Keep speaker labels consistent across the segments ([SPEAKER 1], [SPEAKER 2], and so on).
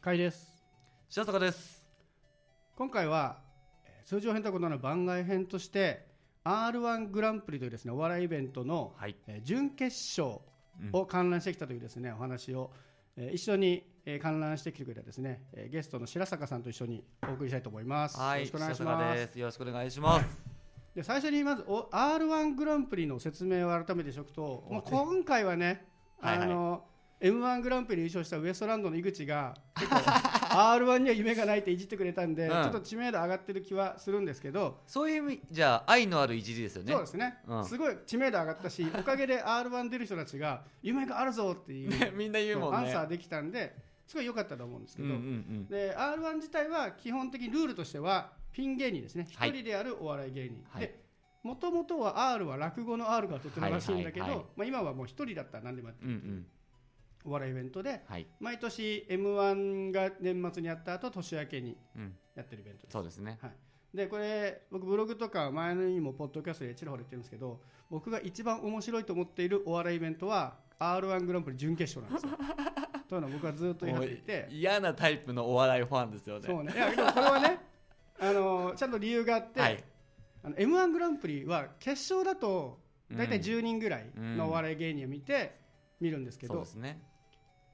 [SPEAKER 1] 甲斐です
[SPEAKER 2] 白坂です
[SPEAKER 1] 今回はえー通常編とは異なる番外編として r 1グランプリというですねお笑いイベントの、
[SPEAKER 2] はい
[SPEAKER 1] えー準決勝を観覧してきたというですね、お話を、えー一緒に、えー観覧してきてくれたですね、えーゲストの白坂さんと一緒にお送りしたいと思います、よ
[SPEAKER 2] は
[SPEAKER 1] ろ
[SPEAKER 2] い
[SPEAKER 1] しくお願いし
[SPEAKER 2] 白坂
[SPEAKER 1] ま
[SPEAKER 2] ですすよろしくお願いします
[SPEAKER 1] で最初にまずお r 1グランプリの説明を改めてしておくと、まあ、今回はね、
[SPEAKER 2] はいはい
[SPEAKER 1] あの m 1グランプリ優勝したウエストランドの井口 が r 1には夢がないっていじってくれたんで、
[SPEAKER 2] うん
[SPEAKER 1] ちょっと知名度上がってる気はするんですけど、
[SPEAKER 2] そういう意味じゃあ愛のあるいじりですよね
[SPEAKER 1] そうですね、
[SPEAKER 2] うん
[SPEAKER 1] すごい知名度上がった しおかげで r 1出る人たちが夢があるぞっていう、
[SPEAKER 2] ねみんな言うもんね
[SPEAKER 1] アンサーできたんですごい良かったと思うんですけ
[SPEAKER 2] うん
[SPEAKER 1] ど、
[SPEAKER 2] うんうん
[SPEAKER 1] で r 1自体は基本的にルールとしてはピン芸人ですね一
[SPEAKER 2] はい
[SPEAKER 1] 人でやるお笑い芸人、
[SPEAKER 2] はい
[SPEAKER 1] でもともとは R は落語の R がとてもらしいんだけど、
[SPEAKER 2] はいはいはい
[SPEAKER 1] まあ、今はもう一人だったら何でもやって
[SPEAKER 2] うんうん
[SPEAKER 1] お笑いイベントで
[SPEAKER 2] はい
[SPEAKER 1] 毎年 m 1が年末にやった後年明けに
[SPEAKER 2] うん
[SPEAKER 1] やってるイベントです
[SPEAKER 2] そうですね
[SPEAKER 1] はい、でこれ僕ブログとか前にもポッドキャストでちらほら言ってるんですけど僕が一番面白いと思っているお笑いイベントは r 1グランプリ準決勝なんで すよというのを僕はずっと言い張っていて
[SPEAKER 2] もう嫌なタイプのお笑いファンですよね
[SPEAKER 1] そうねいやでもこれはね あのちゃんと理由があって、
[SPEAKER 2] はい
[SPEAKER 1] あの m 1グランプリは決勝だと大体
[SPEAKER 2] うん
[SPEAKER 1] 10人ぐらいのお笑い芸人を見て見るんですけ
[SPEAKER 2] そう
[SPEAKER 1] ど、
[SPEAKER 2] ですね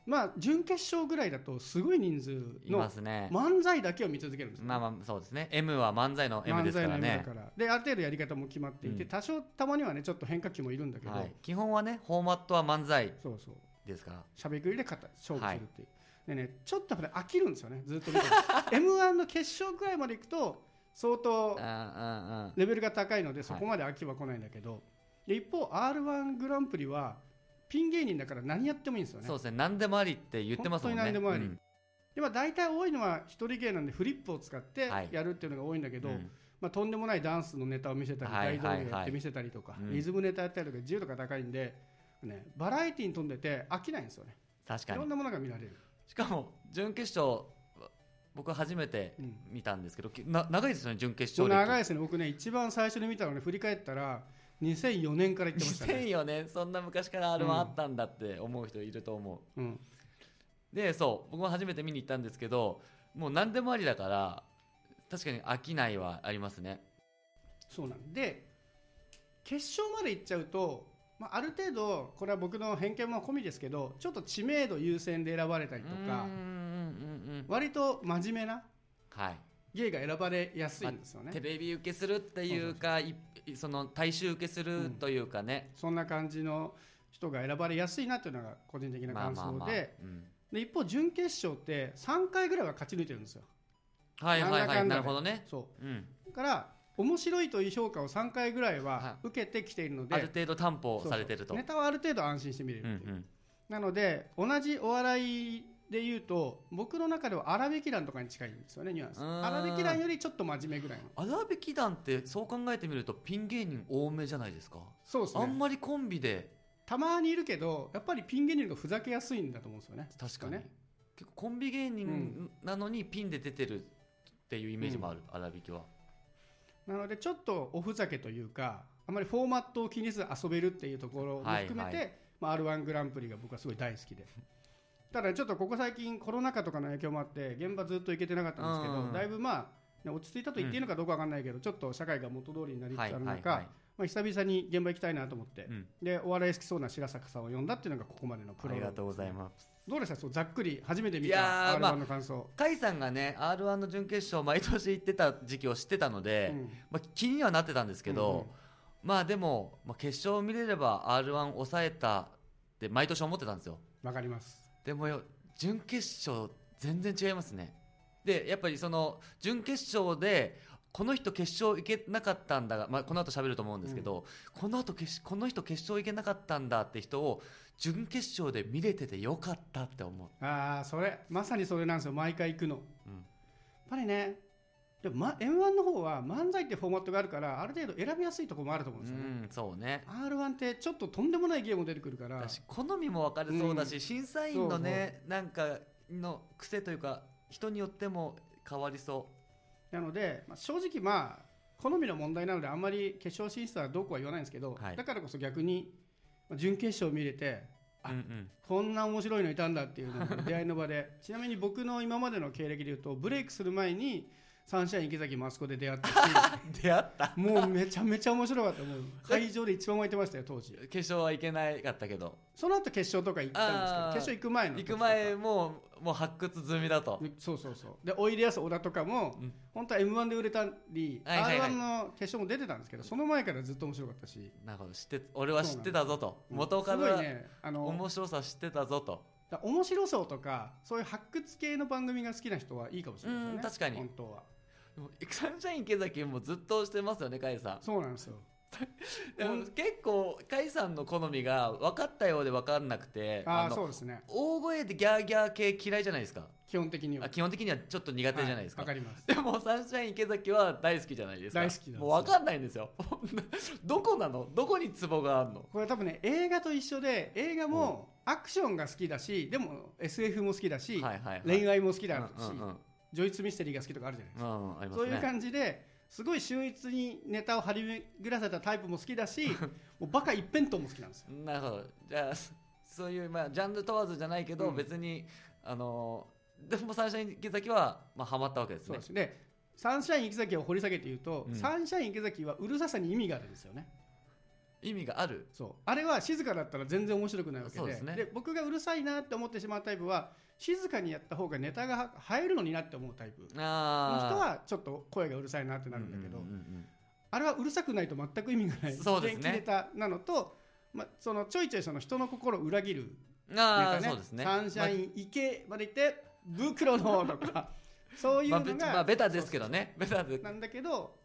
[SPEAKER 1] まあ準決勝ぐらいだとすごい人数
[SPEAKER 2] いま
[SPEAKER 1] の
[SPEAKER 2] すね
[SPEAKER 1] 漫才だけを見続けるんですよ
[SPEAKER 2] まあまあそうですね M は漫才の M で
[SPEAKER 1] 漫
[SPEAKER 2] す
[SPEAKER 1] 才
[SPEAKER 2] か
[SPEAKER 1] の
[SPEAKER 2] ら
[SPEAKER 1] 夢だ
[SPEAKER 2] ね
[SPEAKER 1] からである程度やり方も決まっていて、
[SPEAKER 2] うん
[SPEAKER 1] 多少たまにはねちょっと変化球もいるんだけど、
[SPEAKER 2] はい基本はねフォーマットは漫才
[SPEAKER 1] そうそう
[SPEAKER 2] ですから
[SPEAKER 1] しゃべくりで勝った勝負するっていう、でねちょっとやっぱね飽きるんですよねずっと見てる m 1の決勝ぐらいまでいくと相当
[SPEAKER 2] あ
[SPEAKER 1] レベルが高いのでそこまで飽きは来ないんだけど、で一方 r 1グランプリはピン芸人だから何やってもいいんです
[SPEAKER 2] う
[SPEAKER 1] よ
[SPEAKER 2] んうん
[SPEAKER 1] ね
[SPEAKER 2] そうですね何でもありって言ってますもんね
[SPEAKER 1] 本当に何でもあり
[SPEAKER 2] うん
[SPEAKER 1] でまあ大体多いのは一人芸なんでフリップを使って
[SPEAKER 2] はい
[SPEAKER 1] やるっていうのが多いんだけど、
[SPEAKER 2] うん
[SPEAKER 1] まあ、とんでもないダンスのネタを見せたり、
[SPEAKER 2] は
[SPEAKER 1] 大
[SPEAKER 2] い
[SPEAKER 1] 道具
[SPEAKER 2] は
[SPEAKER 1] やっ
[SPEAKER 2] いは
[SPEAKER 1] て
[SPEAKER 2] い
[SPEAKER 1] 見せたりとか、
[SPEAKER 2] うん
[SPEAKER 1] リズムネタやったりとか自由度が高いんで、ね、バラエティに富んでて飽きないんですよね
[SPEAKER 2] 確
[SPEAKER 1] い
[SPEAKER 2] かに
[SPEAKER 1] ろんなものが見られる
[SPEAKER 2] しかも準決勝僕初めて見たんですけど、きな長いですよね準決
[SPEAKER 1] もう
[SPEAKER 2] 勝
[SPEAKER 1] 長いですね僕ね一番最初に見たのね振り返ったら2004年から言ってましたね、
[SPEAKER 2] 2004年 そんな昔からあれはあったんだって思う人いると思う、
[SPEAKER 1] うん、
[SPEAKER 2] でそう僕も初めて見に行ったんですけどもう何でもありだから確かに飽きないはありますね
[SPEAKER 1] そうなんで決勝まで行っちゃうと、まあ、ある程度これは僕の偏見も込みですけどちょっと知名度優先で選ばれたり
[SPEAKER 2] と
[SPEAKER 1] と
[SPEAKER 2] かうんうん
[SPEAKER 1] か
[SPEAKER 2] うんうん
[SPEAKER 1] 割と真面目な
[SPEAKER 2] はい
[SPEAKER 1] 芸が選ばれやすいんですよね、
[SPEAKER 2] テレビ受けするっていうかいその大衆受けするというかね、
[SPEAKER 1] そんな感じの人が選ばれやすいなというのが個人的な
[SPEAKER 2] まあ
[SPEAKER 1] 感
[SPEAKER 2] まあ
[SPEAKER 1] 想で,、
[SPEAKER 2] まあ、うん
[SPEAKER 1] で一方準決勝って3回ぐらいは勝ち抜いてるんですよ
[SPEAKER 2] はいはい
[SPEAKER 1] なんだ
[SPEAKER 2] は
[SPEAKER 1] か
[SPEAKER 2] い
[SPEAKER 1] んだ
[SPEAKER 2] な
[SPEAKER 1] で
[SPEAKER 2] るほどね、
[SPEAKER 1] そう
[SPEAKER 2] うん、
[SPEAKER 1] だから面白いという評価を3回ぐらいは
[SPEAKER 2] は
[SPEAKER 1] 受けてきているので、
[SPEAKER 2] ある程度担
[SPEAKER 1] そ
[SPEAKER 2] 保
[SPEAKER 1] うそう
[SPEAKER 2] されてると
[SPEAKER 1] ネタはある程度安心して見れるっ
[SPEAKER 2] う
[SPEAKER 1] てい
[SPEAKER 2] ん
[SPEAKER 1] う、
[SPEAKER 2] うん
[SPEAKER 1] なので同じお笑いで言うと僕の中では荒引き団とかに近いんですよねニュアンス
[SPEAKER 2] うーん
[SPEAKER 1] 荒引き団よりちょっと真面目ぐらいの
[SPEAKER 2] 荒引き団ってそう考えてみるとピン芸人多めじゃないですか、
[SPEAKER 1] そうです
[SPEAKER 2] あん
[SPEAKER 1] ね
[SPEAKER 2] まりコンビで
[SPEAKER 1] たまにいるけどやっぱりピン芸人の方がふざけやすいんだと思うんですよね
[SPEAKER 2] 確かに、
[SPEAKER 1] ね
[SPEAKER 2] 結構コンビ芸人なのにピンで出てるっていうイメージもある、荒引きは
[SPEAKER 1] なのでちょっとおふざけというかあまりフォーマットを気にせず遊べるっていうところも含めて、
[SPEAKER 2] はいは
[SPEAKER 1] まあ、r 1グランプリが僕はすごい大好きでただちょっとここ最近コロナ禍とかの影響もあって現場ずっと行けてなかったんですけど、
[SPEAKER 2] うん
[SPEAKER 1] だいぶまあ、ね落ち着いたと言っていいのかどうかわかんないけど、ちょっと社会が元通りになりつつあ
[SPEAKER 2] はい
[SPEAKER 1] る
[SPEAKER 2] は
[SPEAKER 1] 中、
[SPEAKER 2] いは
[SPEAKER 1] まあ、久々に現場行きたいなと思って、
[SPEAKER 2] い、うん、
[SPEAKER 1] でお笑い好きそうな白坂さんを呼んだっていうのがここまでのプ
[SPEAKER 2] あ
[SPEAKER 1] ロ
[SPEAKER 2] り
[SPEAKER 1] ロー
[SPEAKER 2] が
[SPEAKER 1] グ
[SPEAKER 2] とうございます
[SPEAKER 1] どうでしたそうざっくり初めて見
[SPEAKER 2] いや
[SPEAKER 1] た
[SPEAKER 2] ー
[SPEAKER 1] r
[SPEAKER 2] まあ
[SPEAKER 1] 1の感想、
[SPEAKER 2] 甲斐さんがね r 1の準決勝毎年行ってた時期を知ってたので、
[SPEAKER 1] うん
[SPEAKER 2] まあ、気にはなってたんですけど、
[SPEAKER 1] うんうん
[SPEAKER 2] まあでも、まあ、決勝を見れれば r 1抑えたって毎年思ってたんですよ
[SPEAKER 1] わかります
[SPEAKER 2] でもよ準決勝全然違いますねでやっぱりその準決勝でこの人決勝行けなかったんだが、まあ、この後喋ると思うんですけど、この後決しこの人決勝行けなかったんだって人を準決勝で見れててよかったって思う
[SPEAKER 1] ああそれまさにそれなんですよ毎回行くの、
[SPEAKER 2] うん
[SPEAKER 1] やっぱりねでも、ま、m 1の方は漫才ってフォーマットがあるからある程度選びやすいところもあると思うん
[SPEAKER 2] う
[SPEAKER 1] ですよね、
[SPEAKER 2] んそうね
[SPEAKER 1] r 1ってちょっととんでもないゲーム出てくるから
[SPEAKER 2] 私好みも分かれそうだし、審査員の
[SPEAKER 1] そう
[SPEAKER 2] ねなんかの癖というか人によっても変わりそ
[SPEAKER 1] なので、まあ、正直まあ好みの問題なのであんまり決勝進出はどうこうは言わないんですけど、
[SPEAKER 2] はい
[SPEAKER 1] だからこそ逆にまあ準決勝見れて
[SPEAKER 2] うんうん
[SPEAKER 1] こんな面白いのいたんだっていうの が出会いの場でちなみに僕の今までの経歴で言うとブレイクする前にサンシャイン池崎マスコで出会ったし
[SPEAKER 2] 出会った
[SPEAKER 1] もうめちゃめちゃ面白かったもう会場で一番湧いてましたよ当時
[SPEAKER 2] 決勝はいけないかったけど
[SPEAKER 1] その後決勝とか行ったんですけど
[SPEAKER 2] あー
[SPEAKER 1] 決勝行く前の
[SPEAKER 2] 行
[SPEAKER 1] 時と
[SPEAKER 2] く
[SPEAKER 1] か
[SPEAKER 2] 前もうもう発掘済みだと
[SPEAKER 1] そうそうそうでおいでやす小田とかも、
[SPEAKER 2] うん
[SPEAKER 1] 本当は m 1で売れたり、
[SPEAKER 2] はいはいはい
[SPEAKER 1] r 1の決勝も出てたんですけどその前からずっと面白かったし
[SPEAKER 2] なるほど知って俺は知ってたぞと元か
[SPEAKER 1] すご
[SPEAKER 2] ら
[SPEAKER 1] いねあの
[SPEAKER 2] 面白さ知ってたぞと
[SPEAKER 1] だから面白そうとかそういう発掘系の番組が好きな人はいいかもしれないですよ
[SPEAKER 2] うん
[SPEAKER 1] ね
[SPEAKER 2] 確かに
[SPEAKER 1] 本当は
[SPEAKER 2] でもサンシャイン池崎もずっとしてますよねカイさん
[SPEAKER 1] そうなんですよ
[SPEAKER 2] でも結構甲斐さんの好みが分かったようで分かんなくて
[SPEAKER 1] ああ
[SPEAKER 2] の
[SPEAKER 1] そうですね
[SPEAKER 2] 大声でギャーギャー系嫌いじゃないですか
[SPEAKER 1] 基本的には
[SPEAKER 2] あ基本的にはちょっと苦手じゃないですか、
[SPEAKER 1] はいわ、かります
[SPEAKER 2] でもサンシャイン池崎は大好きじゃないですか
[SPEAKER 1] 大好きなんですよ
[SPEAKER 2] もう分かんないんですよ どこなのどこにツボがあるの
[SPEAKER 1] これ多分ね映画と一緒で映画もアクションが好きだしでも SF も好きだし、
[SPEAKER 2] はいはいはい
[SPEAKER 1] 恋愛も好き
[SPEAKER 2] う
[SPEAKER 1] だ
[SPEAKER 2] ん
[SPEAKER 1] し、
[SPEAKER 2] うんうん
[SPEAKER 1] ジョイツミステリーが好きとかあるじゃないですか
[SPEAKER 2] うんうんありますね
[SPEAKER 1] そういう感じですごい秀逸にネタを張り巡らせたタイプも好きだ しもうバカ一辺倒も好きなんですよ
[SPEAKER 2] なるほどじゃあそそういう、まあ、ジャンル問わずじゃないけど、
[SPEAKER 1] うん
[SPEAKER 2] 別にあのーでもサンシャイン池崎は、まあ、ハマったわけです
[SPEAKER 1] そう
[SPEAKER 2] ね
[SPEAKER 1] ですでサンシャイン池崎を掘り下げて言うと、
[SPEAKER 2] うん
[SPEAKER 1] サンシャイン池崎はうるささに意味があるんですよね
[SPEAKER 2] 意味がある
[SPEAKER 1] そうあれは静かだったら全然面白くないわけで
[SPEAKER 2] そうですね
[SPEAKER 1] 僕がうるさいなって思ってしまうタイプは静かにやった方がネタが入るのになって思うタイプこの
[SPEAKER 2] ああ
[SPEAKER 1] 人はちょっと声がうるさいなってなるんだけど、あれはうるさくないと全く意味がない
[SPEAKER 2] そうですね
[SPEAKER 1] 元気ネタなのと、まあ、そのちょいちょいその人の心を裏切る
[SPEAKER 2] あ
[SPEAKER 1] な
[SPEAKER 2] あ
[SPEAKER 1] んか
[SPEAKER 2] そうですね
[SPEAKER 1] サンシャイン池まで行って袋のと かそういう
[SPEAKER 2] まあ
[SPEAKER 1] の
[SPEAKER 2] ま
[SPEAKER 1] が、
[SPEAKER 2] あべまあベタですけどねベタで
[SPEAKER 1] なんだけど、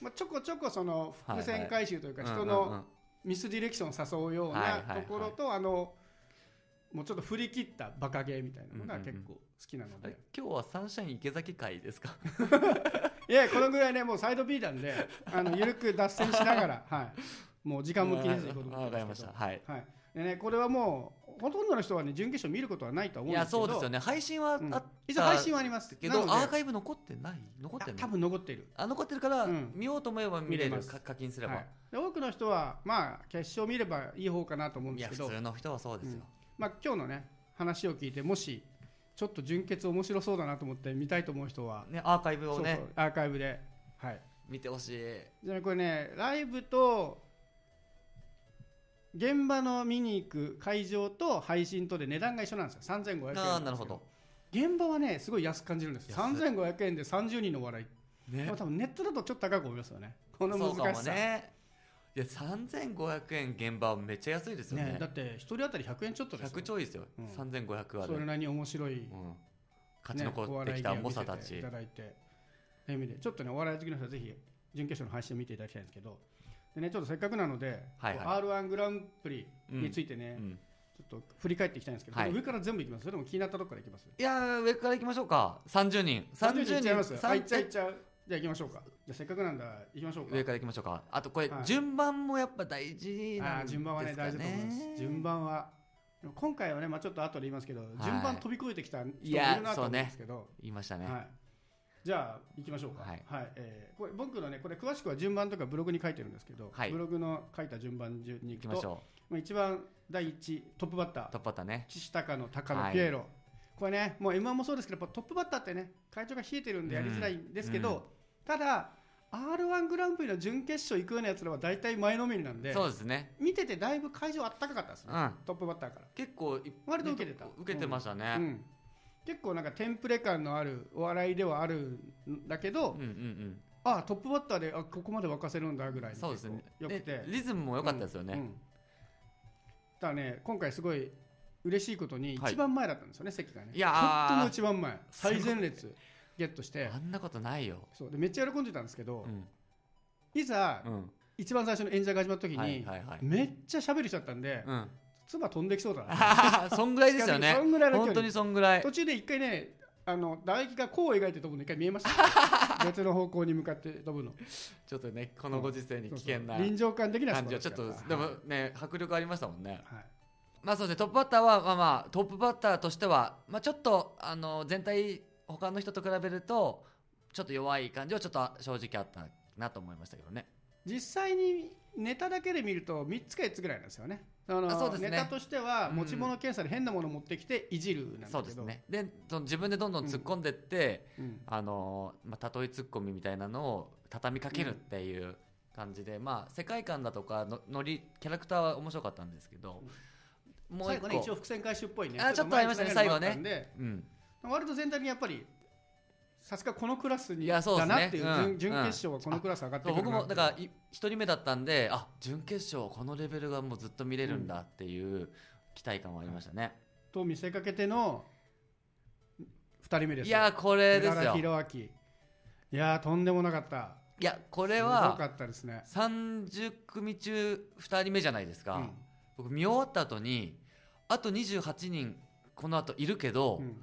[SPEAKER 1] まあ、ちょこちょこその
[SPEAKER 2] はいは
[SPEAKER 1] 伏
[SPEAKER 2] い
[SPEAKER 1] 線回収というか人
[SPEAKER 2] うんうんう
[SPEAKER 1] の
[SPEAKER 2] ん
[SPEAKER 1] ミスディレクションを誘うよう
[SPEAKER 2] はいは
[SPEAKER 1] ない
[SPEAKER 2] はい
[SPEAKER 1] ところとあのもうちょっと振り切ったバカゲーみたいなのが結構好きなの
[SPEAKER 2] あ
[SPEAKER 1] で
[SPEAKER 2] れ今日はサンシャイン池崎会ですか
[SPEAKER 1] いやこのぐらいねもうサイド B なんであの緩く脱線しながらはいもう時間も気にせずいこうと思
[SPEAKER 2] わ
[SPEAKER 1] って
[SPEAKER 2] かりま
[SPEAKER 1] ます
[SPEAKER 2] し
[SPEAKER 1] け
[SPEAKER 2] た
[SPEAKER 1] ど
[SPEAKER 2] はい
[SPEAKER 1] はいでねこれはもうほとんどの人はね準決勝見ることはないとはい思うんで
[SPEAKER 2] や
[SPEAKER 1] すけど
[SPEAKER 2] そうですよね配信はあっ
[SPEAKER 1] うん
[SPEAKER 2] た
[SPEAKER 1] 一応配信はあります
[SPEAKER 2] け
[SPEAKER 1] な
[SPEAKER 2] ど
[SPEAKER 1] ので
[SPEAKER 2] アーカイブ残ってない残って
[SPEAKER 1] あ
[SPEAKER 2] な
[SPEAKER 1] 多
[SPEAKER 2] い
[SPEAKER 1] 分残っている
[SPEAKER 2] あ残ってるから
[SPEAKER 1] うん
[SPEAKER 2] 見ようと思えば見れ
[SPEAKER 1] 見れ
[SPEAKER 2] る
[SPEAKER 1] ます
[SPEAKER 2] か課金すれ
[SPEAKER 1] は
[SPEAKER 2] ば
[SPEAKER 1] い、で多くの人はまあ決勝見ればいい方かなと思うん
[SPEAKER 2] い
[SPEAKER 1] で
[SPEAKER 2] や
[SPEAKER 1] すけ
[SPEAKER 2] 普
[SPEAKER 1] ど
[SPEAKER 2] 通の人はそうですよ
[SPEAKER 1] まあ、今日のね話を聞いてもしちょっと純潔面白そうだなと思って見たいと思う人は、
[SPEAKER 2] ねアーカイブ
[SPEAKER 1] そ
[SPEAKER 2] を
[SPEAKER 1] う
[SPEAKER 2] ね
[SPEAKER 1] そうアーカイブで、はい、
[SPEAKER 2] 見てほしい
[SPEAKER 1] じゃあねこれねライブと現場の見に行く会場と配信とで値段が一緒なんですよ3500円んですけ
[SPEAKER 2] ああなるほど
[SPEAKER 1] 現場はねすごい安く感じるんですよ
[SPEAKER 2] 安い
[SPEAKER 1] 3500円で30人の笑い、
[SPEAKER 2] ね
[SPEAKER 1] まあ、多分ネットだとちょっと高く思いますよねこの
[SPEAKER 2] そうか
[SPEAKER 1] 難
[SPEAKER 2] も
[SPEAKER 1] しさ、
[SPEAKER 2] ねいや3500円現場はめっちゃ安いですよ
[SPEAKER 1] ね
[SPEAKER 2] ね
[SPEAKER 1] だって一人当たり100円ちょっとですよ
[SPEAKER 2] 100ちょいですよ
[SPEAKER 1] うん
[SPEAKER 2] 3500は
[SPEAKER 1] それなりに面白い
[SPEAKER 2] うん勝ち残ってきた猛者たち、
[SPEAKER 1] ねお笑い芸を見せていただいてという意味でちょっとねお笑い好きの人はぜひ準決勝の配信を見ていただきたいんですけどでねちょっとせっかくなので、
[SPEAKER 2] はいはい
[SPEAKER 1] r 1グランプリについて
[SPEAKER 2] う
[SPEAKER 1] ね、ち
[SPEAKER 2] ん
[SPEAKER 1] ょっと振り返っていきたいんですけど、
[SPEAKER 2] はい
[SPEAKER 1] 上から全部いきますそれでも気になったとこからいきます
[SPEAKER 2] いやー上から行きましょうか30人
[SPEAKER 1] 30人いっちゃいま
[SPEAKER 2] 30
[SPEAKER 1] す
[SPEAKER 2] 人
[SPEAKER 1] あいっちゃうい
[SPEAKER 2] 30
[SPEAKER 1] っちゃうじゃあ行きましょうかじゃあせっかくなんだ行きましょうか
[SPEAKER 2] 上から行きましょうかあとこれ、
[SPEAKER 1] はい
[SPEAKER 2] 順番もやっぱ大事
[SPEAKER 1] あ
[SPEAKER 2] な
[SPEAKER 1] ー
[SPEAKER 2] んです
[SPEAKER 1] 順
[SPEAKER 2] かね
[SPEAKER 1] 番はね大事だと思います順番はでも今回はね、まあ、ちょっと後で言いますけど、順番飛び越えてきた人もい
[SPEAKER 2] いや
[SPEAKER 1] るなと
[SPEAKER 2] そう
[SPEAKER 1] 思うん
[SPEAKER 2] ね
[SPEAKER 1] ですけど、
[SPEAKER 2] 言いましたね、
[SPEAKER 1] はい、じゃあ行きましょうか、
[SPEAKER 2] はい
[SPEAKER 1] えーこれ僕のねこれ詳しくは順番とかブログに書いてるんですけど、
[SPEAKER 2] はい
[SPEAKER 1] ブログの書いた順番順に
[SPEAKER 2] 行
[SPEAKER 1] 行く
[SPEAKER 2] きまし
[SPEAKER 1] と
[SPEAKER 2] ょ
[SPEAKER 1] まあ一番第一トップバッタ
[SPEAKER 2] う
[SPEAKER 1] ー
[SPEAKER 2] トップバッターね
[SPEAKER 1] 岸高野高
[SPEAKER 2] は
[SPEAKER 1] 野
[SPEAKER 2] い
[SPEAKER 1] ピエロ、これねもう m 1もそうですけどやっぱトップバッターってね会長が冷えてるんでやりづらいんですけど、
[SPEAKER 2] うんうん
[SPEAKER 1] ただ r 1グランプリの準決勝行くようなやつらは大体前のめりなんで
[SPEAKER 2] そうですね
[SPEAKER 1] 見ててだいぶ会場あったかかったですね、
[SPEAKER 2] うん
[SPEAKER 1] トップバッターから。
[SPEAKER 2] 結構い
[SPEAKER 1] 割と受けてた
[SPEAKER 2] 受けてましたね、
[SPEAKER 1] うん結構なんかテンプレ感のあるお笑いではあるんだけど、
[SPEAKER 2] うんうんうん
[SPEAKER 1] あトップバッターであここまで沸かせるんだぐらい
[SPEAKER 2] そうですね
[SPEAKER 1] よくて
[SPEAKER 2] でリズムも良かったですよね、
[SPEAKER 1] うんうんただね今回すごい嬉しいことに
[SPEAKER 2] はい
[SPEAKER 1] 一番前だったんですよね、席がね
[SPEAKER 2] いやー
[SPEAKER 1] 本当の一番前
[SPEAKER 2] すごい
[SPEAKER 1] 最前列ゲットして
[SPEAKER 2] あんなことないよ、
[SPEAKER 1] そうでめっちゃ喜んでたんですけど
[SPEAKER 2] う、ん
[SPEAKER 1] いざ、
[SPEAKER 2] うん、
[SPEAKER 1] 一番最初の演者が始まった時に、
[SPEAKER 2] はいはいはい
[SPEAKER 1] めっちゃ喋りしちゃったんで、
[SPEAKER 2] うん、
[SPEAKER 1] 唾飛んできそうだな
[SPEAKER 2] そんぐら いですよね
[SPEAKER 1] そんぐらいの距
[SPEAKER 2] 本
[SPEAKER 1] 離
[SPEAKER 2] 当にそんぐらい
[SPEAKER 1] 途中で一回ねあの唾液がこう描いて飛ぶの一回見えました 別の方向に向かって飛ぶの
[SPEAKER 2] ちょっとねこのご時世に
[SPEAKER 1] そう
[SPEAKER 2] 危
[SPEAKER 1] そう
[SPEAKER 2] 険な
[SPEAKER 1] 臨場感的な
[SPEAKER 2] 感じはちょっとでも
[SPEAKER 1] は
[SPEAKER 2] ね迫力ありましたもんね
[SPEAKER 1] いはい
[SPEAKER 2] まあそうですねトップバッターはまあまあトップバッターとしてはまあちょっとあの全体他の人と比べるとちょっと弱い感じはちょっと正直あったなと思いましたけどね
[SPEAKER 1] 実際にネタだけで見ると3つか4つぐらいなんですよねあの
[SPEAKER 2] あそうですね
[SPEAKER 1] ネタとしては
[SPEAKER 2] うん
[SPEAKER 1] 持ち物検査で変なもの持ってきていじるなんだけど
[SPEAKER 2] そうですねでその自分でどんどん突っ込んでって、
[SPEAKER 1] うん
[SPEAKER 2] あのーまあ、例えツッコミみたいなのを畳みかけるっていう感じで、まあ、世界観だとかのノリキャラクターは面白かったんですけど、もう
[SPEAKER 1] 最
[SPEAKER 2] 一個
[SPEAKER 1] 後ね一応伏線回収っぽいね
[SPEAKER 2] あちょっとありましたね
[SPEAKER 1] ちょっと前に繋がるのもあったんで
[SPEAKER 2] うん、
[SPEAKER 1] 割と全体にやっぱりさすがこのクラスに
[SPEAKER 2] いやそうで
[SPEAKER 1] だ
[SPEAKER 2] すね
[SPEAKER 1] なっていう
[SPEAKER 2] うん
[SPEAKER 1] 準準決勝はこのクラス上がって
[SPEAKER 2] そ
[SPEAKER 1] く
[SPEAKER 2] う
[SPEAKER 1] る
[SPEAKER 2] 僕
[SPEAKER 1] な
[SPEAKER 2] もだからい一人目だったんであ準決勝このレベルがもうずっと見れるんだっていう期待感はありましたね、
[SPEAKER 1] と見せかけての2人目です
[SPEAKER 2] いやーこれですよい
[SPEAKER 1] 弘明いやーとんでもなかった
[SPEAKER 2] やこ
[SPEAKER 1] こ
[SPEAKER 2] れ
[SPEAKER 1] すご
[SPEAKER 2] は
[SPEAKER 1] かったですね
[SPEAKER 2] 30組中2人目じゃないですか、
[SPEAKER 1] うん
[SPEAKER 2] 僕見終わった後にあと28人この後いるけど、
[SPEAKER 1] うん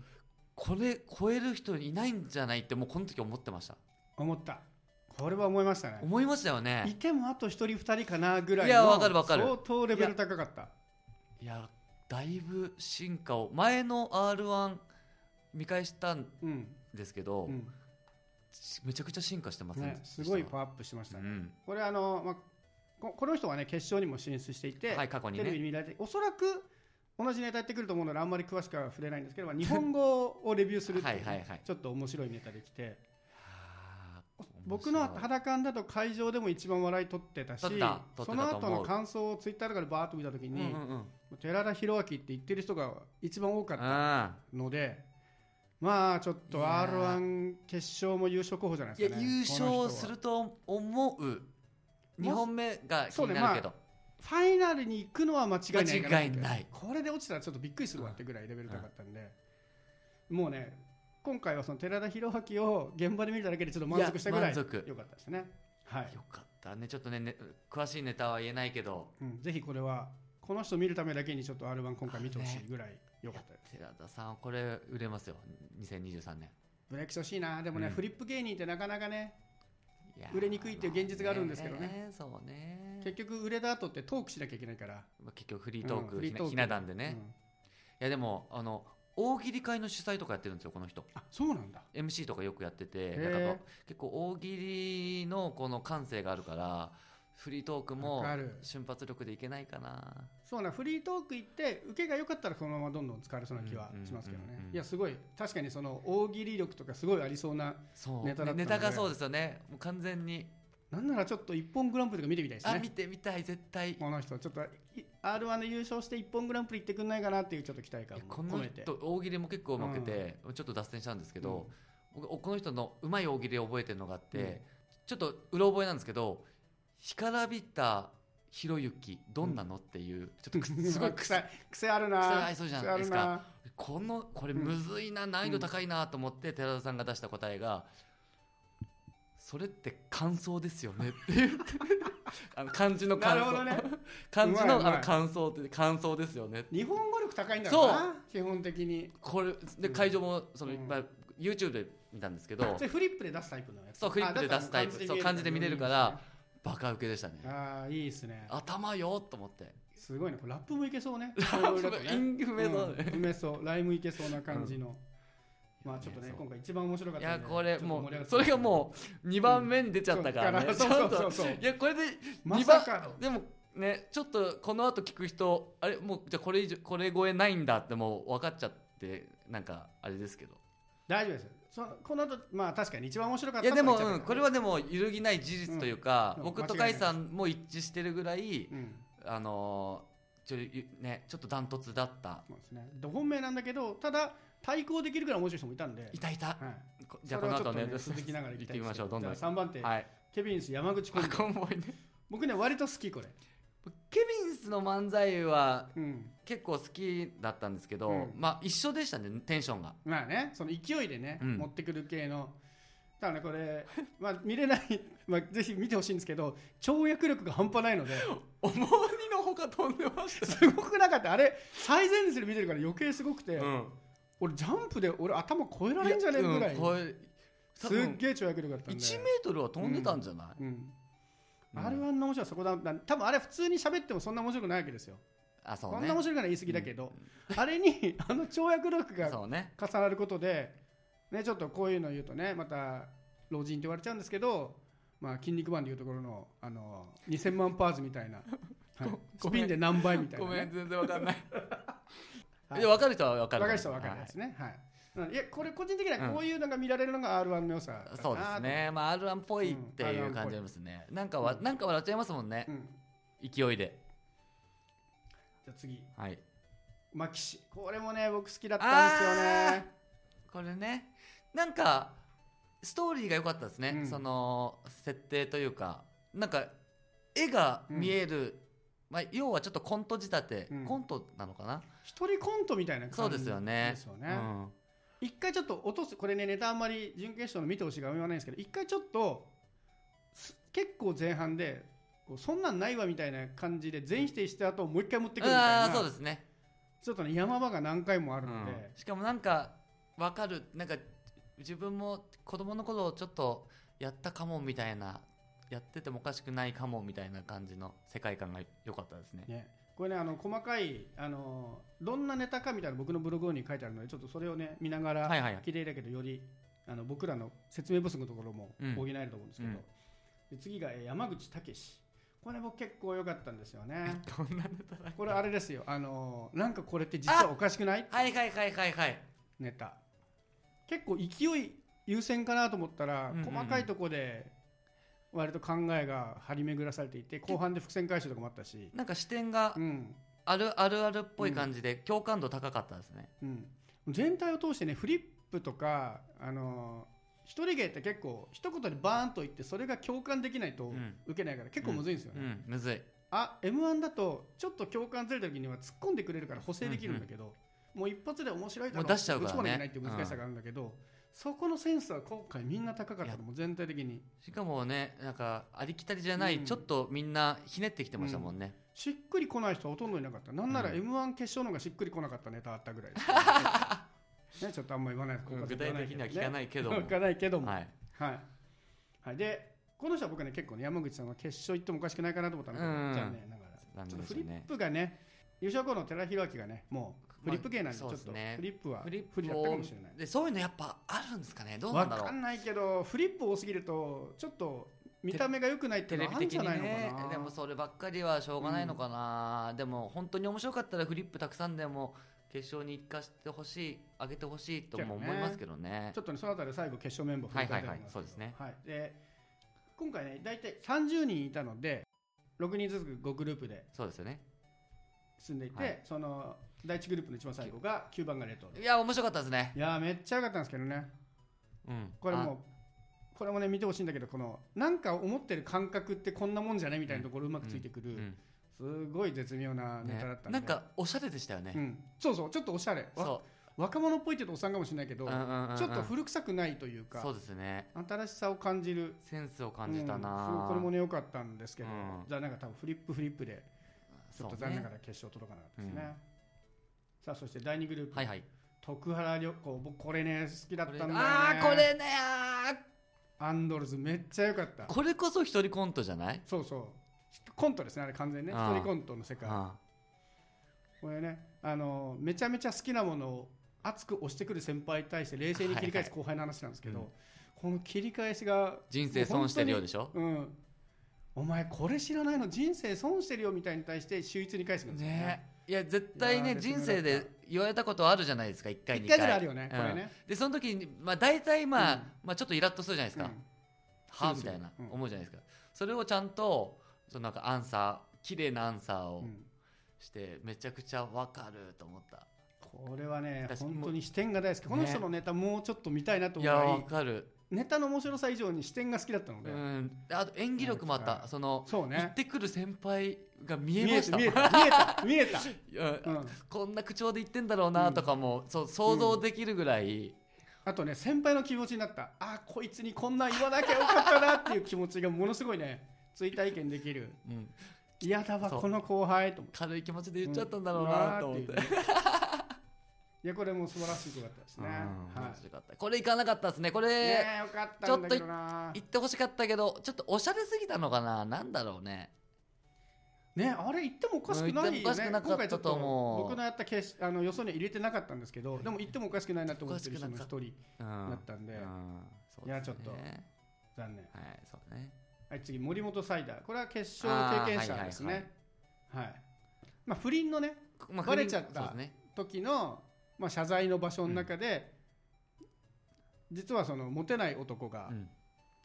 [SPEAKER 2] これ超える人いないんじゃないってもうこの時思ってました
[SPEAKER 1] 思ったこれは思いましたね
[SPEAKER 2] 思いましたよ
[SPEAKER 1] い
[SPEAKER 2] ね
[SPEAKER 1] てもあと1人2人かなぐらいの
[SPEAKER 2] いやわかるわかる
[SPEAKER 1] 相当レベル高かった
[SPEAKER 2] いやだいぶ進化を前の r 1見返したん
[SPEAKER 1] うん、
[SPEAKER 2] ですけど、
[SPEAKER 1] うん
[SPEAKER 2] めちゃくちゃ進化してます
[SPEAKER 1] ね、すごいパワーアップしました
[SPEAKER 2] う
[SPEAKER 1] ね、
[SPEAKER 2] ん、
[SPEAKER 1] これあの、まあ、ここの人はね決勝にも進出していて、
[SPEAKER 2] はい過去に
[SPEAKER 1] テレビ
[SPEAKER 2] ね
[SPEAKER 1] に見られておそらく同じネタやってくると思うのであんまり詳しくは触れないんですけど、まあ、日本語をレビューするっていうね、
[SPEAKER 2] はいはいはい
[SPEAKER 1] ちょっと面白いネタできて
[SPEAKER 2] はあ
[SPEAKER 1] 僕の
[SPEAKER 2] 面白い
[SPEAKER 1] 肌感だと会場でも一番笑い取ってたし
[SPEAKER 2] 取ってた取
[SPEAKER 1] そ
[SPEAKER 2] って
[SPEAKER 1] の
[SPEAKER 2] たと思う
[SPEAKER 1] 後の感想をツイッターとかでバーッと見た時
[SPEAKER 2] うん
[SPEAKER 1] に、
[SPEAKER 2] うんうん
[SPEAKER 1] 寺田弘明って言ってる人が一番多かった
[SPEAKER 2] あ
[SPEAKER 1] のでまあちょっと
[SPEAKER 2] いや
[SPEAKER 1] r 1決勝も優勝候補じゃない
[SPEAKER 2] ー
[SPEAKER 1] で
[SPEAKER 2] い
[SPEAKER 1] す
[SPEAKER 2] や
[SPEAKER 1] かねこの
[SPEAKER 2] 優
[SPEAKER 1] 人
[SPEAKER 2] 勝
[SPEAKER 1] は
[SPEAKER 2] すると思う2本目が気になるけど、
[SPEAKER 1] ファイナルに行くのは間違いないかな
[SPEAKER 2] 間違いない
[SPEAKER 1] これで落ちたらちょっとびっくりするわってぐらいレベル高かったんで、もうね今回はその寺田弘明を現場で見ただけでちょっと満足したぐらい
[SPEAKER 2] いや
[SPEAKER 1] 良
[SPEAKER 2] 満
[SPEAKER 1] か
[SPEAKER 2] 足
[SPEAKER 1] ったですね、はい
[SPEAKER 2] よかったねちょっとねね詳しいネタは言えないけど
[SPEAKER 1] うん、ぜひこれはこの人見るためだけにちょっと r 1今回見てほしいぐらい良かったです、
[SPEAKER 2] 寺田さんこれ売れますよ2023年
[SPEAKER 1] ブレイクしてほしいなでもね、
[SPEAKER 2] うん
[SPEAKER 1] フリップ芸人ってなかなかね
[SPEAKER 2] いやー
[SPEAKER 1] 売れにくいっていう現実があるんですけどね
[SPEAKER 2] まあそうね
[SPEAKER 1] 結局売れた後ってトークしなきゃいけないから、
[SPEAKER 2] まあ結局フリートーク,、
[SPEAKER 1] うんフリートーク
[SPEAKER 2] ひな壇でね、いやでもあの大喜利会の主催とかやってるんですよこの人
[SPEAKER 1] うんあそうなんだ
[SPEAKER 2] MC とかよくやってて
[SPEAKER 1] ー
[SPEAKER 2] なんか結構大喜利のこの感性があるからフリートークも
[SPEAKER 1] わかる
[SPEAKER 2] 瞬発力でいけないかな
[SPEAKER 1] そうなフリートーク行って受けが良かったらこのままどんどん使われそうな気はしますけど
[SPEAKER 2] うんうんうん
[SPEAKER 1] ね
[SPEAKER 2] うん
[SPEAKER 1] いやすごい確かにその大喜利力とかすごいありそうな
[SPEAKER 2] そう
[SPEAKER 1] ネ
[SPEAKER 2] ネ
[SPEAKER 1] タ
[SPEAKER 2] タ
[SPEAKER 1] だったので
[SPEAKER 2] がそうですよねもう完全に、
[SPEAKER 1] なんならちょっと一本グランプリとか見てみたいです
[SPEAKER 2] あ
[SPEAKER 1] ね
[SPEAKER 2] 見てみたい絶対
[SPEAKER 1] この人ちょっと r 1で優勝して一本グランプリ行ってくんないかなっていうちょっと期待感
[SPEAKER 2] い
[SPEAKER 1] も
[SPEAKER 2] やこの
[SPEAKER 1] 込めて
[SPEAKER 2] 人大喜利も結構うまくて、ちょっと脱線したんですけど、僕この人のうまい大喜利を覚えてるのがあって、
[SPEAKER 1] うん
[SPEAKER 2] ちょっとうろ覚えなんですけど「干からびたひろゆきどんなの?」っていうちょっとくす
[SPEAKER 1] す
[SPEAKER 2] ご
[SPEAKER 1] ご
[SPEAKER 2] い
[SPEAKER 1] い
[SPEAKER 2] 臭
[SPEAKER 1] 癖
[SPEAKER 2] い
[SPEAKER 1] 癖あるな
[SPEAKER 2] 癖ありそうじゃないですか
[SPEAKER 1] 癖あるな
[SPEAKER 2] このこれむずいな、難易度高いなと思って寺田さんが出した答えが「それって感想ですよね」っていう あの漢字の
[SPEAKER 1] な
[SPEAKER 2] 感
[SPEAKER 1] るほ
[SPEAKER 2] 想、
[SPEAKER 1] どね
[SPEAKER 2] 漢字
[SPEAKER 1] うまいうま
[SPEAKER 2] の
[SPEAKER 1] い
[SPEAKER 2] あの感想って感想ですよね
[SPEAKER 1] 日本語力高いんだろう
[SPEAKER 2] そ
[SPEAKER 1] な基本的に
[SPEAKER 2] これで
[SPEAKER 1] うん
[SPEAKER 2] 会場もその、
[SPEAKER 1] うん
[SPEAKER 2] まあ、YouTube で見たんですけど
[SPEAKER 1] それフリップで出すタイプのやつ
[SPEAKER 2] そうフリップで出すタイプ
[SPEAKER 1] あだった
[SPEAKER 2] そう
[SPEAKER 1] ら
[SPEAKER 2] 漢字で見れるからバカ受けでしたね
[SPEAKER 1] ああいいですね
[SPEAKER 2] 頭よと思って
[SPEAKER 1] すごいねこれラップもいけそうね
[SPEAKER 2] ラップ
[SPEAKER 1] そういうのとね
[SPEAKER 2] インフメの
[SPEAKER 1] うん埋めそうライムいけそうな感じの、まあちょっとね
[SPEAKER 2] そう
[SPEAKER 1] 今回一番面白かっ
[SPEAKER 2] い
[SPEAKER 1] た
[SPEAKER 2] や
[SPEAKER 1] んで
[SPEAKER 2] これ
[SPEAKER 1] ちょっと
[SPEAKER 2] も
[SPEAKER 1] 盛り上が
[SPEAKER 2] う
[SPEAKER 1] って
[SPEAKER 2] それがもう2番目に出ちゃったから
[SPEAKER 1] う
[SPEAKER 2] ね
[SPEAKER 1] ん
[SPEAKER 2] ち
[SPEAKER 1] そ
[SPEAKER 2] ょ
[SPEAKER 1] うだ
[SPEAKER 2] っ
[SPEAKER 1] からそう
[SPEAKER 2] と
[SPEAKER 1] そうそう
[SPEAKER 2] いやこれで
[SPEAKER 1] ま
[SPEAKER 2] 2
[SPEAKER 1] さか
[SPEAKER 2] 番でもねちょっとこの後聞く人あれもうじゃあこれ以上これ超えないんだってもう分かっちゃってなんかあれですけど
[SPEAKER 1] 大丈夫ですそこの後まあ確かに一番面白かっ
[SPEAKER 2] い
[SPEAKER 1] た
[SPEAKER 2] やでも
[SPEAKER 1] とは
[SPEAKER 2] う
[SPEAKER 1] 言っ
[SPEAKER 2] ん
[SPEAKER 1] ちゃう
[SPEAKER 2] これはでも揺るぎない事実というか
[SPEAKER 1] うん
[SPEAKER 2] 僕
[SPEAKER 1] 間違
[SPEAKER 2] と
[SPEAKER 1] いない
[SPEAKER 2] 甲斐さんも一致してるぐらい
[SPEAKER 1] うん
[SPEAKER 2] あのーちょいねちょっとダントツだった
[SPEAKER 1] そうですねど本命なんだけどただ対抗できるぐらい面白い人もいたんで
[SPEAKER 2] いたいた
[SPEAKER 1] はい
[SPEAKER 2] こじゃあ
[SPEAKER 1] そ
[SPEAKER 2] こ
[SPEAKER 1] れは
[SPEAKER 2] の
[SPEAKER 1] ちょ
[SPEAKER 2] 後
[SPEAKER 1] っと
[SPEAKER 2] ね
[SPEAKER 1] 続きながらいき
[SPEAKER 2] 行ったて
[SPEAKER 1] い
[SPEAKER 2] みましょうどんどん
[SPEAKER 1] じゃあ3番手、
[SPEAKER 2] はい
[SPEAKER 1] ケビンス山口コン
[SPEAKER 2] あ
[SPEAKER 1] ビ
[SPEAKER 2] コンボイね
[SPEAKER 1] 僕ね割と好きこれ
[SPEAKER 2] ケビンスの漫才は
[SPEAKER 1] うん
[SPEAKER 2] 結構好きだったんですけど、
[SPEAKER 1] うん
[SPEAKER 2] まあ一緒でしたねテンションが
[SPEAKER 1] まあねその勢いでね、
[SPEAKER 2] うん
[SPEAKER 1] 持ってくる系のただねこれ、 まあ、見れない、 まあ、ぜひ見てほしいんですけど跳躍力が半端ないの で
[SPEAKER 2] 思いのほか飛んでまし
[SPEAKER 1] すごくなかったあれ最前列で見てるから余計すごくて、
[SPEAKER 2] うん
[SPEAKER 1] 俺ジャンプで俺頭超えられんじゃねえぐらい、
[SPEAKER 2] やうんこれ
[SPEAKER 1] すっ
[SPEAKER 2] 多分
[SPEAKER 1] げえ跳躍力だったんで
[SPEAKER 2] 1メートルは飛んでたんじゃない、
[SPEAKER 1] うん
[SPEAKER 2] うん
[SPEAKER 1] あれはの面白いそこだだ多分あれ普通に喋ってもそんな面白くないわけですよ、
[SPEAKER 2] あそうね
[SPEAKER 1] こんな面白くない言い過ぎだけど、あれにあの跳躍力が
[SPEAKER 2] そうね
[SPEAKER 1] 重なることで、ね、ちょっとこういうの言うとねまた老人って言われちゃうんですけど「まあ、筋肉マン」でいうところのあの2000万パーズみたいな はい
[SPEAKER 2] ご
[SPEAKER 1] スピンで何倍みたいな
[SPEAKER 2] ご
[SPEAKER 1] ね、
[SPEAKER 2] めん全然わかんない
[SPEAKER 1] はい
[SPEAKER 2] いや分かる人は分かる
[SPEAKER 1] 分かる人は分かるやつねはい、うんいやこれ個人的にはこういうのが見られるのが R1 の良さだな
[SPEAKER 2] はい
[SPEAKER 1] と
[SPEAKER 2] そうです、ねまあ R1 っぽいってい
[SPEAKER 1] うん
[SPEAKER 2] う
[SPEAKER 1] R1
[SPEAKER 2] 感じありますねなんかわ
[SPEAKER 1] う
[SPEAKER 2] なんか笑っちゃいますもんね
[SPEAKER 1] うん、
[SPEAKER 2] 勢いで
[SPEAKER 1] じゃあ次
[SPEAKER 2] はい
[SPEAKER 1] マキシこれもね僕好きだったんですよね
[SPEAKER 2] これねなんかストーリーが良かったですね、
[SPEAKER 1] うん
[SPEAKER 2] その設定というかなんか絵が見える、まあ、要はちょっとコント仕立て、
[SPEAKER 1] うん
[SPEAKER 2] コントなのかな
[SPEAKER 1] 一人コントみたいな感じ
[SPEAKER 2] そうですよね
[SPEAKER 1] ですよね一回ちょっと落とすこれねネタあんまり準決勝の見てほしいから言わないんですけど一回ちょっとす結構前半でこうそんなんないわみたいな感じで全否定した後もう一回持って
[SPEAKER 2] う
[SPEAKER 1] くる
[SPEAKER 2] ん、
[SPEAKER 1] みた
[SPEAKER 2] あ
[SPEAKER 1] い
[SPEAKER 2] あ
[SPEAKER 1] な
[SPEAKER 2] そうですね、
[SPEAKER 1] ちょっとね山場が何回もあるので、
[SPEAKER 2] うんしかもなんか分かるなんか自分も子供の頃ちょっとやったかもみたいなやっててもおかしくないかもみたいな感じの世界観が良かったですね
[SPEAKER 1] ね、これねあの細かいあのどんなネタかみたいな僕のブログに書いてあるのでちょっとそれをね見ながら、
[SPEAKER 2] はいはいはい
[SPEAKER 1] 綺麗だけどよりあの僕らの説明不足のところも
[SPEAKER 2] うん
[SPEAKER 1] 補えると思うんですけど、
[SPEAKER 2] うん
[SPEAKER 1] で次がえー山口武史これ僕結構良かったんですよね
[SPEAKER 2] こんなネタだ
[SPEAKER 1] これあれですよあのなんかこれって実はおかしくない
[SPEAKER 2] はいはいはいはいはい
[SPEAKER 1] ネタ結構勢い優先かなと思ったら、
[SPEAKER 2] うんうんうん
[SPEAKER 1] 細かいとこで割と考えが張り巡らされていて後半で伏線回収とかもあったし、
[SPEAKER 2] なんか視点が
[SPEAKER 1] うん、
[SPEAKER 2] あるあるあるっぽい感じで共感度高かったですね。
[SPEAKER 1] うん、全体を通してねフリップとかあのー一人芸って結構一言でバーンと言ってそれが共感できないと
[SPEAKER 2] ん
[SPEAKER 1] 受けないから結構むずいんですよね、
[SPEAKER 2] うん、むずい。
[SPEAKER 1] あ m 1だとちょっと共感ずれた時には突っ込んでくれるから補正できるんだけど、もう一発で面白いだろ
[SPEAKER 2] もう出しちゃうからね
[SPEAKER 1] ぶち込まなきゃいけないっていう難しさがあるんだけど、そこのセンスは今回みんな高かったのもう全体的に
[SPEAKER 2] しかもね、なんかありきたりじゃない、
[SPEAKER 1] うん
[SPEAKER 2] ちょっとみんなひねってきてましたもんね。
[SPEAKER 1] しっくりこない人はほとんどいなかったなんなら
[SPEAKER 2] うん
[SPEAKER 1] m 1決勝の方がしっくりこなかったネタあったぐらいです、 ね、ちょっとあんまり言わないですここ
[SPEAKER 2] うん
[SPEAKER 1] で
[SPEAKER 2] 具
[SPEAKER 1] 言
[SPEAKER 2] 体
[SPEAKER 1] わない
[SPEAKER 2] 的
[SPEAKER 1] け
[SPEAKER 2] に
[SPEAKER 1] ど
[SPEAKER 2] は
[SPEAKER 1] ね
[SPEAKER 2] 聞かないけど
[SPEAKER 1] 聞かないけど
[SPEAKER 2] も。
[SPEAKER 1] も、
[SPEAKER 2] はい。
[SPEAKER 1] はい、はい、でこの人は僕はね結構ね山口さんは決勝行ってもおかしくないかなと思ったんだけど、
[SPEAKER 2] うん
[SPEAKER 1] 残念ながら
[SPEAKER 2] 残
[SPEAKER 1] ちょっと
[SPEAKER 2] 念で
[SPEAKER 1] フ
[SPEAKER 2] す
[SPEAKER 1] リ
[SPEAKER 2] ね
[SPEAKER 1] ップがね優勝後の寺弘明がねもうフリップ芸なんでちょ
[SPEAKER 2] まあ
[SPEAKER 1] っ
[SPEAKER 2] そ
[SPEAKER 1] とフ
[SPEAKER 2] うですね
[SPEAKER 1] リップは
[SPEAKER 2] フリップ
[SPEAKER 1] 不利だったかもしれない
[SPEAKER 2] で、そういうのやっぱあるんですかね。どうなんだ
[SPEAKER 1] 分
[SPEAKER 2] ろ
[SPEAKER 1] か
[SPEAKER 2] う。
[SPEAKER 1] んないけどフリップ多すぎるとちょっと見た目が良くないって
[SPEAKER 2] テ
[SPEAKER 1] いうの
[SPEAKER 2] レ
[SPEAKER 1] は
[SPEAKER 2] ビ
[SPEAKER 1] あるん
[SPEAKER 2] 的
[SPEAKER 1] じゃ
[SPEAKER 2] に
[SPEAKER 1] ないのか
[SPEAKER 2] ね
[SPEAKER 1] な、
[SPEAKER 2] でもそればっかりはしょうがないのかな、でも本当に面白かったらフリップたくさんでも決勝に行かしてほしい、上げてほしいとも思いますけどね
[SPEAKER 1] ちょ。っとねそのあたり最後決勝メンバー
[SPEAKER 2] はいはい
[SPEAKER 1] た
[SPEAKER 2] はいい、そうですね。
[SPEAKER 1] はい、で今回ね大体30人いたので6人ずつ5グループで
[SPEAKER 2] そうですよね。
[SPEAKER 1] 進んでいて、
[SPEAKER 2] はい
[SPEAKER 1] その第1グループの一番最後が9番がレトロ
[SPEAKER 2] いや、面白かったですね。
[SPEAKER 1] いやーめっちゃ良かったんですけどね
[SPEAKER 2] うん、
[SPEAKER 1] これもうこれもね見てほしいんだけどこのなんか思ってる感覚ってこんなもんじゃねみたいなところうまくついてく
[SPEAKER 2] あ
[SPEAKER 1] る、
[SPEAKER 2] うん
[SPEAKER 1] すごい絶妙なネ
[SPEAKER 2] ね
[SPEAKER 1] タだったんで、
[SPEAKER 2] なんかおしゃれでしたよね、
[SPEAKER 1] うん、そうそうちょっとおしゃれわ
[SPEAKER 2] そ
[SPEAKER 1] 若者っぽいって言うとおっさんかもしれないけ
[SPEAKER 2] う
[SPEAKER 1] ど、
[SPEAKER 2] うんうんうんうん
[SPEAKER 1] ちょっと古臭くないというか
[SPEAKER 2] そうですね
[SPEAKER 1] 新しさを感じる
[SPEAKER 2] センスを感じたな、
[SPEAKER 1] うんすごいこれもね良かったんですけど、
[SPEAKER 2] うん
[SPEAKER 1] 残念が多分フリップフリップでちょっと
[SPEAKER 2] そう
[SPEAKER 1] 残念
[SPEAKER 2] ね
[SPEAKER 1] ながら決勝届かなかったですね
[SPEAKER 2] う
[SPEAKER 1] さあそして第2グループ、
[SPEAKER 2] はいはい
[SPEAKER 1] 徳原涼子僕これね好きだったんだよね
[SPEAKER 2] ああーこれねあ
[SPEAKER 1] アンドルズめっちゃ良かった
[SPEAKER 2] ーこれこそ一人コントじゃない
[SPEAKER 1] そうそうコントですねあれ完全にね
[SPEAKER 2] ああ
[SPEAKER 1] 一人コントの世界
[SPEAKER 2] あ
[SPEAKER 1] これねあのめちゃめちゃ好きなものを熱く押してくる先輩に対して冷静に切り返す後輩の話なんですけど、
[SPEAKER 2] はいは
[SPEAKER 1] この切り返しが
[SPEAKER 2] 人生損してるようでしょ
[SPEAKER 1] うんお前これ知らないの人生損してるよみたいに対して秀逸に返してくるんですよ
[SPEAKER 2] ねいや絶対
[SPEAKER 1] いや
[SPEAKER 2] ね
[SPEAKER 1] ー
[SPEAKER 2] 人生で言われたことあるじゃないですか1回
[SPEAKER 1] 一
[SPEAKER 2] 2
[SPEAKER 1] 回ぐ
[SPEAKER 2] 回
[SPEAKER 1] らいあるよね、
[SPEAKER 2] うん
[SPEAKER 1] これね、
[SPEAKER 2] でその時に、まあ、大体まあ、
[SPEAKER 1] うん
[SPEAKER 2] まあちょっとイラッとするじゃないです
[SPEAKER 1] う
[SPEAKER 2] か、
[SPEAKER 1] ん
[SPEAKER 2] はあ
[SPEAKER 1] そう
[SPEAKER 2] み
[SPEAKER 1] です
[SPEAKER 2] た
[SPEAKER 1] よ
[SPEAKER 2] いな
[SPEAKER 1] うん
[SPEAKER 2] 思うじゃないですか、それをちゃんとそのなんかアンサー綺麗なアンサーを
[SPEAKER 1] うん
[SPEAKER 2] してめちゃくちゃわかると思った、
[SPEAKER 1] これはね
[SPEAKER 2] 私
[SPEAKER 1] 本当に視点が大好き
[SPEAKER 2] ね
[SPEAKER 1] この人のネタもうちょっと見たいなと思
[SPEAKER 2] い
[SPEAKER 1] う
[SPEAKER 2] や
[SPEAKER 1] ぐらい
[SPEAKER 2] わかる
[SPEAKER 1] ネタの面白さ以上に視点が好きだったので、
[SPEAKER 2] うん、であと演技力もあっ
[SPEAKER 1] なんか
[SPEAKER 2] たその
[SPEAKER 1] そう
[SPEAKER 2] 行
[SPEAKER 1] ね
[SPEAKER 2] ってくる先輩が見えました
[SPEAKER 1] 見えた見えた見え
[SPEAKER 2] いや
[SPEAKER 1] た、うん、
[SPEAKER 2] こんな口調で言ってんだろうなとかも、そう想像できるぐらい、
[SPEAKER 1] あとね先輩の気持ちになったあこいつにこんなん言わなきゃよかったなっていう気持ちがものすごいね追体験できる
[SPEAKER 2] うん
[SPEAKER 1] 嫌だわ
[SPEAKER 2] そう
[SPEAKER 1] この後輩と思って
[SPEAKER 2] 軽い気持ちで言っちゃったんだろうなと思って、
[SPEAKER 1] うわーっていうねいやこれも素晴らしい子だったですね、
[SPEAKER 2] うん
[SPEAKER 1] は
[SPEAKER 2] 面白かったこれ行かなかったですねこれ
[SPEAKER 1] い、ねえよかったんだけどな
[SPEAKER 2] 行ってほしかったけどちょっとおしゃれすぎたのかななんだろうね
[SPEAKER 1] ねあれ行ってもおかしくないよ
[SPEAKER 2] うん
[SPEAKER 1] ね
[SPEAKER 2] 行ってもおかしくなかった
[SPEAKER 1] 今回ちょっ
[SPEAKER 2] と思う
[SPEAKER 1] 僕のやった決しあの予想には入れてなかったんですけどでも行ってもおかしくないなと思ってる人の一人
[SPEAKER 2] うん
[SPEAKER 1] だったんで
[SPEAKER 2] うんそうですね
[SPEAKER 1] いやちょっと
[SPEAKER 2] はい
[SPEAKER 1] 残念
[SPEAKER 2] そうね
[SPEAKER 1] はい次森本サイダーこれは決勝の経験者ですね、
[SPEAKER 2] あーはいはいはい
[SPEAKER 1] はいまあ、不倫のね
[SPEAKER 2] ま
[SPEAKER 1] バレちゃった
[SPEAKER 2] そうですね
[SPEAKER 1] 時の、まあ、謝罪の場所の中で、実はそのモテない男が
[SPEAKER 2] うん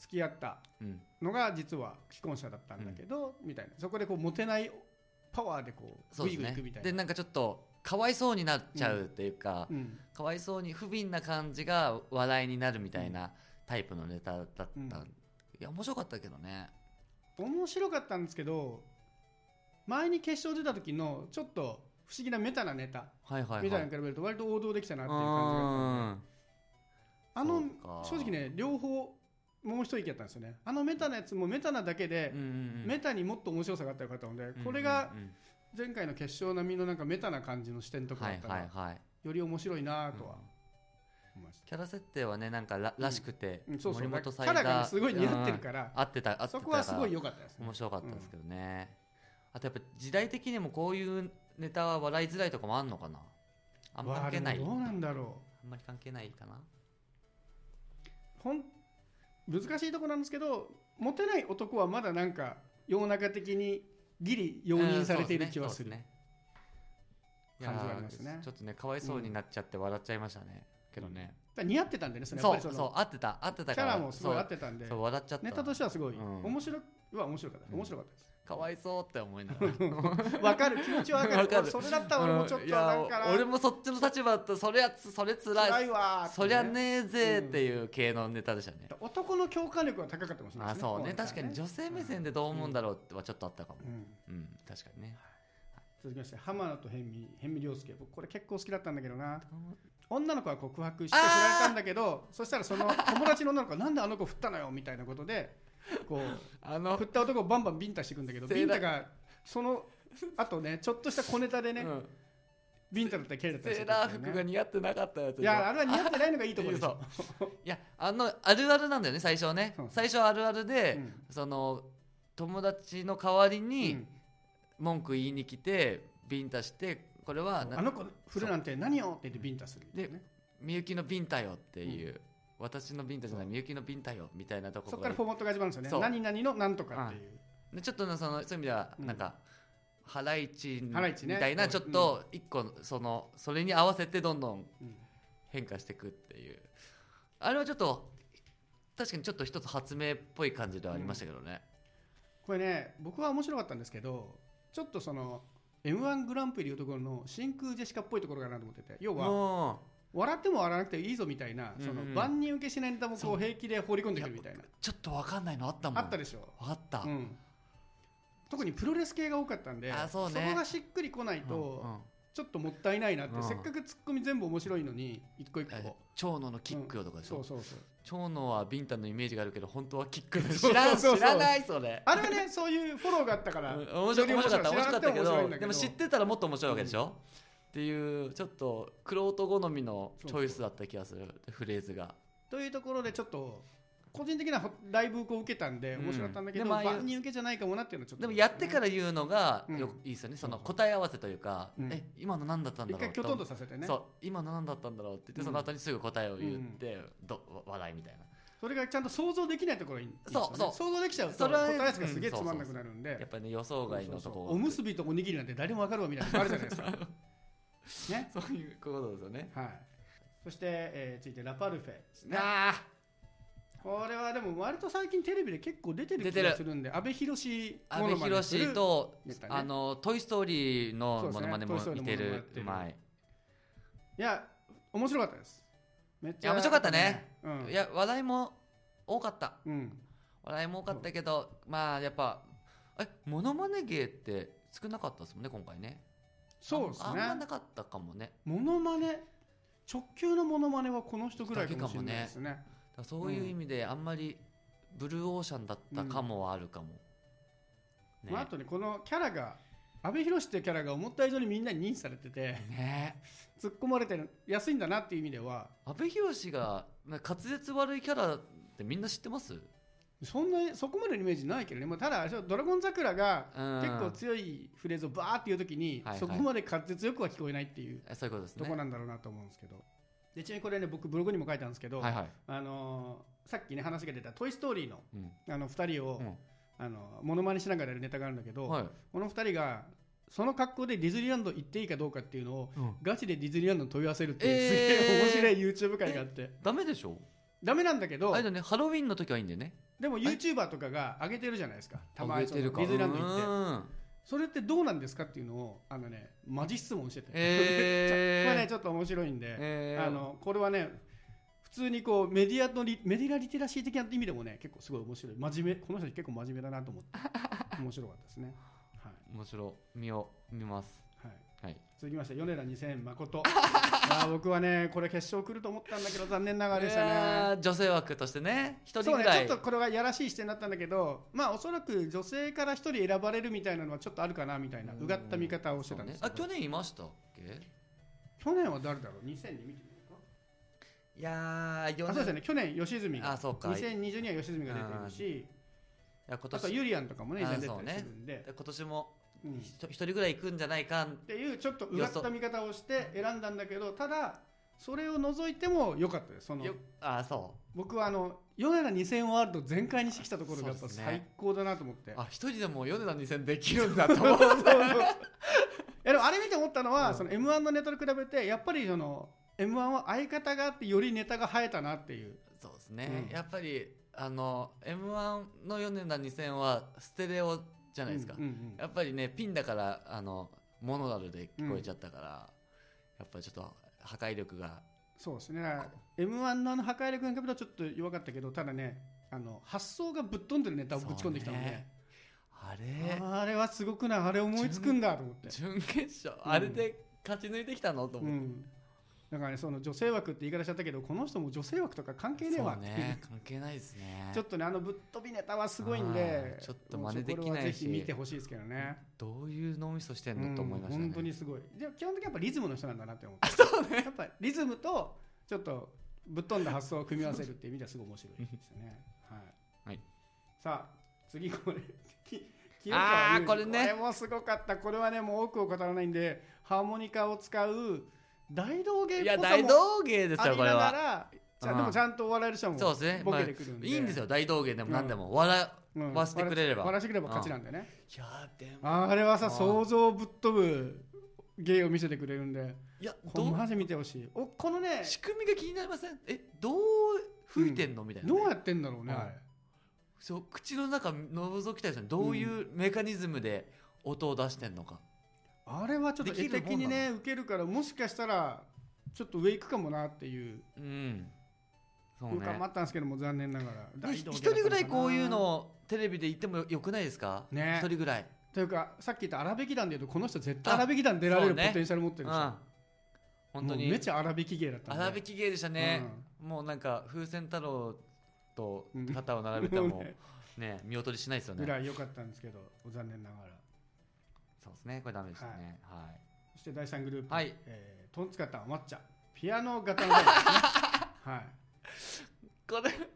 [SPEAKER 1] 付き合った
[SPEAKER 2] うん
[SPEAKER 1] のが実は既婚者だったんだけど、みたいなそこでこうモテないパワーでこう
[SPEAKER 2] そう
[SPEAKER 1] グ
[SPEAKER 2] で
[SPEAKER 1] イグイ
[SPEAKER 2] すね
[SPEAKER 1] いくみたいな
[SPEAKER 2] でなんかちょっとかわいそうになっちゃうっていうか、
[SPEAKER 1] うん
[SPEAKER 2] かわいそうに不憫な感じが話題になるみたいなタイプのネタだった、
[SPEAKER 1] うん
[SPEAKER 2] いや面白かったけどね
[SPEAKER 1] 面白かったんですけど前に決勝出た時のちょっと不思議なメタなネタ
[SPEAKER 2] はいはいはい
[SPEAKER 1] みたいなのに比べると割と王道できたなっていう感じが
[SPEAKER 2] 感
[SPEAKER 1] あの
[SPEAKER 2] そう
[SPEAKER 1] 正直
[SPEAKER 2] か
[SPEAKER 1] ね両方もう一息やったんですよねあのメタなやつもメタなだけで、メタにもっと面白さがあったらよかったので、これが前回の決勝並みのなんかメタな感じの視点とか
[SPEAKER 2] は
[SPEAKER 1] だ
[SPEAKER 2] い
[SPEAKER 1] ったら、
[SPEAKER 2] はいはい
[SPEAKER 1] より面白いなとは思いました、
[SPEAKER 2] キャラ設定はねなんかららしくて、
[SPEAKER 1] うんそうそう
[SPEAKER 2] 森本
[SPEAKER 1] キ
[SPEAKER 2] サイ
[SPEAKER 1] ャ
[SPEAKER 2] ダー
[SPEAKER 1] ラがすごい似合ってる
[SPEAKER 2] ら、
[SPEAKER 1] から、
[SPEAKER 2] うん合ってた合ってた
[SPEAKER 1] そこはすごい
[SPEAKER 2] よ
[SPEAKER 1] 良かったですね
[SPEAKER 2] 面白かったですけどね、あとやっぱ時代的にもこういうネタは笑いづらいとかもあんのかなあんま関係ない
[SPEAKER 1] わあでもどうなんだろ
[SPEAKER 2] あんまり関係ないかな
[SPEAKER 1] うほん難しいとこなんですけどモテない男はまだなんか世の中的にギリ容認されている気はする、
[SPEAKER 2] うんそうですね
[SPEAKER 1] 感じはありますね
[SPEAKER 2] いやーちょっとねかわいそうになっちゃって笑っちゃいましたね、けどね、
[SPEAKER 1] だから似合ってたんでねそのやっぱ
[SPEAKER 2] そう
[SPEAKER 1] りそ
[SPEAKER 2] そ
[SPEAKER 1] の
[SPEAKER 2] う合ってた合ってた
[SPEAKER 1] キ
[SPEAKER 2] か
[SPEAKER 1] ャ
[SPEAKER 2] ら
[SPEAKER 1] ラもすごい合っ
[SPEAKER 2] そう
[SPEAKER 1] てたんで
[SPEAKER 2] そう笑っちゃった
[SPEAKER 1] ネタとしてはすごい、
[SPEAKER 2] うん
[SPEAKER 1] 面白いは面白かった面白かったです
[SPEAKER 2] かわいそうって思いながら
[SPEAKER 1] わかる気持ちはわかる
[SPEAKER 2] わかる
[SPEAKER 1] 俺それだったら俺もちょっと
[SPEAKER 2] いや
[SPEAKER 1] なんかな
[SPEAKER 2] 俺もそっちの立場だったらそりゃつそれつらい
[SPEAKER 1] 辛いわーって
[SPEAKER 2] そりゃねえぜっていう系のネタでしたね、
[SPEAKER 1] 男の共感力は高かったかもしれない
[SPEAKER 2] あ
[SPEAKER 1] ですね
[SPEAKER 2] そうね
[SPEAKER 1] 今回
[SPEAKER 2] 確かに女性目線でどう思うんだろうってはちょっとあったかも
[SPEAKER 1] うん
[SPEAKER 2] うん、確かにね
[SPEAKER 1] 続きまして浜野と辺見辺見涼介僕これ結構好きだったんだけどな女の子は告白して
[SPEAKER 2] あ
[SPEAKER 1] 振
[SPEAKER 2] ー
[SPEAKER 1] られたんだけどそしたら その友達の女の子がなんであの子振ったのよみたいなことでこう
[SPEAKER 2] あの
[SPEAKER 1] 振った男をバンバンビンタしていくんだけど
[SPEAKER 2] セーラ
[SPEAKER 1] ビンタがそのあとねちょっとした小ネタでね、
[SPEAKER 2] うん
[SPEAKER 1] ビンタだったり蹴られた
[SPEAKER 2] セ
[SPEAKER 1] り
[SPEAKER 2] ー
[SPEAKER 1] んだ
[SPEAKER 2] ラ
[SPEAKER 1] よ
[SPEAKER 2] ー
[SPEAKER 1] ね
[SPEAKER 2] 服が似合ってなかったやつでしょ
[SPEAKER 1] いやあれは似合ってないのがいいところでしょ、
[SPEAKER 2] いやあのあるあるなんだよね最初はね
[SPEAKER 1] そう
[SPEAKER 2] 最初はあるあるで、
[SPEAKER 1] うん
[SPEAKER 2] その友達の代わり
[SPEAKER 1] う
[SPEAKER 2] に
[SPEAKER 1] ん
[SPEAKER 2] 文句言いに来てビンタしてこれはな
[SPEAKER 1] あの子振るなんて何よって言ってビンタするみたいなね、
[SPEAKER 2] みゆきのビンタよっていう、私のビンタじゃないみゆきのビンタよみたいなとこ
[SPEAKER 1] そこか
[SPEAKER 2] か
[SPEAKER 1] ららフォーマットが始まるんです
[SPEAKER 2] そ
[SPEAKER 1] よ
[SPEAKER 2] う
[SPEAKER 1] ね何々のなんとかっていう、
[SPEAKER 2] でちょっとなそのそういう意味では
[SPEAKER 1] うん
[SPEAKER 2] なんか、ハライチみ
[SPEAKER 1] ハライチね
[SPEAKER 2] たいなちょっと一個そのそれに合わせてどんどん
[SPEAKER 1] うん
[SPEAKER 2] 変化していくっていうあれはちょっと確かにちょっと一つ発明っぽい感じではありましたけどね、
[SPEAKER 1] これね僕は面白かったんですけどちょっとその m 1グランプリいうところの真空ジェシカっぽいところかなと思ってて要は
[SPEAKER 2] も
[SPEAKER 1] 笑っても笑わなくていいぞみたいな、そ
[SPEAKER 2] うんうん
[SPEAKER 1] の万人受けしないネタもこう平気で放り込んでくるみたいな
[SPEAKER 2] うちょっと分かんないのあったもん
[SPEAKER 1] あったでしょ、
[SPEAKER 2] 分かった、
[SPEAKER 1] うん、特にプロレス系が多かったんで
[SPEAKER 2] あそうね
[SPEAKER 1] こがしっくりこないと、
[SPEAKER 2] うんうん
[SPEAKER 1] ちょっともったいないなって、
[SPEAKER 2] うん
[SPEAKER 1] せっかくツッコミ全部面白いのに一個一個、
[SPEAKER 2] え長野のキックよとかでしょ、
[SPEAKER 1] そうそうそう
[SPEAKER 2] 長野はビンタのイメージがあるけど本当はキックだ
[SPEAKER 1] そうそうそう
[SPEAKER 2] 知らん知らないそれ
[SPEAKER 1] あれはねそういうフォローがあったから、
[SPEAKER 2] うん面白い面白かった面白か
[SPEAKER 1] 知らな
[SPEAKER 2] ったけ
[SPEAKER 1] くても面白い
[SPEAKER 2] ど
[SPEAKER 1] んだ
[SPEAKER 2] でも知ってたらもっと面白いわけでしょ、っていうちょっと玄人好みのチョイスだった気がするフレーズが
[SPEAKER 1] というところでちょっと個人的なライブを受けたんで
[SPEAKER 2] うん
[SPEAKER 1] 面白かったんだけど、
[SPEAKER 2] でもああいう
[SPEAKER 1] 万人受けじゃないかもなっていうのはちょっと
[SPEAKER 2] でもやってからら言うのが
[SPEAKER 1] うん
[SPEAKER 2] よいいですよねその
[SPEAKER 1] そう
[SPEAKER 2] 答え合わせというか、
[SPEAKER 1] うん
[SPEAKER 2] え今の何だったんだ
[SPEAKER 1] 一
[SPEAKER 2] ろう
[SPEAKER 1] 回きょとんとさせてね
[SPEAKER 2] そう
[SPEAKER 1] そ
[SPEAKER 2] 今の何だったんだろうって言って
[SPEAKER 1] うん
[SPEAKER 2] その後にすぐ答えを言って、ど笑いみたいな
[SPEAKER 1] れがちゃんと想像できないところにいいんですよね
[SPEAKER 2] そうそう
[SPEAKER 1] 想像できちゃうと
[SPEAKER 2] それは
[SPEAKER 1] 答え合わせがすげえつまんなくなるんで、
[SPEAKER 2] やっぱりね予想外のところ
[SPEAKER 1] おむすびとおにぎりなんて誰もわかるわみたいなのあるじゃない ですかね
[SPEAKER 2] そういうことですよね
[SPEAKER 1] はいそして、えー、ついてラパルフェですね
[SPEAKER 2] ああ
[SPEAKER 1] これはでも割と最近テレビで結構出てる
[SPEAKER 2] 出
[SPEAKER 1] 気
[SPEAKER 2] てる
[SPEAKER 1] がするんで阿部寛
[SPEAKER 2] 阿部寛と、
[SPEAKER 1] ネタね
[SPEAKER 2] あの「トイ・ストーリー」のものまねも
[SPEAKER 1] そうです
[SPEAKER 2] 似
[SPEAKER 1] ね
[SPEAKER 2] て
[SPEAKER 1] トイ
[SPEAKER 2] る
[SPEAKER 1] ストーリーの
[SPEAKER 2] う
[SPEAKER 1] モノマ
[SPEAKER 2] ま
[SPEAKER 1] ネ
[SPEAKER 2] い
[SPEAKER 1] いや面白かったですめっ
[SPEAKER 2] いや面白かったね、
[SPEAKER 1] うん、
[SPEAKER 2] いや話題も多かった
[SPEAKER 1] うん
[SPEAKER 2] 話題も多かったけどまあやっぱえものまね芸って少なかったですもんね今回ね
[SPEAKER 1] そうです
[SPEAKER 2] あんあんま
[SPEAKER 1] ね
[SPEAKER 2] なかったかもね
[SPEAKER 1] モノマネ直球のモノマネはこの人ぐらいかもしれないですね
[SPEAKER 2] だからそういう意味であんまりブルーオーシャンだったかもはあるかも、ね
[SPEAKER 1] まあ、あとねこのキャラが阿部寛っていうキャラが思った以上にみんなに認知されてて
[SPEAKER 2] ね
[SPEAKER 1] 突っ込まれてる安いんだなっていう意味では
[SPEAKER 2] 阿部寛がなんか滑舌悪いキャラってみんな知ってます
[SPEAKER 1] そんなそこまでのイメージないけどね、まあ、ただあれでしょドラゴン桜が
[SPEAKER 2] うん
[SPEAKER 1] 結構強いフレーズをバーって言うときに、
[SPEAKER 2] はいはい
[SPEAKER 1] そこまで滑舌よくは聞こえないっていう
[SPEAKER 2] えそういうことです
[SPEAKER 1] と
[SPEAKER 2] ね
[SPEAKER 1] こなんだろうなと思うんですけど、でちなみにこれね僕ブログにも書いたんですけど、
[SPEAKER 2] はいはい、
[SPEAKER 1] あのーさっきね話が出た「トイ・ストーリーの」
[SPEAKER 2] うん
[SPEAKER 1] あの2人を、
[SPEAKER 2] うん
[SPEAKER 1] あのモノマネしながらやるネタがあるんだけど、
[SPEAKER 2] はい、
[SPEAKER 1] この2人がその格好でディズニーランド行っていいかどうかっていうのを
[SPEAKER 2] うん
[SPEAKER 1] ガチでディズニーランドに問い合わせるっていう、
[SPEAKER 2] えー
[SPEAKER 1] すげえ面白い YouTube 会があって
[SPEAKER 2] ダメでしょ
[SPEAKER 1] ダメなんだけど
[SPEAKER 2] あれだねハロウィンの時はいいんだよね
[SPEAKER 1] でも YouTuber とかが上げてるじゃないですかたまにその
[SPEAKER 2] 上
[SPEAKER 1] デ
[SPEAKER 2] げ
[SPEAKER 1] ィズニーランド行って
[SPEAKER 2] 行っ
[SPEAKER 1] それってどうなんですかっていうのをあのねマジ質問してて、
[SPEAKER 2] え ー
[SPEAKER 1] これねちょっと面白いんで、
[SPEAKER 2] えー
[SPEAKER 1] あのこれはね普通にこうメディアのリメディアリテラシー的な意味でもね結構すごい面白い真面目この人結構真面目だなと 思って面白かったですねはい
[SPEAKER 2] 面白みを見ます
[SPEAKER 1] はい
[SPEAKER 2] はい
[SPEAKER 1] 続きまして米田2000誠 あー僕はねこれ決勝来ると思ったんだけど残念ながらでした
[SPEAKER 2] い
[SPEAKER 1] ね
[SPEAKER 2] やー女性枠としてね一人
[SPEAKER 1] そう
[SPEAKER 2] ぐ
[SPEAKER 1] ね
[SPEAKER 2] らい
[SPEAKER 1] ちょっとこれはやらしい視点だったんだけどまあおそらく女性から一人選ばれるみたいなのはちょっとあるかなみたいな
[SPEAKER 2] うん
[SPEAKER 1] うがった見方をして
[SPEAKER 2] そう
[SPEAKER 1] たんで
[SPEAKER 2] ね
[SPEAKER 1] すけ
[SPEAKER 2] あ
[SPEAKER 1] ど、
[SPEAKER 2] 去年いましたっけ
[SPEAKER 1] 去年は誰だろう2000に見てみようか
[SPEAKER 2] いやー
[SPEAKER 1] あそうですね去年吉住
[SPEAKER 2] あ
[SPEAKER 1] が
[SPEAKER 2] そうかい
[SPEAKER 1] 2020には吉住が出てるし
[SPEAKER 2] や今
[SPEAKER 1] あとは
[SPEAKER 2] 年
[SPEAKER 1] ユリアンとかもね以
[SPEAKER 2] あー
[SPEAKER 1] 前出てたりするんで、
[SPEAKER 2] 今年も
[SPEAKER 1] うんっ
[SPEAKER 2] 一人ぐらい行くんじゃないか
[SPEAKER 1] ていうちょっとうがった見方をして選んだんだけどただそれを除いても良かったですその
[SPEAKER 2] よあーそ
[SPEAKER 1] 僕はあの米田2000ワールド全開にしてきたところがやっ
[SPEAKER 2] そ
[SPEAKER 1] ぱ
[SPEAKER 2] うですね
[SPEAKER 1] 最高だなと思って
[SPEAKER 2] う あ一人でも米田2000できるんだと思う
[SPEAKER 1] いやでもあれ見て思ったのは、
[SPEAKER 2] うん
[SPEAKER 1] その m 1のネタと比べてやっぱりその m 1は相方があってよりネタが生えたなっていう
[SPEAKER 2] そうですね、
[SPEAKER 1] うん
[SPEAKER 2] やっぱりあの m 1の米田2000はステレオじゃないですか、
[SPEAKER 1] うんうん
[SPEAKER 2] やっぱりねピンだからあのモノラルで聞こえちゃったから、やっぱりちょっと破壊力が
[SPEAKER 1] そうですね m 1のあの破壊力に比べるとちょっと弱かったけどただねあの発想がぶっ飛んでるネタをぶち込んできたので、
[SPEAKER 2] そうねあれ
[SPEAKER 1] あれはすごくないあれ思いつくんだと思って、
[SPEAKER 2] 準決勝、
[SPEAKER 1] うん
[SPEAKER 2] あれで勝ち抜いてきたのと
[SPEAKER 1] う
[SPEAKER 2] 思って、
[SPEAKER 1] ん、だからねその女性枠って言い方しちゃったけどこの人も女性枠とか関係ねえわ
[SPEAKER 2] そう
[SPEAKER 1] っていう
[SPEAKER 2] ね関係ないですね
[SPEAKER 1] ちょっとねあのぶっ飛びネタはすごいんで
[SPEAKER 2] あーちょっと真似できないし
[SPEAKER 1] これはぜひ見てほしいですけどね
[SPEAKER 2] どういう脳みそしてんの、と思いました
[SPEAKER 1] うん
[SPEAKER 2] ね
[SPEAKER 1] 本当にすごいで基本的にやっぱリズムの人なんだなって思ってそう ねやっぱリズムとちょっとぶっ飛んだ発想を組み合わせるっていう意味ではすごい面白いですよ ねはい、
[SPEAKER 2] はい
[SPEAKER 1] さあ次これき清川
[SPEAKER 2] あ
[SPEAKER 1] 祐
[SPEAKER 2] ー
[SPEAKER 1] 二
[SPEAKER 2] これね
[SPEAKER 1] これもすごかったこれはねもう多くを語らないんでハーモニカを使う大道芸っ
[SPEAKER 2] いや
[SPEAKER 1] ぽさ
[SPEAKER 2] 大
[SPEAKER 1] も
[SPEAKER 2] 道芸です
[SPEAKER 1] あ
[SPEAKER 2] よ
[SPEAKER 1] り
[SPEAKER 2] これ
[SPEAKER 1] なが
[SPEAKER 2] は
[SPEAKER 1] らちゃ
[SPEAKER 2] うん
[SPEAKER 1] んでもちゃんとお笑える人も
[SPEAKER 2] そうですね
[SPEAKER 1] ボケてくるんで、
[SPEAKER 2] いいんですよ大道芸でも何でも、笑
[SPEAKER 1] うん
[SPEAKER 2] わせてくれれば
[SPEAKER 1] 笑わせてくれば勝ちなんでね、
[SPEAKER 2] いやでも
[SPEAKER 1] あれはさ
[SPEAKER 2] あー
[SPEAKER 1] 想像をぶっ飛ぶ芸を見せてくれるんで
[SPEAKER 2] いや
[SPEAKER 1] これ
[SPEAKER 2] どう
[SPEAKER 1] マジ見てほしいおこのね
[SPEAKER 2] 仕組みが気になりませんえどう吹いてんの、みたいなね、
[SPEAKER 1] どうやってんだろうね、
[SPEAKER 2] うん
[SPEAKER 1] あれ
[SPEAKER 2] そう口の中覗きたいですねどういうメカニズムで音を出してんのか、
[SPEAKER 1] あれはちょっと絵
[SPEAKER 2] できるもんなの
[SPEAKER 1] 的にね受けるからもしかしたらちょっと上行くかもなっていう
[SPEAKER 2] うんそうね
[SPEAKER 1] 予感もあったんですけども残念ながら
[SPEAKER 2] い
[SPEAKER 1] 大
[SPEAKER 2] 一
[SPEAKER 1] 道芸だ
[SPEAKER 2] 人
[SPEAKER 1] ったのか
[SPEAKER 2] ぐ
[SPEAKER 1] らない
[SPEAKER 2] こういうのをテレビで言ってもよよくないですか
[SPEAKER 1] ね
[SPEAKER 2] 一人ぐらい
[SPEAKER 1] というかさっき言った荒引き団でいうとこの人絶対荒引き団出られ
[SPEAKER 2] そ
[SPEAKER 1] る
[SPEAKER 2] うね
[SPEAKER 1] ポテンシャル持って
[SPEAKER 2] う
[SPEAKER 1] る
[SPEAKER 2] ん
[SPEAKER 1] でしょ、
[SPEAKER 2] 本
[SPEAKER 1] も
[SPEAKER 2] 当
[SPEAKER 1] うめ
[SPEAKER 2] に
[SPEAKER 1] ちゃ荒引き芸だったんで
[SPEAKER 2] 荒引き芸でしたね、もうなんか風船太郎と肩を 並べた ら
[SPEAKER 1] うん
[SPEAKER 2] もうね見劣りしないですよ
[SPEAKER 1] ぐ
[SPEAKER 2] ね
[SPEAKER 1] らい良かったんですけど残念ながら
[SPEAKER 2] そうですねこれダメでしたねはい、
[SPEAKER 1] そして第三グループ、
[SPEAKER 2] はい
[SPEAKER 1] えー、トンツカタン抹茶ピアノ型のバンドですねはい
[SPEAKER 2] これ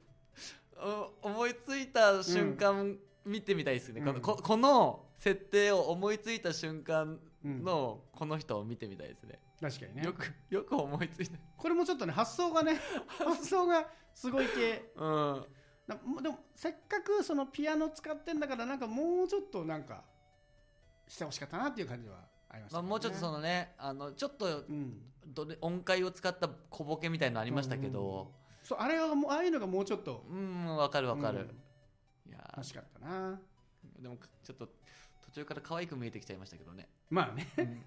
[SPEAKER 2] お思いついた瞬間見てみたいですね、このここの設定を思いついた瞬間
[SPEAKER 1] うん
[SPEAKER 2] のこの人を見てみたいですね、
[SPEAKER 1] 確かにね
[SPEAKER 2] よくよく思いついた
[SPEAKER 1] これもちょっとね発想が ね発想がすごい系
[SPEAKER 2] うん
[SPEAKER 1] なもでもせっかくそのピアノ使ってんだからなんかもうちょっとなんかしてほしかったなっていう感じはありました
[SPEAKER 2] まあ、
[SPEAKER 1] けどね
[SPEAKER 2] もうちょっとそのねあのちょっと
[SPEAKER 1] うん
[SPEAKER 2] どれ音階を使った小ボケみたいなのありましたけど
[SPEAKER 1] そうあれはもうああいうのがもうちょっと
[SPEAKER 2] うんわ、かるわかる、
[SPEAKER 1] うん
[SPEAKER 2] いや
[SPEAKER 1] 欲しかったな
[SPEAKER 2] ーでもちょっと途中から可愛く見えてきちゃいましたけどね、
[SPEAKER 1] まあね
[SPEAKER 2] うん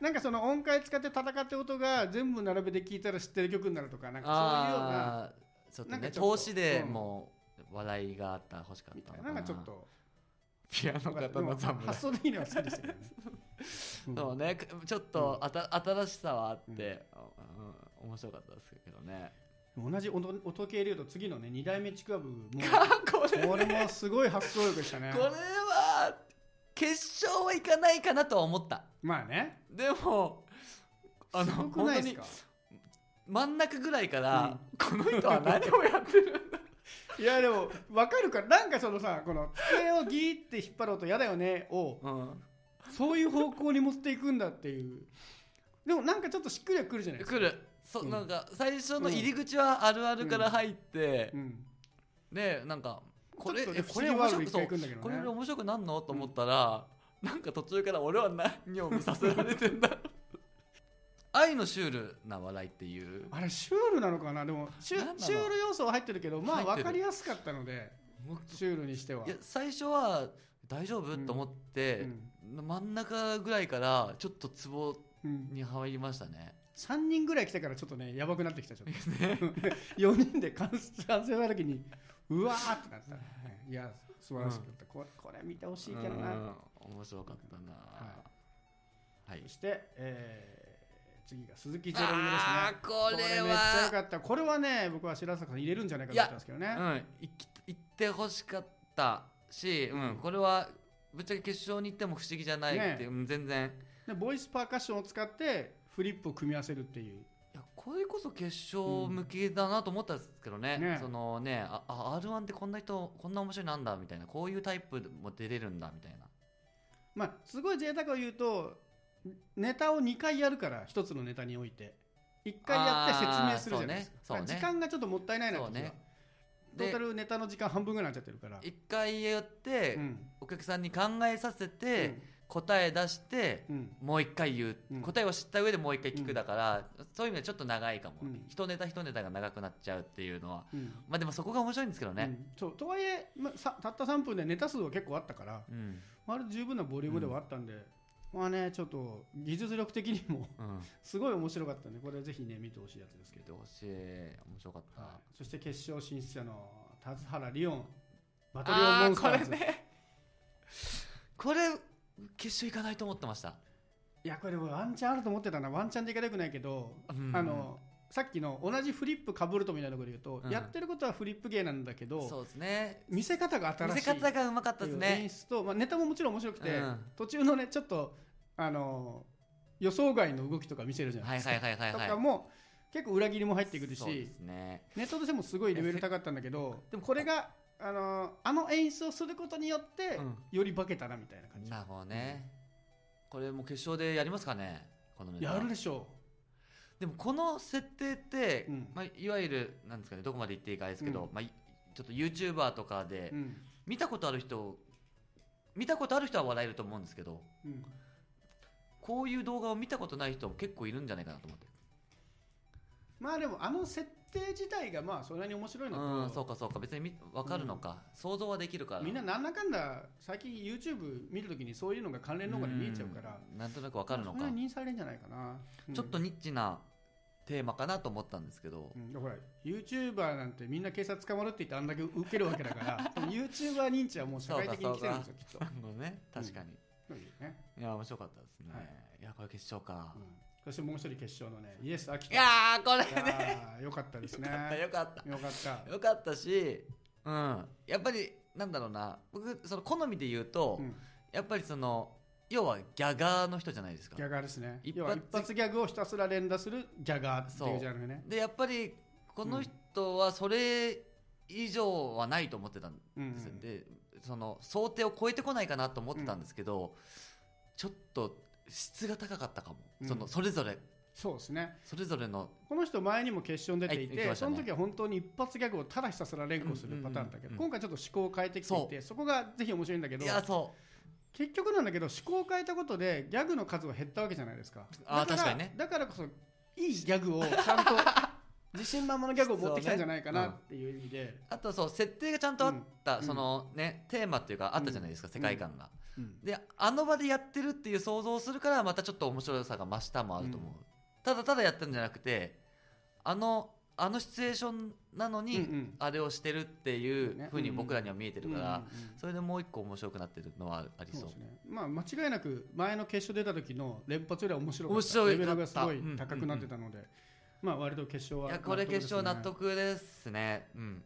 [SPEAKER 1] なんかその音階使って戦って音が全部並べて聴いたら知ってる曲になるとかなんか
[SPEAKER 2] ああちょっと
[SPEAKER 1] なんか
[SPEAKER 2] ね
[SPEAKER 1] ちょっと
[SPEAKER 2] 投資で
[SPEAKER 1] うん
[SPEAKER 2] もう笑いがあったら欲しか
[SPEAKER 1] そういうようなみ
[SPEAKER 2] ったた
[SPEAKER 1] いなな
[SPEAKER 2] のかな
[SPEAKER 1] んかちょっと
[SPEAKER 2] ピアノ型の
[SPEAKER 1] でも
[SPEAKER 2] 侍
[SPEAKER 1] 発想的には好きでしたけどねうん
[SPEAKER 2] そうねちょっとあた、新しさはあって、うんうん面白かったですけどね
[SPEAKER 1] 同じ音音系でいうと次のね二代目ちくわぶも
[SPEAKER 2] あこれ
[SPEAKER 1] これもすごい発想力でしたね
[SPEAKER 2] これは決勝はいかないかなとは思った
[SPEAKER 1] まあね
[SPEAKER 2] でもあの
[SPEAKER 1] すごく
[SPEAKER 2] 本
[SPEAKER 1] な
[SPEAKER 2] 当
[SPEAKER 1] いです
[SPEAKER 2] に
[SPEAKER 1] か
[SPEAKER 2] 真ん中ぐらいから、この人は何をやって るんだ
[SPEAKER 1] いやでも分かるからなんかそのさこの机をギーって引っ張ろうと嫌だよねを
[SPEAKER 2] うん
[SPEAKER 1] そういう方向に持っていくんだっていうでもなんかちょっとしっくりはくるじゃないですか
[SPEAKER 2] 来るそ、
[SPEAKER 1] うん
[SPEAKER 2] なんか最初の入り口はあるあるから入って
[SPEAKER 1] う、ん
[SPEAKER 2] でなんかこれ
[SPEAKER 1] ちょっと
[SPEAKER 2] え
[SPEAKER 1] ね
[SPEAKER 2] これ
[SPEAKER 1] 不思議ワー
[SPEAKER 2] 面
[SPEAKER 1] ルド
[SPEAKER 2] 白く
[SPEAKER 1] 一
[SPEAKER 2] そう
[SPEAKER 1] 回行くんだけどね
[SPEAKER 2] これ面白くなんのと思ったら、なんか途中から俺は何を見させられてんだ愛のシュールな笑いっていう
[SPEAKER 1] あれシュールなのかなでもシュ
[SPEAKER 2] なんだろう
[SPEAKER 1] シュール要素は入ってるけどまあ
[SPEAKER 2] 入って
[SPEAKER 1] 分
[SPEAKER 2] る
[SPEAKER 1] かりやすかったのでシュールにしてはい
[SPEAKER 2] や最初は大丈夫、
[SPEAKER 1] うん
[SPEAKER 2] と思って、真ん中ぐらいからちょっとツボ
[SPEAKER 1] うん、
[SPEAKER 2] に入りましたね
[SPEAKER 1] 3人ぐらい来てからちょっとねやばくなってきたちょっと 4人で完成完成した時にうわーってなった、はいいや素晴らしかった、これこれ見てほしいけどな、
[SPEAKER 2] うん面白かったなはい、
[SPEAKER 1] そして、えー次が鈴木ジェロニモですね
[SPEAKER 2] あーこれ
[SPEAKER 1] めっちゃよ
[SPEAKER 2] は
[SPEAKER 1] かったこれはね僕は白坂さん入れるんじゃないかと思ったんですけどね
[SPEAKER 2] うん行き行ってほしかったし、うん
[SPEAKER 1] うん
[SPEAKER 2] これはぶっちゃけ決勝に行っても不思議じゃないって、うん全然
[SPEAKER 1] でボイスパーカッションを使ってフリップを組み合わせるっていう
[SPEAKER 2] いやこれこそ決勝向きだなと思ったんですけどね,、
[SPEAKER 1] うんね
[SPEAKER 2] そのねああ R1 ってこんな人こんな面白いなんだみたいなこういうタイプも出れるんだみたいな
[SPEAKER 1] まあすごい贅沢を言うとネタを2回やるから1つのネタにおいて1回やって説明するじゃないですか
[SPEAKER 2] あーそ
[SPEAKER 1] だか
[SPEAKER 2] うねそうね
[SPEAKER 1] ら時間がちょっともったいないな
[SPEAKER 2] そ
[SPEAKER 1] と
[SPEAKER 2] うね
[SPEAKER 1] トータ
[SPEAKER 2] で
[SPEAKER 1] ルネタの時間半分ぐらいになっちゃってるから
[SPEAKER 2] 一回やって、
[SPEAKER 1] うん
[SPEAKER 2] お客さんに考えさせて、答え出して
[SPEAKER 1] うんうん
[SPEAKER 2] もう一回言う、
[SPEAKER 1] うん
[SPEAKER 2] 答えを知った上でもう一回聞くだから、そういう意味ではちょっと長いかも、
[SPEAKER 1] うん
[SPEAKER 2] 一ネタ一ネタが長くなっちゃうっていうのは
[SPEAKER 1] うん
[SPEAKER 2] まあでもそこが面白いんですけどね、
[SPEAKER 1] うんそうとはいえ、まあ、さたった3分でネタ数は結構あったから
[SPEAKER 2] うん
[SPEAKER 1] 割と十分なボリュームではあったんで、まあねちょっと技術力的にも
[SPEAKER 2] うん、
[SPEAKER 1] すごい面白かったんでこれぜひね見てほしいやつですけ
[SPEAKER 2] 聞い
[SPEAKER 1] ど、
[SPEAKER 2] てほしい面白かった、
[SPEAKER 1] はい、そして決勝進出者の田津原リオンバトルオブ
[SPEAKER 2] あ
[SPEAKER 1] モ
[SPEAKER 2] ー
[SPEAKER 1] ンスタ
[SPEAKER 2] これ
[SPEAKER 1] ーズ、
[SPEAKER 2] ねこれ決勝行かないと思ってました、
[SPEAKER 1] いやこれでもワンチャンあると思ってたなワンチャンでいかなくないけど、
[SPEAKER 2] うん
[SPEAKER 1] あのさっきの同じフリップかぶるとみたいなところで言うと、
[SPEAKER 2] うん
[SPEAKER 1] やってることはフリップ芸なんだけど
[SPEAKER 2] そうですね
[SPEAKER 1] 見せ方が新しい
[SPEAKER 2] 見せ方がうまかったです
[SPEAKER 1] 演
[SPEAKER 2] ね
[SPEAKER 1] 出と、まあ、ネタももちろん面白くて、
[SPEAKER 2] うん
[SPEAKER 1] 途中のねちょっとあの予想外の動きとか見せるじゃない
[SPEAKER 2] はい
[SPEAKER 1] ですか、
[SPEAKER 2] はいはいはいはい
[SPEAKER 1] とかも結構裏切りも入ってくるし、
[SPEAKER 2] そうですね
[SPEAKER 1] ネットとしてもすごいレベル高かったんだけどでもこれがあのあの演出をすることによって、
[SPEAKER 2] うん
[SPEAKER 1] より化けたなみたいな感じ
[SPEAKER 2] なるほどね、これもう決勝でやりますかねこのネタ
[SPEAKER 1] やるでしょ
[SPEAKER 2] でもこの設定って、
[SPEAKER 1] うん
[SPEAKER 2] まあ、いわゆるなんですかねどこまで言っていいかあれですけど、
[SPEAKER 1] う
[SPEAKER 2] まあ、いちょっと YouTuber とかで、
[SPEAKER 1] う、うん
[SPEAKER 2] 見たことある人見たことある人は笑えると思うんですけど
[SPEAKER 1] うん
[SPEAKER 2] こういう動画を見たことない人も結構いるんじゃないかなと思って
[SPEAKER 1] まあでもあの設定自体がまあそれなりに面白い
[SPEAKER 2] うん
[SPEAKER 1] の
[SPEAKER 2] そう
[SPEAKER 1] と、
[SPEAKER 2] かそうか別にみ分かるのか、想像はできるから
[SPEAKER 1] みんななんだかんだ最近 YouTube 見るときにそういうのが関連動画で見えちゃうから、
[SPEAKER 2] うんなんとなく分かるの
[SPEAKER 1] そ
[SPEAKER 2] か
[SPEAKER 1] れは認知されるんじゃないかな、うん
[SPEAKER 2] ちょっとニッチなテーマかなと思ったんですけど
[SPEAKER 1] う、ん、だから YouTuber なんてみんな警察捕まるって言ってあんだけ受けるわけだから YouTuber 認知はもう社会的に来てるんですよきっと
[SPEAKER 2] なるほどね確かに、
[SPEAKER 1] そうですね、
[SPEAKER 2] いや面白かったですね、
[SPEAKER 1] はい
[SPEAKER 2] い、やこれ決勝か
[SPEAKER 1] うん、そしてもう一人決勝のねイエス・アキ
[SPEAKER 2] いやーこれ
[SPEAKER 1] いやーよかったですね。
[SPEAKER 2] よかった
[SPEAKER 1] よかった。
[SPEAKER 2] よかったし、うん、やっぱりなんだろうな僕その好みで言うと、
[SPEAKER 1] うん
[SPEAKER 2] やっぱりその要はギャガーの人じゃないですか
[SPEAKER 1] ギャガーですね。
[SPEAKER 2] 一発
[SPEAKER 1] 要は一発ギャグをひたすら連打するギャガーっていうジャンルね。
[SPEAKER 2] でやっぱりこの人はそれ以上はないと思ってたんで
[SPEAKER 1] うん
[SPEAKER 2] すよ、でその想定を超えてこないかなと思ってたんですけど、ちょっと質が高かったかも、
[SPEAKER 1] うん
[SPEAKER 2] そのそれぞれ
[SPEAKER 1] そうですね。
[SPEAKER 2] それぞれの
[SPEAKER 1] この人前にも決勝に出てい
[SPEAKER 2] はい行
[SPEAKER 1] て、
[SPEAKER 2] きました
[SPEAKER 1] そ
[SPEAKER 2] ね
[SPEAKER 1] の時は本当に一発ギャグをただひたすら連呼するパターンだけど、
[SPEAKER 2] うんうんうんうん
[SPEAKER 1] 今回ちょっと思考を変えてきていてそこがぜひ面白いんだけど
[SPEAKER 2] いやそう
[SPEAKER 1] 結局なんだけど思考を変えたことでギャグの数は減ったわけじゃないですか
[SPEAKER 2] あー
[SPEAKER 1] だら
[SPEAKER 2] 確かにね
[SPEAKER 1] だからこそいいギャグをちゃんと自信満々のギャグを持ってきたんじゃないかなっていう意味で、
[SPEAKER 2] あとそう設定がちゃんとあった、
[SPEAKER 1] うん
[SPEAKER 2] そのねテーマっていうかあったじゃないですか、世界観が、
[SPEAKER 1] うん
[SPEAKER 2] であの場でやってるっていう想像をするからまたちょっと面白さが増したもあると思う、
[SPEAKER 1] うん
[SPEAKER 2] ただただやってるんじゃなくてあのあのシチュエーションなの
[SPEAKER 1] う
[SPEAKER 2] に
[SPEAKER 1] ん
[SPEAKER 2] あれをしてるって
[SPEAKER 1] そう
[SPEAKER 2] い
[SPEAKER 1] ね
[SPEAKER 2] うふうに
[SPEAKER 1] うん
[SPEAKER 2] 僕らには見えてるから、
[SPEAKER 1] うんうんうん
[SPEAKER 2] それでもう一個面白くなってるのはあり
[SPEAKER 1] そ
[SPEAKER 2] そうう
[SPEAKER 1] ですね、まあ、間違いなく前の決勝出た時の連発よりは面白かった
[SPEAKER 2] 面白い
[SPEAKER 1] レベルがすごい
[SPEAKER 2] うんうんうん
[SPEAKER 1] 高くなってたので、まあ、割と決勝はい
[SPEAKER 2] やこれ決勝納
[SPEAKER 1] ですね
[SPEAKER 2] 得ですねうん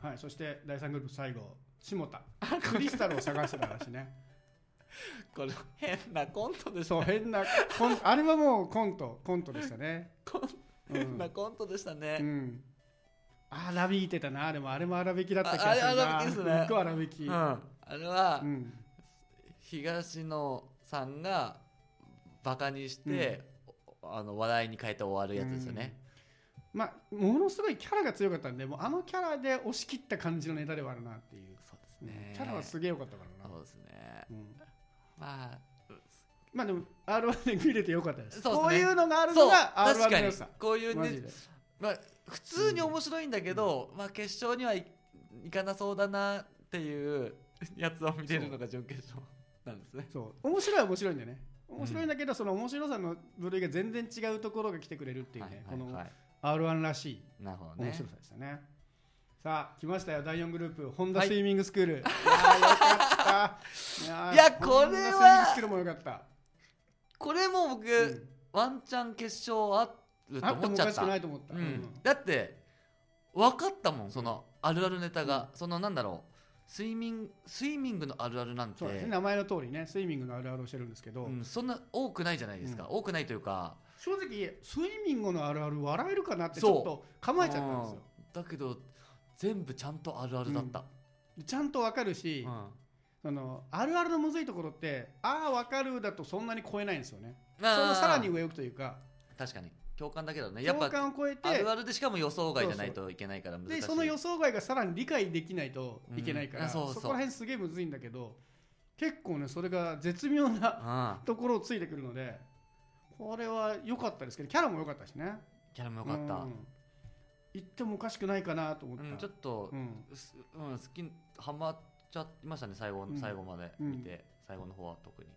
[SPEAKER 1] はい、そして第3グループ最後下田クリスタルを探してた話ね
[SPEAKER 2] これ変なコントでし
[SPEAKER 1] そう変なコンあれはもうコントコントでしたね
[SPEAKER 2] コン
[SPEAKER 1] う
[SPEAKER 2] 変
[SPEAKER 1] ん、
[SPEAKER 2] なコントでしたね、
[SPEAKER 1] うん、荒引いてたなでもあれも荒引きだった気がする
[SPEAKER 2] あ
[SPEAKER 1] な
[SPEAKER 2] あれ荒引きですね
[SPEAKER 1] っごい荒引き、
[SPEAKER 2] うんあれは、
[SPEAKER 1] うん
[SPEAKER 2] 東野さんがバカにして、あの笑いに変えて終わるやつですよね、
[SPEAKER 1] まあ、ものすごいキャラが強かったんでもうあのキャラで押し切った感じのネタではあるなっていう、
[SPEAKER 2] そうです
[SPEAKER 1] うん
[SPEAKER 2] ね
[SPEAKER 1] キャラはすげえ良かったからな
[SPEAKER 2] そうですね
[SPEAKER 1] うん
[SPEAKER 2] まあ
[SPEAKER 1] まあでも R1 で見れてよかったです
[SPEAKER 2] そうですね
[SPEAKER 1] こういうのがある
[SPEAKER 2] そ
[SPEAKER 1] の
[SPEAKER 2] う
[SPEAKER 1] が R1
[SPEAKER 2] 確
[SPEAKER 1] の
[SPEAKER 2] かに
[SPEAKER 1] 良さ
[SPEAKER 2] こういう
[SPEAKER 1] マ
[SPEAKER 2] ね
[SPEAKER 1] ジで
[SPEAKER 2] まあ、普通に面白いんだけど、まあ、決勝にはい、いかなそうだなっていうやつを見てるのが準決勝なんですね。
[SPEAKER 1] そう面白いは面白いんだよね面白いんだけど、その面白さの部類が全然違うところが来てくれるっていうね、
[SPEAKER 2] はいはいはい
[SPEAKER 1] この R1 らしい
[SPEAKER 2] なるほど
[SPEAKER 1] 面
[SPEAKER 2] ね。
[SPEAKER 1] 白さでしたねさあ来ましたよ第4グループホンダ
[SPEAKER 2] はい
[SPEAKER 1] スイミングスクール、 い、やーよかったいやー
[SPEAKER 2] いやこれは
[SPEAKER 1] ホンダスイミングスクールもよかった、
[SPEAKER 2] これも
[SPEAKER 1] う
[SPEAKER 2] 僕、
[SPEAKER 1] ん
[SPEAKER 2] ワンチャン決勝ある
[SPEAKER 1] あ
[SPEAKER 2] と
[SPEAKER 1] っても
[SPEAKER 2] 思
[SPEAKER 1] お
[SPEAKER 2] っちゃ
[SPEAKER 1] か
[SPEAKER 2] っ
[SPEAKER 1] しくな
[SPEAKER 2] た。
[SPEAKER 1] いと思った、
[SPEAKER 2] う
[SPEAKER 1] うん
[SPEAKER 2] ん、だって分かったもんそのあるあるネタが、そのなんだろうスイミングスイミングのあるあるなんて
[SPEAKER 1] そうですね名前の通りねスイミングのあるあるをしてるんですけど、
[SPEAKER 2] うん、そんな多くないじゃないですか、
[SPEAKER 1] うん
[SPEAKER 2] 多くないというか
[SPEAKER 1] 正直スイミングのあるある笑えるかなってちょっと構えちゃったんですよ
[SPEAKER 2] うんだけど全部ちゃんとあるあるだった、
[SPEAKER 1] ちゃんとわかるし、
[SPEAKER 2] うん
[SPEAKER 1] そのあるあるのむずいところってああわかるだとそんなに超えないんですよね
[SPEAKER 2] そ
[SPEAKER 1] そのさらに上を行くというか
[SPEAKER 2] 確かに共感だけどねやっ
[SPEAKER 1] 共
[SPEAKER 2] ぱ
[SPEAKER 1] 感を超えて
[SPEAKER 2] あるあるでしかも予想外じゃないといけないから難しい
[SPEAKER 1] でその予想外がさらに理解できないといけないから、
[SPEAKER 2] うんあ
[SPEAKER 1] そ
[SPEAKER 2] そうそう
[SPEAKER 1] こら辺すげえむずいんだけど結構ねそれが絶妙な
[SPEAKER 2] うん
[SPEAKER 1] ところをついてくるのでこれは良かったですけどキャラも良かったしね
[SPEAKER 2] キャラもよかった、
[SPEAKER 1] うん行ってもおかしくないかなと思った、
[SPEAKER 2] うんちょっと
[SPEAKER 1] う、ん
[SPEAKER 2] すうん、好きハマっちゃいましたね最後の、
[SPEAKER 1] うん
[SPEAKER 2] 最後まで
[SPEAKER 1] うん
[SPEAKER 2] 見て、最後の方は特に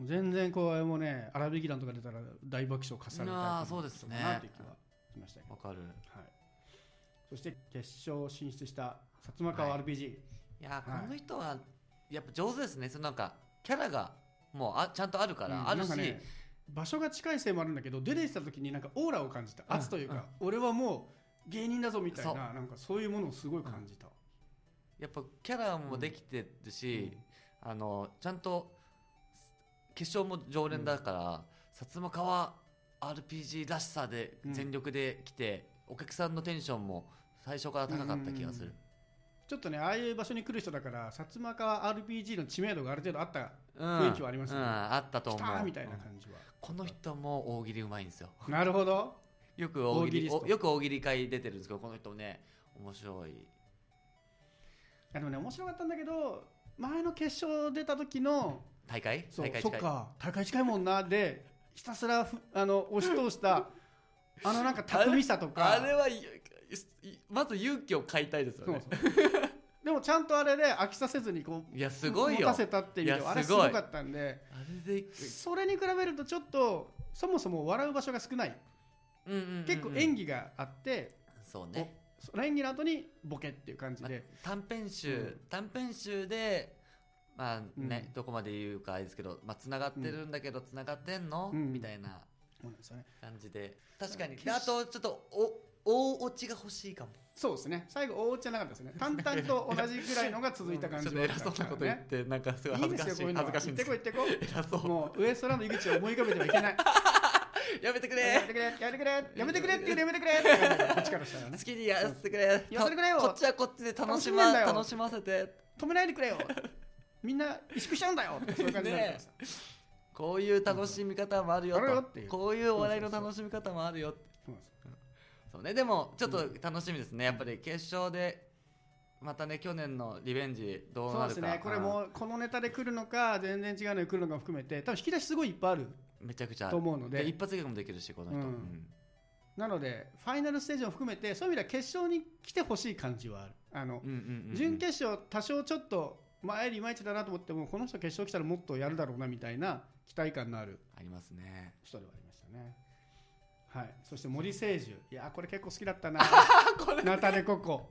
[SPEAKER 1] 全然こうもうね荒引き団とか出たら大爆笑を重ねたい
[SPEAKER 2] ああそうですね
[SPEAKER 1] なっていう気はしましたけど
[SPEAKER 2] わかる
[SPEAKER 1] はい、そして決勝進出した薩摩川
[SPEAKER 2] はい
[SPEAKER 1] RPG、
[SPEAKER 2] いやー
[SPEAKER 1] はい
[SPEAKER 2] この人はやっぱ上手ですねそのなんかキャラがもうあちゃんとあるから、
[SPEAKER 1] うん
[SPEAKER 2] ある
[SPEAKER 1] なん
[SPEAKER 2] し、
[SPEAKER 1] かね場所が近いせいもあるんだけど出てきた時になんかオーラを感じた圧というか、俺はもう芸人だぞみたい
[SPEAKER 2] そう
[SPEAKER 1] ななんかそういうものをすごい感じた、
[SPEAKER 2] やっぱキャラもできてるし、あのちゃんと決勝も常連だから、薩摩川 RPG らしさで
[SPEAKER 1] うん
[SPEAKER 2] 全力で来て、お客さんのテンションも最初から高かった気がする、
[SPEAKER 1] ちょっとねああいう場所に来る人だから薩摩川 RPG の知名度がある程度あった
[SPEAKER 2] うん
[SPEAKER 1] 雰囲気はありましたね
[SPEAKER 2] うんあったと
[SPEAKER 1] き
[SPEAKER 2] 思
[SPEAKER 1] た
[SPEAKER 2] う
[SPEAKER 1] ーみたいな
[SPEAKER 2] うん
[SPEAKER 1] 感じは、
[SPEAKER 2] この人も大喜利うまいんですよ
[SPEAKER 1] なるほど
[SPEAKER 2] よく大
[SPEAKER 1] 大
[SPEAKER 2] 喜利
[SPEAKER 1] 喜利スト
[SPEAKER 2] およく大喜利会出てるんですけどこの人ね面白い
[SPEAKER 1] あでもね面白かったんだけど前の決勝出た時の
[SPEAKER 2] 大会
[SPEAKER 1] そう
[SPEAKER 2] 大会
[SPEAKER 1] そ
[SPEAKER 2] 近
[SPEAKER 1] っ
[SPEAKER 2] い
[SPEAKER 1] か大会近いもんなでひたすらふあの押し通したあのなんか巧みさとか
[SPEAKER 2] あれはいいまず勇気を買いたいですよ
[SPEAKER 1] そう
[SPEAKER 2] ね
[SPEAKER 1] そうでもちゃんとあれで飽きさせずにこう
[SPEAKER 2] いやすごい
[SPEAKER 1] 持
[SPEAKER 2] よ
[SPEAKER 1] たせたっていう意味ではい
[SPEAKER 2] や
[SPEAKER 1] あれす
[SPEAKER 2] す
[SPEAKER 1] ご
[SPEAKER 2] ごい
[SPEAKER 1] かったんで
[SPEAKER 2] あれで
[SPEAKER 1] それに比べるとちょっとそもそも笑う場所が少ない
[SPEAKER 2] うんうんうんうん
[SPEAKER 1] 結構演技があって、
[SPEAKER 2] そうね、
[SPEAKER 1] その演技の後にボケっていう感じ
[SPEAKER 2] まあ
[SPEAKER 1] で、
[SPEAKER 2] 短編集、
[SPEAKER 1] うん
[SPEAKER 2] 短編集でまあね、
[SPEAKER 1] うん
[SPEAKER 2] どこまで言うかあれですけどまあ繋がってるんだけど繋がってんの、
[SPEAKER 1] うん
[SPEAKER 2] みたいな
[SPEAKER 1] そうなんですよね
[SPEAKER 2] 感じで確かに
[SPEAKER 1] 決し
[SPEAKER 2] であとちょっとお大落ちが欲しいかも
[SPEAKER 1] そうですね最後大落ちはなかったですね淡々と同じぐらいのが続いた感じ
[SPEAKER 2] ちょっと
[SPEAKER 1] は
[SPEAKER 2] 偉そうなこと言って、なんかすごい
[SPEAKER 1] いい
[SPEAKER 2] 恥
[SPEAKER 1] です
[SPEAKER 2] ずか
[SPEAKER 1] よこ
[SPEAKER 2] しいう
[SPEAKER 1] いうのは
[SPEAKER 2] 恥ずかしい
[SPEAKER 1] 行
[SPEAKER 2] ん
[SPEAKER 1] っ
[SPEAKER 2] で
[SPEAKER 1] て
[SPEAKER 2] す
[SPEAKER 1] こい
[SPEAKER 2] け
[SPEAKER 1] 行ってこい
[SPEAKER 2] ど偉そう
[SPEAKER 1] もうウエストランド井口を思い浮かべてはいけ ない
[SPEAKER 2] やめてく
[SPEAKER 1] やめ
[SPEAKER 2] れ
[SPEAKER 1] てくれやめてくれやめてくれっていうやめてくれって感じでこっちからしたらね
[SPEAKER 2] 好きにやらせてくれ
[SPEAKER 1] やらせてくれよ
[SPEAKER 2] こっちはこっちで楽し,、
[SPEAKER 1] 楽しめん
[SPEAKER 2] ま、
[SPEAKER 1] だよ
[SPEAKER 2] 楽しませて
[SPEAKER 1] 止めないでくれよみんな萎縮しちゃうんだよとかそういう感じになってました、
[SPEAKER 2] こういう楽しみ方もあるよ
[SPEAKER 1] あるよ
[SPEAKER 2] と
[SPEAKER 1] っていう
[SPEAKER 2] こういうお笑いの楽しみ方もあるよ
[SPEAKER 1] そうなんです
[SPEAKER 2] そうね、でもちょっと楽しみですね、やっぱり決勝で、またね、去年のリベンジ、どう
[SPEAKER 1] そうで
[SPEAKER 2] なる
[SPEAKER 1] す
[SPEAKER 2] か、
[SPEAKER 1] ね、これもうこのネタで来るのか、全然違うので来るのかも含めて、多分引き出しすごいいっぱいある
[SPEAKER 2] うんめちゃくちゃある
[SPEAKER 1] と思うの
[SPEAKER 2] で
[SPEAKER 1] で、
[SPEAKER 2] 一発ギャグもできるし、この人、
[SPEAKER 1] うん
[SPEAKER 2] うん
[SPEAKER 1] なので、ファイナルステージも含めて、そういう意味では決勝に来てほしい感じはある。あの
[SPEAKER 2] うんうんうん
[SPEAKER 1] 準決勝、多少ちょっと前よりいまいちだなと思っても、この人、決勝来たらもっとやるだろうなみたいな期待感のある
[SPEAKER 2] ありますね、
[SPEAKER 1] 人ではありましたね。はい、そして森誠樹、いやー、これ結構好きだ ったな、ナタデココ、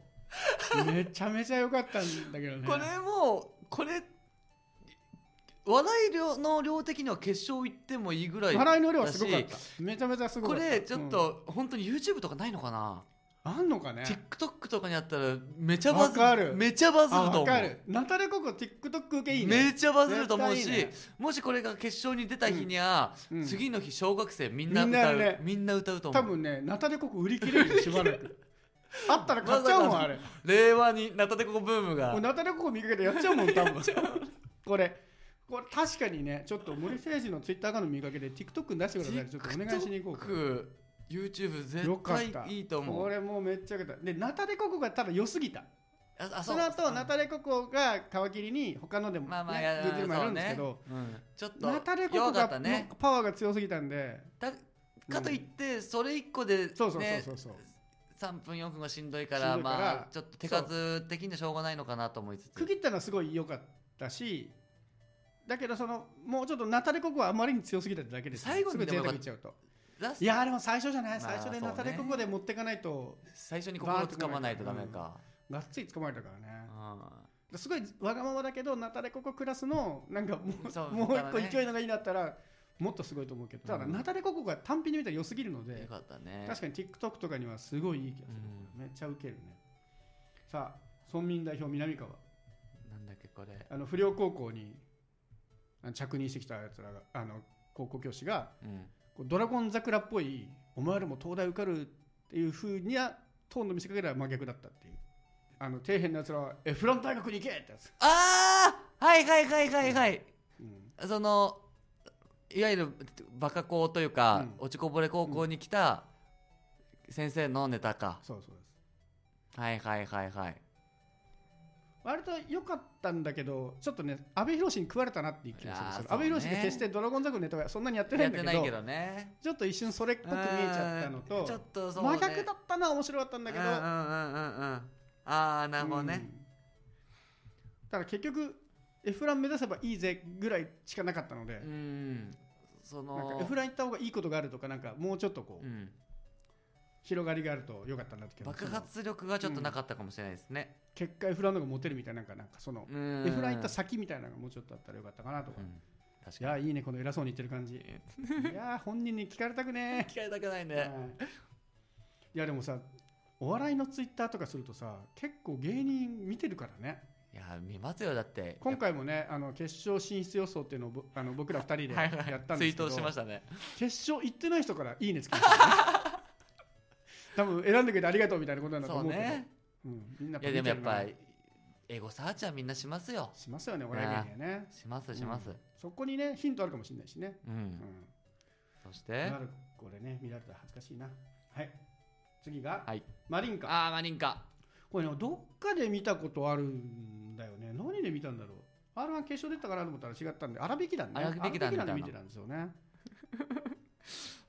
[SPEAKER 1] めちゃめちゃ良かったんだけどね。
[SPEAKER 2] これもう、これ、笑い量の量的には決勝行ってもいいぐらい
[SPEAKER 1] 笑いの量はすごかっ。
[SPEAKER 2] だした
[SPEAKER 1] めちゃめちゃすごか
[SPEAKER 2] こ
[SPEAKER 1] った。
[SPEAKER 2] れ、ちょっ
[SPEAKER 1] うん、
[SPEAKER 2] と、本当に YouTube とかないのかな、
[SPEAKER 1] あんのかね
[SPEAKER 2] TikTok とかにあったら、めちゃバズ
[SPEAKER 1] わかる
[SPEAKER 2] めちゃバズ
[SPEAKER 1] あ
[SPEAKER 2] ると
[SPEAKER 1] わ
[SPEAKER 2] 思
[SPEAKER 1] か
[SPEAKER 2] う
[SPEAKER 1] る。ナタデココ TikTok 受けいい
[SPEAKER 2] め
[SPEAKER 1] ね
[SPEAKER 2] ちゃバズると思うし
[SPEAKER 1] 絶対いいね
[SPEAKER 2] もしこれが決勝に出た日には、
[SPEAKER 1] うん
[SPEAKER 2] 次の日小学生みんな歌う
[SPEAKER 1] みんなやるね
[SPEAKER 2] みんな歌うと思
[SPEAKER 1] 多
[SPEAKER 2] う
[SPEAKER 1] 分ねナタデココ売り切れるよしばら くあったら買っちゃうもんあれ
[SPEAKER 2] 令和にナタデココブームが
[SPEAKER 1] もうナタデココ見かけてやっちゃうもん多分これこれ確かにねちょっと森誠司の Twitter アカウント見かけて TikTok に出してくださいちょっとお願いしに行こうか
[SPEAKER 2] TikTokYouTube
[SPEAKER 1] よかっ
[SPEAKER 2] 絶
[SPEAKER 1] た
[SPEAKER 2] 対いいと思
[SPEAKER 1] こ
[SPEAKER 2] う
[SPEAKER 1] れもうめっちゃよかったでナタデココがただ良すぎた
[SPEAKER 2] ああ
[SPEAKER 1] その後ナタレココが皮切りに他のでも、ね
[SPEAKER 2] まあまあや
[SPEAKER 1] グッズでもやるんですけ
[SPEAKER 2] そ
[SPEAKER 1] ど、
[SPEAKER 2] うんちょっと
[SPEAKER 1] ナタレココ
[SPEAKER 2] 弱か
[SPEAKER 1] が
[SPEAKER 2] ったね
[SPEAKER 1] もうパワーが強すぎたんで
[SPEAKER 2] だかといってそれ一個でね
[SPEAKER 1] そうそうそうそうそう、
[SPEAKER 2] 3分4分がしんどいか
[SPEAKER 1] し
[SPEAKER 2] ら
[SPEAKER 1] んどいから
[SPEAKER 2] まあちょっと手数的にはしょうがないのかなと思いつ
[SPEAKER 1] 区
[SPEAKER 2] つ
[SPEAKER 1] 切ったのはすごい良かったしだけどそのもうちょっとナタレココはあまりに強すぎただけです
[SPEAKER 2] 最後に
[SPEAKER 1] すぐ
[SPEAKER 2] でも
[SPEAKER 1] 贅
[SPEAKER 2] よ
[SPEAKER 1] 沢
[SPEAKER 2] かっ
[SPEAKER 1] い
[SPEAKER 2] た
[SPEAKER 1] っちゃうと
[SPEAKER 2] ラス
[SPEAKER 1] いやーでも最初じゃない、
[SPEAKER 2] まあ
[SPEAKER 1] 最初でナタレココで持っていかないと
[SPEAKER 2] 最初に心をつかまないとダメか、
[SPEAKER 1] がっつり捕まえたからね
[SPEAKER 2] う
[SPEAKER 1] すごいわがままだけどナタレココクラスのなんかもう
[SPEAKER 2] そう
[SPEAKER 1] もう一
[SPEAKER 2] 他の
[SPEAKER 1] 個
[SPEAKER 2] ね
[SPEAKER 1] 勢いのがいいんだったらもっとすごいと思うけどただ
[SPEAKER 2] うん
[SPEAKER 1] ナタレココが単品で見たら良すぎるの
[SPEAKER 2] ん、よ
[SPEAKER 1] で
[SPEAKER 2] かったね
[SPEAKER 1] 確かに TikTok とかにはすごいいい気がするめっちゃウケるねさあ村民代表南川
[SPEAKER 2] うん、なんだっけこれ、
[SPEAKER 1] あの不良高校にあの着任してきたやつらがあの高校教師が
[SPEAKER 2] うん、
[SPEAKER 1] こうドラゴン桜っぽいお前らも東大受かるっていうふうにはトーンの見せかけでは真逆だったっていうあの底辺のやつらはエフラン大学に行けってやつ、
[SPEAKER 2] ああはいはいはいはいはい、
[SPEAKER 1] うん
[SPEAKER 2] そのいわゆるバカ校というか、
[SPEAKER 1] うん
[SPEAKER 2] 落ちこぼれ高校に来た先生のネタか、
[SPEAKER 1] そうそうです
[SPEAKER 2] はいはいはいはい
[SPEAKER 1] 割と良かったんだけどちょっとね阿部寛に食われたなっていう気がする
[SPEAKER 2] あー
[SPEAKER 1] それ
[SPEAKER 2] そうね
[SPEAKER 1] 阿部寛って決してドラゴン桜のネタはそんなにやってない
[SPEAKER 2] や
[SPEAKER 1] ん
[SPEAKER 2] っ
[SPEAKER 1] だ
[SPEAKER 2] て
[SPEAKER 1] け
[SPEAKER 2] ない
[SPEAKER 1] ど
[SPEAKER 2] けどね
[SPEAKER 1] ちょっと一瞬それっぽく見えちゃったの
[SPEAKER 2] うん
[SPEAKER 1] と
[SPEAKER 2] ちょっとそう、ね、
[SPEAKER 1] 真逆だったのは面白かったんだけど
[SPEAKER 2] うんうんうんうんうんああなるほどね、
[SPEAKER 1] うんただ結局エフラン目指せばいいぜぐらいしかなかったので、
[SPEAKER 2] うんそ
[SPEAKER 1] なんか
[SPEAKER 2] の
[SPEAKER 1] エフラン行った方がいいことがあるとかなんかもうちょっとこう、
[SPEAKER 2] うん、
[SPEAKER 1] 広がりがあると良かったなって気がす
[SPEAKER 2] 爆
[SPEAKER 1] る
[SPEAKER 2] 発力がちょっとなかったかもしれないですね、
[SPEAKER 1] 結果エフランの方がモテるみたいななんかなんかその、
[SPEAKER 2] うん
[SPEAKER 1] エフラン行った先みたいなのがもうちょっとあったらよかったかなとか、
[SPEAKER 2] う
[SPEAKER 1] い
[SPEAKER 2] ん確か
[SPEAKER 1] やいいねこの偉そうに言ってる感じいや本人に聞かれたくね
[SPEAKER 2] に聞かれたくない
[SPEAKER 1] え、
[SPEAKER 2] ね
[SPEAKER 1] うんいやでもさお笑いのツイッターとかするとさ結構芸人見てるからね
[SPEAKER 2] いや見ますよだって
[SPEAKER 1] 今回もねあの決勝進出予想っていうのをぼあの僕ら二人で
[SPEAKER 2] は
[SPEAKER 1] や
[SPEAKER 2] いは
[SPEAKER 1] っ
[SPEAKER 2] い
[SPEAKER 1] たんですけど、
[SPEAKER 2] ツイートしましたね
[SPEAKER 1] 決勝行ってない人からいいねつけてた、ね、多分選んでくれてありがとうみたいなことなんだと
[SPEAKER 2] そう
[SPEAKER 1] 思うけど
[SPEAKER 2] ね
[SPEAKER 1] うん、みんな
[SPEAKER 2] いやでもやっぱ
[SPEAKER 1] 見てる
[SPEAKER 2] エゴサーチはみんなしますよ
[SPEAKER 1] なしますよねお笑い芸人はね
[SPEAKER 2] しますします
[SPEAKER 1] そこにねヒントあるかもしれないしね、
[SPEAKER 2] うん、
[SPEAKER 1] うん
[SPEAKER 2] そして
[SPEAKER 1] なるこれね見られたら恥ずかしいなはい次が、
[SPEAKER 2] はい
[SPEAKER 1] マリンカ
[SPEAKER 2] ああマリンカ
[SPEAKER 1] これねどっかで見たことあるんだよね何で見たんだろう r 1決勝出たかなと思ったら違ったんで荒引き団ね
[SPEAKER 2] 荒引き団みたいな
[SPEAKER 1] 荒引きで見てたんですよね、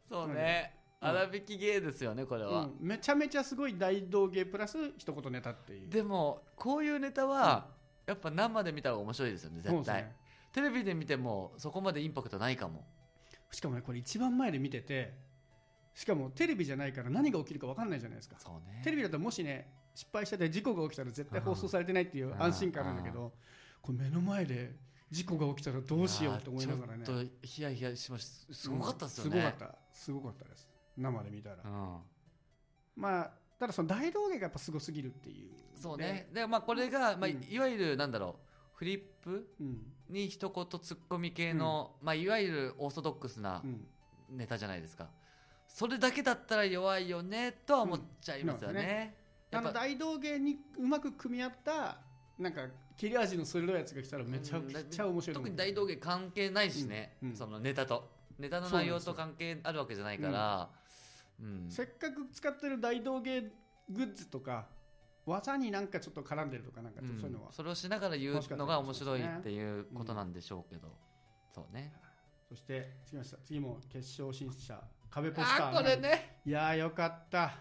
[SPEAKER 2] そうね
[SPEAKER 1] うん
[SPEAKER 2] 粗引き芸ですよねこれ
[SPEAKER 1] う
[SPEAKER 2] は
[SPEAKER 1] ん、めちゃめちゃすごい大道芸プラス一言ネタっていう
[SPEAKER 2] でもこういうネタはやっぱ生で見た方が面白いですよね
[SPEAKER 1] そうで
[SPEAKER 2] 絶
[SPEAKER 1] すね
[SPEAKER 2] 対テレビで見てもそこまでインパクトないかも
[SPEAKER 1] しかもねこれ一番前で見ててしかもテレビじゃないから何が起きるか分かんないじゃないですか
[SPEAKER 2] そうね
[SPEAKER 1] テレビだともしね失敗してて事故が起きたら絶対放送されてないっていう安心感なんだけどこれ目の前で事故が起きたらどうしようって思いながらね
[SPEAKER 2] ちょっとヒヤヒヤしましたすごかったですよね、
[SPEAKER 1] うんすごかったすごかったです生で見たら、
[SPEAKER 2] う、
[SPEAKER 1] まあただその大道芸がやっぱすごすぎるっていうん
[SPEAKER 2] そうねでまあこれが、まあ、い
[SPEAKER 1] うん
[SPEAKER 2] いわゆるなんだろうフリップ
[SPEAKER 1] うん
[SPEAKER 2] に一言ツッコミ系の、まあ、いわゆるオーソドックスな
[SPEAKER 1] うん
[SPEAKER 2] ネタじゃないですかそれだけだったら弱いよねとは思っちゃいますよ
[SPEAKER 1] うん
[SPEAKER 2] ね,、
[SPEAKER 1] あ
[SPEAKER 2] や
[SPEAKER 1] の
[SPEAKER 2] っぱ
[SPEAKER 1] 大道芸にうまく組み合ったなんか切れ味の鋭いやつが来たらめちゃ
[SPEAKER 2] うん
[SPEAKER 1] くちゃ面白いと思
[SPEAKER 2] 特
[SPEAKER 1] う
[SPEAKER 2] に大道芸関係ないしね、
[SPEAKER 1] うんうん
[SPEAKER 2] そのネタとネタの内容と関係あるわけじゃないからうん
[SPEAKER 1] せっかく使ってる大道芸グッズとか技になんかちょっと絡んでるとかなんかちょっとそういうのは、
[SPEAKER 2] うんそれをしながら言うのが面白いっていうことなんでしょうけど、そうね
[SPEAKER 1] そして次ました次も決勝進出者壁ポスター
[SPEAKER 2] あーこれね
[SPEAKER 1] いやーよかった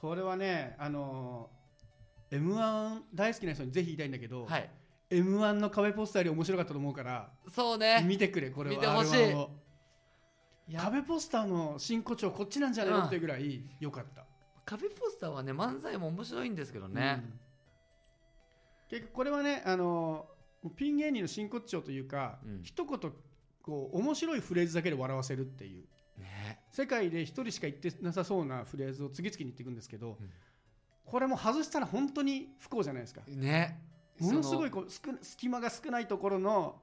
[SPEAKER 1] これはねあのー、m 1大好きな人にぜひ言いたいんだけど、
[SPEAKER 2] はい。
[SPEAKER 1] m 1の壁ポスターより面白かったと思うから
[SPEAKER 2] そうね。
[SPEAKER 1] 見てくれこれは
[SPEAKER 2] 見てほしい
[SPEAKER 1] R1 を
[SPEAKER 2] いや
[SPEAKER 1] 壁ポスターの真骨頂こっちなんじゃないのっていうぐらいよかった
[SPEAKER 2] 壁ポスターはね、漫才も面白いんですけどね
[SPEAKER 1] う。ん結局これはねあのピン芸人の真骨頂というか、
[SPEAKER 2] うん
[SPEAKER 1] 一言こう面白いフレーズだけで笑わせるっていう
[SPEAKER 2] ね。
[SPEAKER 1] 世界で一人しか言ってなさそうなフレーズを次々に言っていくんですけど、
[SPEAKER 2] うん
[SPEAKER 1] これも外したら本当に不幸じゃないですか
[SPEAKER 2] ね。
[SPEAKER 1] ものすごい
[SPEAKER 2] そ
[SPEAKER 1] こう少な隙間が少ないところの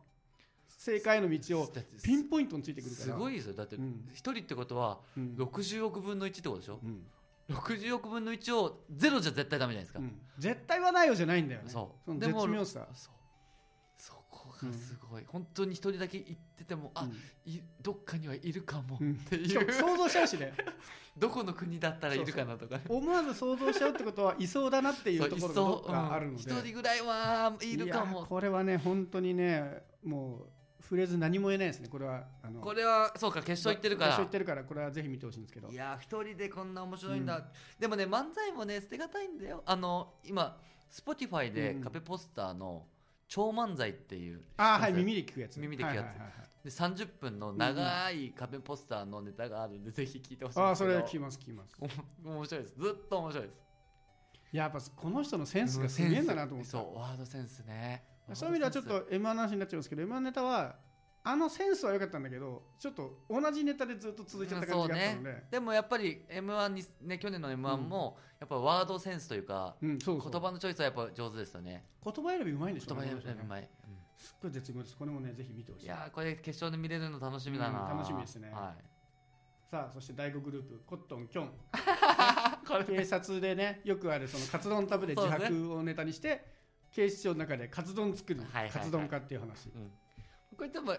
[SPEAKER 1] 正解の道を
[SPEAKER 2] だって
[SPEAKER 1] ピンポイントについてくるから
[SPEAKER 2] すご
[SPEAKER 1] い、
[SPEAKER 2] いですよ。だって
[SPEAKER 1] うん
[SPEAKER 2] 一人ってことは
[SPEAKER 1] うん
[SPEAKER 2] 60億分の1ってことでしょ
[SPEAKER 1] う。ん
[SPEAKER 2] 60億分の1をゼロじゃ絶対ダメじゃないです
[SPEAKER 1] う
[SPEAKER 2] か。
[SPEAKER 1] ん絶対はないよじゃないんだよね
[SPEAKER 2] そう
[SPEAKER 1] の
[SPEAKER 2] でも
[SPEAKER 1] 絶妙さ
[SPEAKER 2] そうそこ
[SPEAKER 1] うん
[SPEAKER 2] すごい本当に一人だけ行っててもあ、
[SPEAKER 1] うん
[SPEAKER 2] いどっかにはいるかも
[SPEAKER 1] うん
[SPEAKER 2] ってい
[SPEAKER 1] しか
[SPEAKER 2] う
[SPEAKER 1] も、想像しちゃうしね
[SPEAKER 2] どこの国だったらいるかなとかね
[SPEAKER 1] 思わず想像しちゃうってことはいそうだなっていう
[SPEAKER 2] そ
[SPEAKER 1] と
[SPEAKER 2] い
[SPEAKER 1] ころが
[SPEAKER 2] そう
[SPEAKER 1] どっかあるので、
[SPEAKER 2] うん一人ぐらいはいるか
[SPEAKER 1] や
[SPEAKER 2] も
[SPEAKER 1] これはね本当にねもう触れず何も言えないですねこれはあの
[SPEAKER 2] これはそうか決勝行ってるから
[SPEAKER 1] 決勝行ってるからこれはぜひ見てほしいんですけど
[SPEAKER 2] いやー一人でこんな面白いんだ、
[SPEAKER 1] うん
[SPEAKER 2] でもね漫才もね捨てがたいんだよあの今 Spotify で
[SPEAKER 1] うん
[SPEAKER 2] カペポスターの超漫才っていう
[SPEAKER 1] あーは
[SPEAKER 2] そ
[SPEAKER 1] い
[SPEAKER 2] うです
[SPEAKER 1] 耳で聞くやつ
[SPEAKER 2] 耳で聞くやつ
[SPEAKER 1] はいはいはいはい
[SPEAKER 2] で30分の長いカペポスターのネタがあるんで、ぜひ聞いてほしいん
[SPEAKER 1] あ
[SPEAKER 2] で
[SPEAKER 1] あ
[SPEAKER 2] す
[SPEAKER 1] そ
[SPEAKER 2] け
[SPEAKER 1] れ
[SPEAKER 2] ど
[SPEAKER 1] 聞きます聞きます
[SPEAKER 2] お面白いですずっと面白いです
[SPEAKER 1] やっぱこの人のセンスがすげえんだなと思って
[SPEAKER 2] そうワードセンスね
[SPEAKER 1] そういう意味ではちょっ
[SPEAKER 2] ワー
[SPEAKER 1] と M1 の話になっちゃいますけど M1 ネタはあのセンスは良かったんだけどちょっと同じネタでずっと続いちゃった感じがあったので、
[SPEAKER 2] ドセンスでもやっぱり m 1にね去年の m 1も、やっぱワードセンスというか
[SPEAKER 1] うん、そうそう
[SPEAKER 2] 言葉のチョイスはやっぱ上手ですよね
[SPEAKER 1] 言葉選びうまいんでしょ
[SPEAKER 2] 言葉選びう
[SPEAKER 1] い
[SPEAKER 2] まい、うん
[SPEAKER 1] すっごい絶妙ですこれもねぜひ見てほしい
[SPEAKER 2] いやーこれ決勝で見れるの楽しみだな、
[SPEAKER 1] うん楽しみですね
[SPEAKER 2] は
[SPEAKER 1] さあそして第5グループコットンキョン
[SPEAKER 2] い、これ
[SPEAKER 1] 警察でねよくあるそのカツ丼食べて自
[SPEAKER 2] そう
[SPEAKER 1] 白をネタにして、警視庁の中でカツ丼作る、
[SPEAKER 2] はいはいはい
[SPEAKER 1] カツ丼家っていう話
[SPEAKER 2] これ多分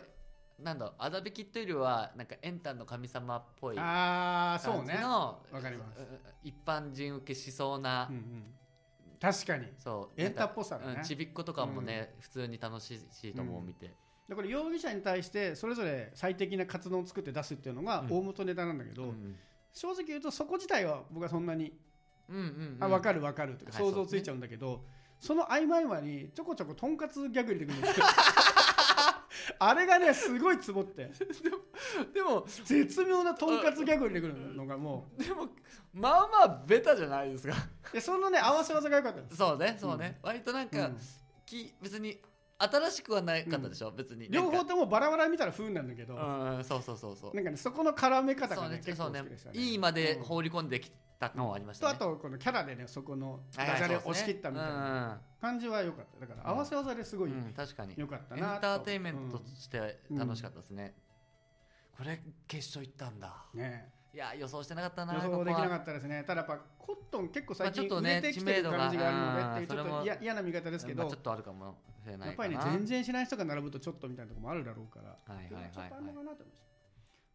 [SPEAKER 2] なんだろうアダビキというよりはなんかエンタの神様っぽい感
[SPEAKER 1] ああ
[SPEAKER 2] じの
[SPEAKER 1] そうねわかります、
[SPEAKER 2] 一般人受けしそうな、
[SPEAKER 1] うんうん、確かに
[SPEAKER 2] そう
[SPEAKER 1] エンタっ
[SPEAKER 2] ぽ
[SPEAKER 1] ぽさがね、
[SPEAKER 2] ちびっことかもね、普通に楽しいと思う
[SPEAKER 1] うん
[SPEAKER 2] 見て、
[SPEAKER 1] でこれ容疑者に対してそれぞれ最適な活動を作って出すっていうのが
[SPEAKER 2] うん
[SPEAKER 1] 大元ネタなんだけど、
[SPEAKER 2] ん
[SPEAKER 1] 正直言うとそこ自体は僕はそんなに、
[SPEAKER 2] うんうん
[SPEAKER 1] あ分
[SPEAKER 2] る
[SPEAKER 1] かる分かるとか
[SPEAKER 2] はい
[SPEAKER 1] 想像ついちゃうんだけど、その合間合間にちょこちょことんかつギャグ入れてくるんです よあれがねすごいツボって
[SPEAKER 2] でも
[SPEAKER 1] 絶妙なとんかつギャグ入れてくるのがも
[SPEAKER 2] でもまあまあベタじゃないですか
[SPEAKER 1] うでそのね合わせ技が良かったんです
[SPEAKER 2] そうねそうね、割となんか、
[SPEAKER 1] うん
[SPEAKER 2] き別に新しくはなかったでしょ、別に
[SPEAKER 1] 両
[SPEAKER 2] な
[SPEAKER 1] 方
[SPEAKER 2] んか
[SPEAKER 1] ともバラバラ見たら不運なんだけど、
[SPEAKER 2] うんそうそうそうそう
[SPEAKER 1] なんかねそこの絡め方
[SPEAKER 2] そう
[SPEAKER 1] が
[SPEAKER 2] ね
[SPEAKER 1] ね結
[SPEAKER 2] そ
[SPEAKER 1] 構
[SPEAKER 2] う
[SPEAKER 1] 好き
[SPEAKER 2] ね
[SPEAKER 1] でしたね
[SPEAKER 2] いいまで
[SPEAKER 1] うん
[SPEAKER 2] 放り込んできた感はありました
[SPEAKER 1] と
[SPEAKER 2] ね、
[SPEAKER 1] あとこのキャラでねそこの
[SPEAKER 2] はい
[SPEAKER 1] ダジャレ
[SPEAKER 2] はいそう
[SPEAKER 1] 押
[SPEAKER 2] です
[SPEAKER 1] し
[SPEAKER 2] ね
[SPEAKER 1] 切ったみたいな感じは良かっただから合わせ技ですご
[SPEAKER 2] う
[SPEAKER 1] い
[SPEAKER 2] んうん確かにエン
[SPEAKER 1] 良かったなと、
[SPEAKER 2] ターテインメントと
[SPEAKER 1] う
[SPEAKER 2] して楽しかったですね、これ決勝行ったんだ
[SPEAKER 1] んね
[SPEAKER 2] いや予想してなかったな
[SPEAKER 1] 予想できなか
[SPEAKER 2] っ
[SPEAKER 1] ったですねただやっぱコットン結構最
[SPEAKER 2] まあ
[SPEAKER 1] 近
[SPEAKER 2] ちょっと
[SPEAKER 1] 売
[SPEAKER 2] ね
[SPEAKER 1] れてきてる感じがあるのでっていうち
[SPEAKER 2] 知名度が
[SPEAKER 1] ょっ
[SPEAKER 2] うん
[SPEAKER 1] といや嫌な見方ですけど
[SPEAKER 2] ちょっとあるかもしれないかな
[SPEAKER 1] やっぱりね全然知らない人が並ぶとちょっとみたいなところもあるだろうから
[SPEAKER 2] はいはいはいはい
[SPEAKER 1] ちょっとあるのかなと思いました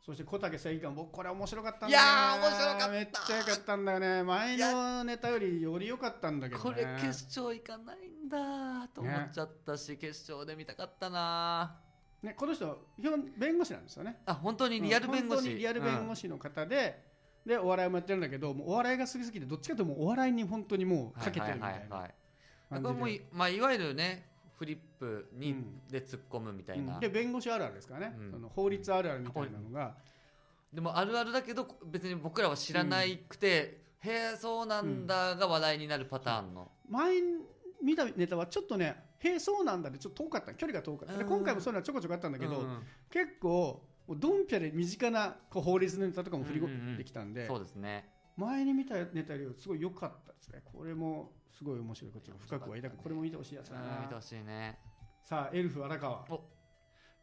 [SPEAKER 1] そして小竹正義感僕これ面白かったんだ
[SPEAKER 2] いやー面白かった
[SPEAKER 1] めっちゃ良かったんだよね前のネタよりより良かったんだけど
[SPEAKER 2] こ
[SPEAKER 1] ね
[SPEAKER 2] れ決勝行かないんだと思っちゃったし、決勝で見たかったな
[SPEAKER 1] ねこの人基本弁護士なんですよね
[SPEAKER 2] あ本当にリアル
[SPEAKER 1] う
[SPEAKER 2] 弁護士、
[SPEAKER 1] ん本当にリアル弁護
[SPEAKER 2] 士、
[SPEAKER 1] 士の方で、でお笑いもやってるんだけどもうお笑いが好きすぎてどっちかというともうお笑いに本当にもうかけてるみたいな
[SPEAKER 2] これ
[SPEAKER 1] 感じ
[SPEAKER 2] も
[SPEAKER 1] で
[SPEAKER 2] い,、まあ、いわゆるねフリップに、
[SPEAKER 1] うん
[SPEAKER 2] で突っ込むみたいな、
[SPEAKER 1] うんで弁護士あるあるですからね、
[SPEAKER 2] うん
[SPEAKER 1] その法律あるあるみたいなのが、
[SPEAKER 2] でもあるあるだけど別に僕らは知らないくて、へえそうなんだが話題になるパターンの、
[SPEAKER 1] 前見たネタはちょっとねへえそうなんだでちょっと遠かった距離が遠かったで
[SPEAKER 2] うん
[SPEAKER 1] 今回もそういうのはちょこちょこあったんだけど、
[SPEAKER 2] うん
[SPEAKER 1] 結構もうドンピャで身近なこう法律のネタとかも振り込んできたんで、
[SPEAKER 2] そうですね
[SPEAKER 1] 前に見たネタよりすごい良かったですねこれもすごい面白いこと深くは抱くこれも見てほしいやつだ
[SPEAKER 2] うん見て
[SPEAKER 1] な
[SPEAKER 2] ほしいね
[SPEAKER 1] さあエルフ荒川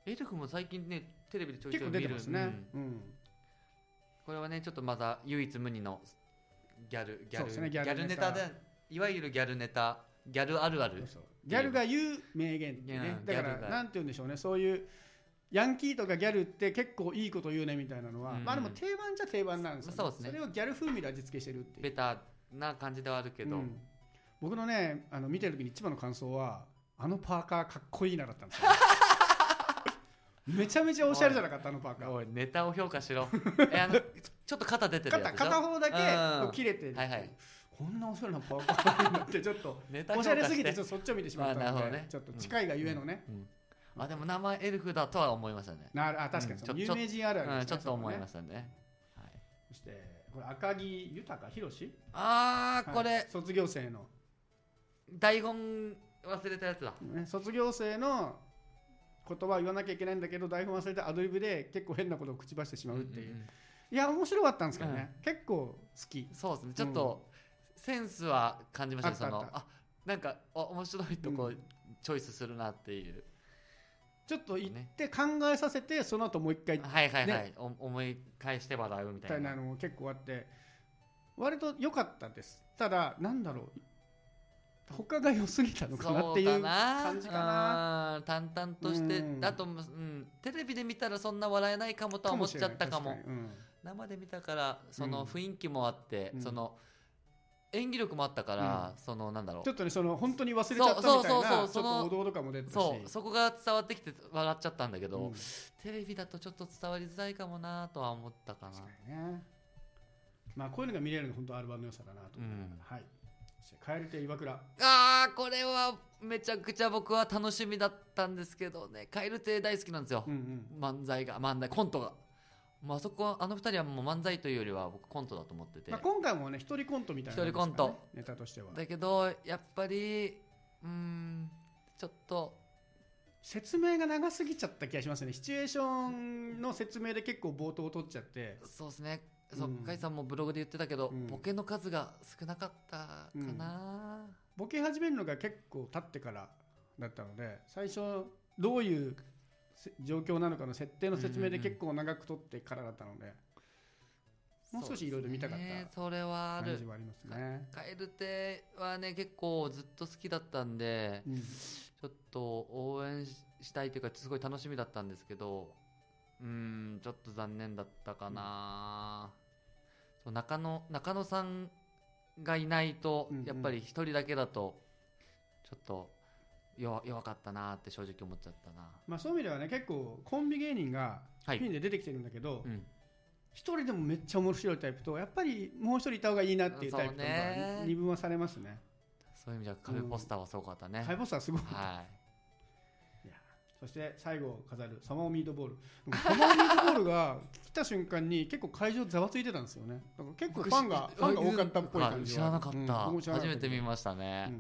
[SPEAKER 2] エル君も最近ねテレビでちょいちょ
[SPEAKER 1] 結構
[SPEAKER 2] い見る
[SPEAKER 1] 出てます
[SPEAKER 2] う
[SPEAKER 1] ね
[SPEAKER 2] ん、
[SPEAKER 1] うん
[SPEAKER 2] これはねちょっとまだ唯一無二のギャルギャ
[SPEAKER 1] そう
[SPEAKER 2] ル,、
[SPEAKER 1] ですね
[SPEAKER 2] ギ
[SPEAKER 1] ギ
[SPEAKER 2] ャ
[SPEAKER 1] ャル
[SPEAKER 2] ルネ
[SPEAKER 1] ネタ
[SPEAKER 2] タでいわゆるギャルネタギャルあるある
[SPEAKER 1] そうそうギャルが言う名言って
[SPEAKER 2] いや
[SPEAKER 1] ねだか
[SPEAKER 2] ギャルが
[SPEAKER 1] らなんて言うんでしょうねそういうヤンキーとかギャルって結構いいこと言うねみたいなのは、
[SPEAKER 2] うん
[SPEAKER 1] まあでも定番じゃ定番なんですよ、
[SPEAKER 2] そうですね
[SPEAKER 1] それをギャル風味で味付けしてるっていう
[SPEAKER 2] ベタな感じではあるけど、
[SPEAKER 1] うん僕のねあの見てる時に一番の感想はあのパーカーかっこいいなだったん ですよめちゃめちゃおしゃれじゃなかったあのパーカー
[SPEAKER 2] おいネタを評 価しろえあのちょっと肩出てる
[SPEAKER 1] 片
[SPEAKER 2] やつでしょ
[SPEAKER 1] 片方だけ
[SPEAKER 2] うん
[SPEAKER 1] こう切れてる
[SPEAKER 2] はいはい
[SPEAKER 1] こんなおしゃれなパーカーになってちょっ と
[SPEAKER 2] ネタ評
[SPEAKER 1] お
[SPEAKER 2] 価
[SPEAKER 1] し
[SPEAKER 2] し
[SPEAKER 1] ゃれすぎて
[SPEAKER 2] て
[SPEAKER 1] ちょっとそっちを見てしまった
[SPEAKER 2] あな
[SPEAKER 1] ので
[SPEAKER 2] るほ、どね
[SPEAKER 1] ちょっと近いがゆえのね、
[SPEAKER 2] うんあでも名前エルフだとは思いましたね
[SPEAKER 1] なあ確か
[SPEAKER 2] うん
[SPEAKER 1] にその有
[SPEAKER 2] ちょ
[SPEAKER 1] 名人あるある
[SPEAKER 2] うん、
[SPEAKER 1] ですね
[SPEAKER 2] ちょっと思い
[SPEAKER 1] それ
[SPEAKER 2] ま
[SPEAKER 1] はね
[SPEAKER 2] したねはい、
[SPEAKER 1] そしてこれ赤木豊宏志
[SPEAKER 2] あー、こ
[SPEAKER 1] はい
[SPEAKER 2] れ
[SPEAKER 1] 卒業生の、
[SPEAKER 2] 台本忘れたやつだ
[SPEAKER 1] ね、卒業生の言葉を言わなきゃいけないんだけど台本忘れてアドリブで結構変なことを口走ってしまうっていう、
[SPEAKER 2] んん
[SPEAKER 1] いや面白かったんですけどね、結構好き
[SPEAKER 2] んそうですねちょっと、センスは感じましたねそ
[SPEAKER 1] あった
[SPEAKER 2] の
[SPEAKER 1] あ
[SPEAKER 2] あ
[SPEAKER 1] った
[SPEAKER 2] なんかあ面白いとこ、
[SPEAKER 1] うん
[SPEAKER 2] チョイスするなっていう
[SPEAKER 1] ちょっと行って考えさせてその後もう一回み
[SPEAKER 2] はいはいはい、
[SPEAKER 1] ね
[SPEAKER 2] お思い返して笑うみたい
[SPEAKER 1] た
[SPEAKER 2] な
[SPEAKER 1] な
[SPEAKER 2] い
[SPEAKER 1] のも結構あって割と良かったですただなんだろう他が良すぎたのかなってい
[SPEAKER 2] そううか
[SPEAKER 1] 感じかな
[SPEAKER 2] うん淡々として、
[SPEAKER 1] うん
[SPEAKER 2] あと、うん、テレビで見たらそんな笑えないかもとは思っちゃったかも
[SPEAKER 1] しれない確かにうん
[SPEAKER 2] 生で見たからその
[SPEAKER 1] うん
[SPEAKER 2] 雰囲気もあって、
[SPEAKER 1] うん
[SPEAKER 2] その演技力もあったから、そのなんだろ
[SPEAKER 1] ちょ
[SPEAKER 2] う
[SPEAKER 1] っとねその本当に忘れちゃったみたいな
[SPEAKER 2] そうそうそうそう
[SPEAKER 1] ちょっとおどおど感も出てたし
[SPEAKER 2] そうそこが伝わってきて笑っちゃったんだけど、
[SPEAKER 1] うん
[SPEAKER 2] テレビだとちょっと伝わりづらいかもなとは思ったかな
[SPEAKER 1] 確かにねまあこういうのが見れるのが本当アルバムの良さだなと思う、
[SPEAKER 2] うん
[SPEAKER 1] はいそして蛙亭岩倉
[SPEAKER 2] あーこれはめちゃくちゃ僕は楽しみだったんですけどね蛙亭大好きなんですよ
[SPEAKER 1] う、んうん
[SPEAKER 2] 漫才が漫才コントが、まああそこはあの二人はもう漫才というよりは僕コントだと思ってて、
[SPEAKER 1] まあ、今回もね一人コントみたいな、ね、
[SPEAKER 2] 一人コント
[SPEAKER 1] ネタとしては
[SPEAKER 2] だけどやっぱりうーんちょっと
[SPEAKER 1] 説明が長すぎちゃった気がしますねシチュエーションの説明で結構冒頭を取っちゃって
[SPEAKER 2] そうですね。そう、
[SPEAKER 1] うん
[SPEAKER 2] 甲斐さんもブログで言ってたけど、
[SPEAKER 1] うん
[SPEAKER 2] ボケの数が少なかったかな。
[SPEAKER 1] ボケ始めるのが結構経ってからだったので最初どういうせ状況なのかの設定の説明で結構長く取ってからだったので、もう少しいろいろ見たかった
[SPEAKER 2] そうですねそれはあ
[SPEAKER 1] 感じ
[SPEAKER 2] る。
[SPEAKER 1] はありますね。
[SPEAKER 2] カエルテはね、結構ずっと好きだったんで、
[SPEAKER 1] うん
[SPEAKER 2] ちょっと応援ししたいというか、すごい楽しみだったんですけど、うーん、ちょっと残念だったかな。そう中野、中野さんがいないと
[SPEAKER 1] うんう、ん
[SPEAKER 2] やっぱり一人だけだと、ちょっと弱弱かったなって正直思っちゃったな。
[SPEAKER 1] まあ、そういう意味ではね結構コンビ芸人が
[SPEAKER 2] はい
[SPEAKER 1] ピンで出てきてるんだけど
[SPEAKER 2] うん。
[SPEAKER 1] 一、人でもめっちゃ面白いタイプとやっぱりもう一人いた方がいいなっていうタイプとか
[SPEAKER 2] そうね
[SPEAKER 1] 二分はされますね。
[SPEAKER 2] そういう意味じゃ壁ポスターはすごかったね。
[SPEAKER 1] ハイボスはすごい
[SPEAKER 2] はい。
[SPEAKER 1] そして最後を飾るサマーミートボールサマーミートボールが来た瞬間に結構会場ざわついてたんですよねだから結構ファンがファンが多かったっぽい感じ
[SPEAKER 2] 知らなかった。初めて見
[SPEAKER 1] まし
[SPEAKER 2] ました
[SPEAKER 1] た
[SPEAKER 2] ね。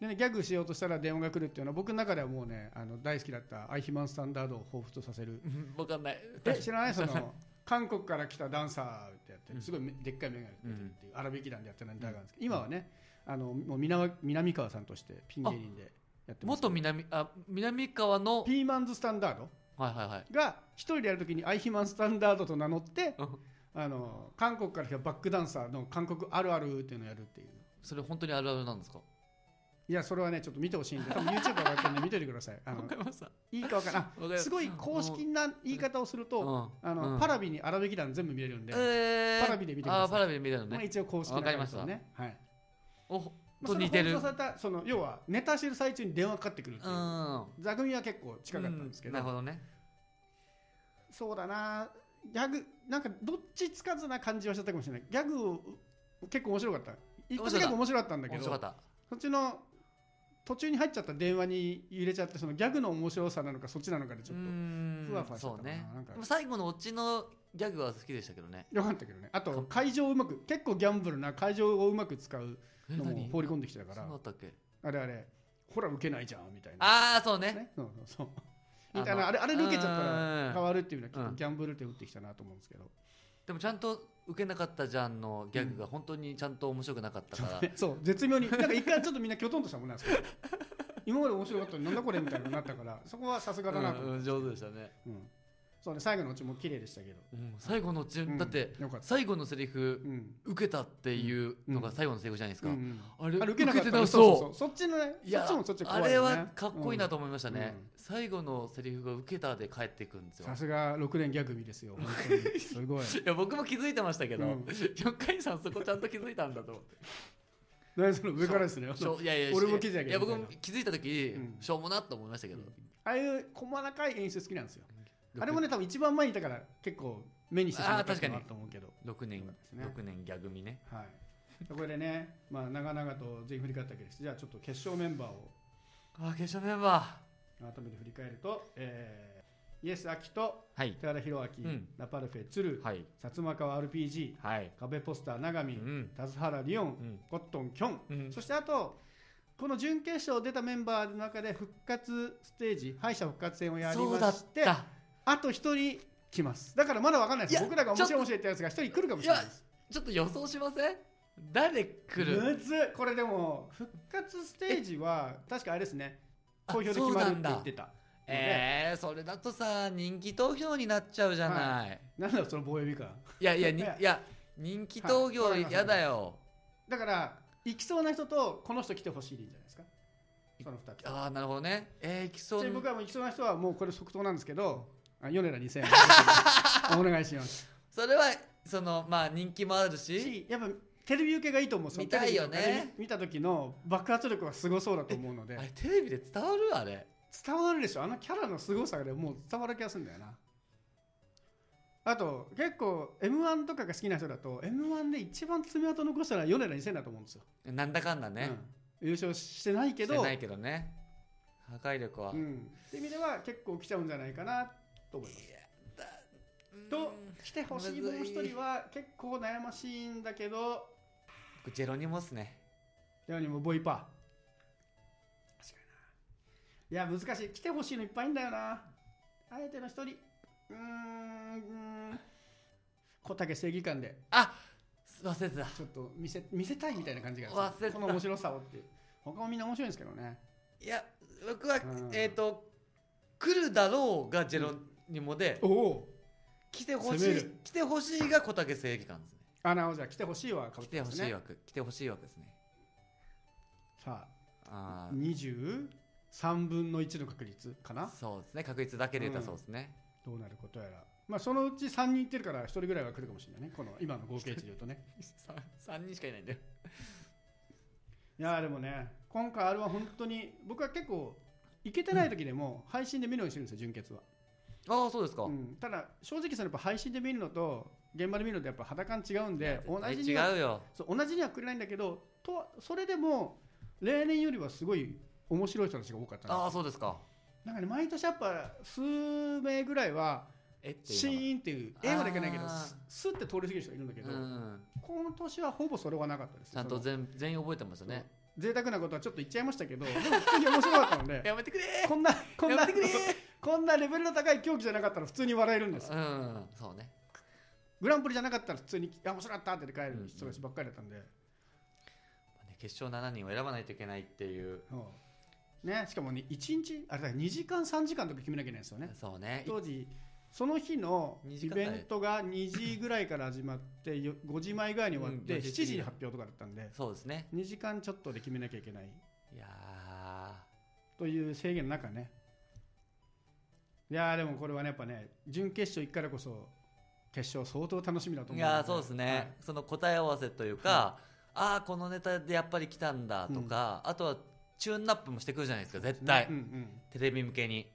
[SPEAKER 1] でね、ギャグしようとしたら電話が来るっていうのは僕の中ではもうねあの大好きだったアイヒマンスタンダードを彷彿とさせる
[SPEAKER 2] うんわかんない。
[SPEAKER 1] え知らないそ の韓国から来たダンサーってやってすごいめでっかい眼鏡かけてるっていう荒引き団でやってるんだが今はねあのもう南南川さんとしてピン芸人でやってます
[SPEAKER 2] 元南、あ、南川の、
[SPEAKER 1] ピーマンズスタンダード
[SPEAKER 2] はいはいはい。
[SPEAKER 1] が一人でやるときにアイヒマンスタンダードと名乗って
[SPEAKER 2] うん
[SPEAKER 1] あの韓国から来たバックダンサーの韓国あるあるっていうのをやるっていう
[SPEAKER 2] それ本当にあるあるなんですか
[SPEAKER 1] いやそれはねちょっと見てほしいんで多分 YouTuber がやってるんで見ておいてくださいあの
[SPEAKER 2] りました。
[SPEAKER 1] いいかわからん
[SPEAKER 2] わかりま
[SPEAKER 1] あ
[SPEAKER 2] した
[SPEAKER 1] すごい公式な言い方をすると、あのパラビに荒引き団全部見れるんで、
[SPEAKER 2] えー、
[SPEAKER 1] パラビで見てください
[SPEAKER 2] あーパラビで見れるの
[SPEAKER 1] まあ、
[SPEAKER 2] ね。
[SPEAKER 1] 一応公式な感じですねはい
[SPEAKER 2] お、
[SPEAKER 1] まあ
[SPEAKER 2] と似てる。う
[SPEAKER 1] その放送されたその要はネタしてる最中に電話かかってくるっていう、
[SPEAKER 2] ん。
[SPEAKER 1] 座組は結構近かったんですけど,、
[SPEAKER 2] うなるほどね。
[SPEAKER 1] そうだなギャグなんかどっちつかずな感じはしちゃったかもしれないギャグを結構面白かった一個だけ面白かったんだけ
[SPEAKER 2] 面
[SPEAKER 1] ど
[SPEAKER 2] 白かった。
[SPEAKER 1] そっちの途中に入っちゃった電話に揺れちゃってそのギャグの面白さなのかそっちなのかでちょっとふわふわしちゃ
[SPEAKER 2] そ
[SPEAKER 1] った
[SPEAKER 2] う
[SPEAKER 1] かな
[SPEAKER 2] ね
[SPEAKER 1] なんか。
[SPEAKER 2] まあ最後のオチのギャグは好きでしたけどね。
[SPEAKER 1] よかったけどねあ
[SPEAKER 2] か
[SPEAKER 1] と会場をうまく結構ギャンブルな会場をうまく使う
[SPEAKER 2] え
[SPEAKER 1] のも
[SPEAKER 2] 何
[SPEAKER 1] 放り込んできてた
[SPEAKER 2] そ
[SPEAKER 1] か
[SPEAKER 2] うだ
[SPEAKER 1] ら
[SPEAKER 2] ったっけ
[SPEAKER 1] あれあれほら受けないじゃんみたいな
[SPEAKER 2] ああ、そうね。
[SPEAKER 1] ねそうそうそう
[SPEAKER 2] あの
[SPEAKER 1] みたいなあれあれ抜けちゃった
[SPEAKER 2] う
[SPEAKER 1] ら
[SPEAKER 2] ん
[SPEAKER 1] 変わるっていうのは結
[SPEAKER 2] うん
[SPEAKER 1] 構ギャンブルって打ってきたなと思うんですけど
[SPEAKER 2] でもちゃんと受けなかったじゃんのギャグが本当にちゃんと面白くなかったから、
[SPEAKER 1] そう絶妙になんか一回ちょっとみんなきょとんとしたもんなんですけど今まで面白かったのになんだこれみたいになったからそこはさすがだなと
[SPEAKER 2] うん
[SPEAKER 1] 思
[SPEAKER 2] う
[SPEAKER 1] っ
[SPEAKER 2] ん
[SPEAKER 1] て
[SPEAKER 2] 上手でしたね、
[SPEAKER 1] うんそうね最後のうちも綺麗でしたけど
[SPEAKER 2] うん最後のちゅ、
[SPEAKER 1] うん
[SPEAKER 2] だって
[SPEAKER 1] よかった
[SPEAKER 2] 最後のセリフ
[SPEAKER 1] うん
[SPEAKER 2] 受けたっていうのが最後のセリフじゃないですか、
[SPEAKER 1] うん
[SPEAKER 2] あれ
[SPEAKER 1] あれ受けなかっ
[SPEAKER 2] 受
[SPEAKER 1] た
[SPEAKER 2] けて
[SPEAKER 1] そ
[SPEAKER 2] な
[SPEAKER 1] う
[SPEAKER 2] い
[SPEAKER 1] そう
[SPEAKER 2] そ
[SPEAKER 1] そうそっちのね
[SPEAKER 2] い
[SPEAKER 1] そっ
[SPEAKER 2] や
[SPEAKER 1] ちもそっちで怖い
[SPEAKER 2] あれ
[SPEAKER 1] よね
[SPEAKER 2] はかっこいいなと思いましたね、
[SPEAKER 1] うん
[SPEAKER 2] 最後のセリフが受けたで帰ってくるんです
[SPEAKER 1] うん
[SPEAKER 2] よ
[SPEAKER 1] さすが六連ギャグミですよ本当 にすごい
[SPEAKER 2] いや僕も気づいてましたけど、
[SPEAKER 1] うん
[SPEAKER 2] 四回さんそこちゃんと気づいたんだ と思って
[SPEAKER 1] 何その上からですね
[SPEAKER 2] しょいやいや
[SPEAKER 1] 俺も気づいたけど
[SPEAKER 2] いや僕も気づいた時、
[SPEAKER 1] うん
[SPEAKER 2] しょうもなと思いましたけど、
[SPEAKER 1] うんああいう細かい演出好きなんですよあれもね多分一番前にいたから結構目にしてしまったかなと思うけど
[SPEAKER 2] 6年
[SPEAKER 1] よかったですね
[SPEAKER 2] 六年ギャグみね
[SPEAKER 1] はい、これでね、まあ、長々とぜひ振り返ったわけですじゃあちょっと決勝メンバーを
[SPEAKER 2] あ決勝メンバ
[SPEAKER 1] 改めて振り返ると、えーイエス・アキと
[SPEAKER 2] ーはい
[SPEAKER 1] 寺田博明、
[SPEAKER 2] うん
[SPEAKER 1] ラパルフェ・鶴、薩
[SPEAKER 2] はい
[SPEAKER 1] 摩川 RPG
[SPEAKER 2] はい
[SPEAKER 1] 壁ポスター永
[SPEAKER 2] う
[SPEAKER 1] 見、
[SPEAKER 2] ん
[SPEAKER 1] 田津原リオン、
[SPEAKER 2] うん
[SPEAKER 1] コットン・キョン、
[SPEAKER 2] うん
[SPEAKER 1] そしてあとこの準決勝出たメンバーの中で復活ステージ敗者復活戦をやり
[SPEAKER 2] そうだ
[SPEAKER 1] ま
[SPEAKER 2] っ
[SPEAKER 1] して
[SPEAKER 2] た
[SPEAKER 1] あと一人来ますだからまだわかんないです
[SPEAKER 2] いや
[SPEAKER 1] 僕らが面白い面白いってやつが一人来るかもしれないです
[SPEAKER 2] ちょっと予想しません誰来る
[SPEAKER 1] むずっこれでも復活ステージは確かあれですね
[SPEAKER 2] あ
[SPEAKER 1] 投票で決まるって言ってた
[SPEAKER 2] えー、それだとさ人気投票になっちゃうじゃない、い、
[SPEAKER 1] なんだろうその棒読み感
[SPEAKER 2] やいやに
[SPEAKER 1] はい
[SPEAKER 2] いや人気投票
[SPEAKER 1] はい
[SPEAKER 2] やだよ、
[SPEAKER 1] だから行きそうな人とこの人来てほしいでいいんじゃないですかその2つ
[SPEAKER 2] ああなるほどねえー、いきそう
[SPEAKER 1] で僕はもう行きそうな人はもうこれ即答なんですけどあ米田2000円 お願いします
[SPEAKER 2] それはそのまあ人気もあるし
[SPEAKER 1] しやっぱテレビ受けがいいと思うその
[SPEAKER 2] 見たいよね
[SPEAKER 1] テレビとかで見た時の爆発力はすごそうだと思うので
[SPEAKER 2] あれテレビで伝わるあれ
[SPEAKER 1] 伝わるでしょあのキャラのすごさがもう伝わる気がするんだよなあと結構 m 1とかが好きな人だと m 1で一番爪痕残したのは米田2000だと思うんですよ、
[SPEAKER 2] なんだかんだね、
[SPEAKER 1] うん優勝してないけ
[SPEAKER 2] け
[SPEAKER 1] ど
[SPEAKER 2] どないけどね破壊力は、
[SPEAKER 1] うん、って意味では結構来ちゃうんじゃないかなと思います。と来てほしいもう一人は結構悩ましいんだけど
[SPEAKER 2] 僕ジェロニモっすね
[SPEAKER 1] やにもボイパ確かにないや難しい来てほしいのいっぱいいんだよなあえての一人うーんうーん小竹正義感で
[SPEAKER 2] あ忘れてた
[SPEAKER 1] ちょっと見せ見せたいみたいな感じが
[SPEAKER 2] 忘れた
[SPEAKER 1] この面白さをっていう他もみんな面白いんですけどね
[SPEAKER 2] いや僕は、
[SPEAKER 1] うん
[SPEAKER 2] えっ、と来るだろうがジェロニモで、
[SPEAKER 1] おお
[SPEAKER 2] 来てほし
[SPEAKER 1] 攻め
[SPEAKER 2] い
[SPEAKER 1] る
[SPEAKER 2] 来てほしいが小竹正義感ですね
[SPEAKER 1] あなおじゃあ来てほしいはかぶっ
[SPEAKER 2] 来
[SPEAKER 1] ててま
[SPEAKER 2] ほ
[SPEAKER 1] す
[SPEAKER 2] しい
[SPEAKER 1] ね
[SPEAKER 2] 枠、来てほしい枠ですね
[SPEAKER 1] さあ
[SPEAKER 2] あ
[SPEAKER 1] 23分の1の確率か
[SPEAKER 2] あ
[SPEAKER 1] な
[SPEAKER 2] そうですね確率だけで言ったらそうですね、
[SPEAKER 1] どうなることやら、まあ、そのうち3人いってるから1人ぐらいは来るかもしれないねこの今の合計値で言うとね
[SPEAKER 2] 三 3, 人しかいないんだよ
[SPEAKER 1] いやーでもね今回 R は本当に僕は結構行けてない時でも配信で見るようにしてるんですよ純潔は、
[SPEAKER 2] ああそうですか、
[SPEAKER 1] うんただ正直そのやっぱ配信で見るのと現場で見るのとやっぱ肌感違うんで同
[SPEAKER 2] 絶対
[SPEAKER 1] じには
[SPEAKER 2] 違うよ
[SPEAKER 1] そう同じにはくれないんだけどとはそれでも例年よりはすごい面白い人たちが多かったな
[SPEAKER 2] ああそうですか
[SPEAKER 1] なんかね毎年やっぱ数名ぐらいは
[SPEAKER 2] えって
[SPEAKER 1] シ
[SPEAKER 2] いう
[SPEAKER 1] ーンっていう絵までいかないけど
[SPEAKER 2] あー
[SPEAKER 1] ススって通り過ぎる人がいるんだけ
[SPEAKER 2] の
[SPEAKER 1] ど、
[SPEAKER 2] がうん
[SPEAKER 1] 今年はほぼそれはなかったです
[SPEAKER 2] ちゃんと
[SPEAKER 1] その
[SPEAKER 2] 全全員覚えてましたね
[SPEAKER 1] 贅沢なことはちょっと言っちゃいましたけどでも普通に面白かったので
[SPEAKER 2] やめてくれ
[SPEAKER 1] こんなこんな
[SPEAKER 2] やめてくれ
[SPEAKER 1] こんなレベルの高い競技じゃなかったら普通に笑えるんです
[SPEAKER 2] うんそうね
[SPEAKER 1] グランプリじゃなかったら普通に「あ面白かった」って帰る人たちばっかりだったんで、
[SPEAKER 2] まあね決勝7人を選ばないといけないっていう
[SPEAKER 1] そうね、しかもね1日あれだ2時間3時間とか決めなきゃいけないんですよね
[SPEAKER 2] そうね
[SPEAKER 1] 当時その日の
[SPEAKER 2] 二
[SPEAKER 1] イ
[SPEAKER 2] 時間だ
[SPEAKER 1] ベ
[SPEAKER 2] よ
[SPEAKER 1] ントが2時ぐらいから始まってよ5時前ぐらいに終わって
[SPEAKER 2] うん
[SPEAKER 1] 7
[SPEAKER 2] 四時過ぎ
[SPEAKER 1] 時に発表とかだったんで
[SPEAKER 2] そうですね
[SPEAKER 1] 2時間ちょっとで決めなきゃいけない
[SPEAKER 2] いや
[SPEAKER 1] という制限の中ねいやーでもこれはねやっぱね準決勝行くからこそ決勝相当楽しみだと
[SPEAKER 2] ーい
[SPEAKER 1] 思うの
[SPEAKER 2] やーそうですね、その答え合わせというか、ああこのネタでやっぱり来たんだとか、あとはチューンナップもしてくるじゃないですか絶
[SPEAKER 1] はい
[SPEAKER 2] 対、
[SPEAKER 1] うんうん
[SPEAKER 2] テレビ向けに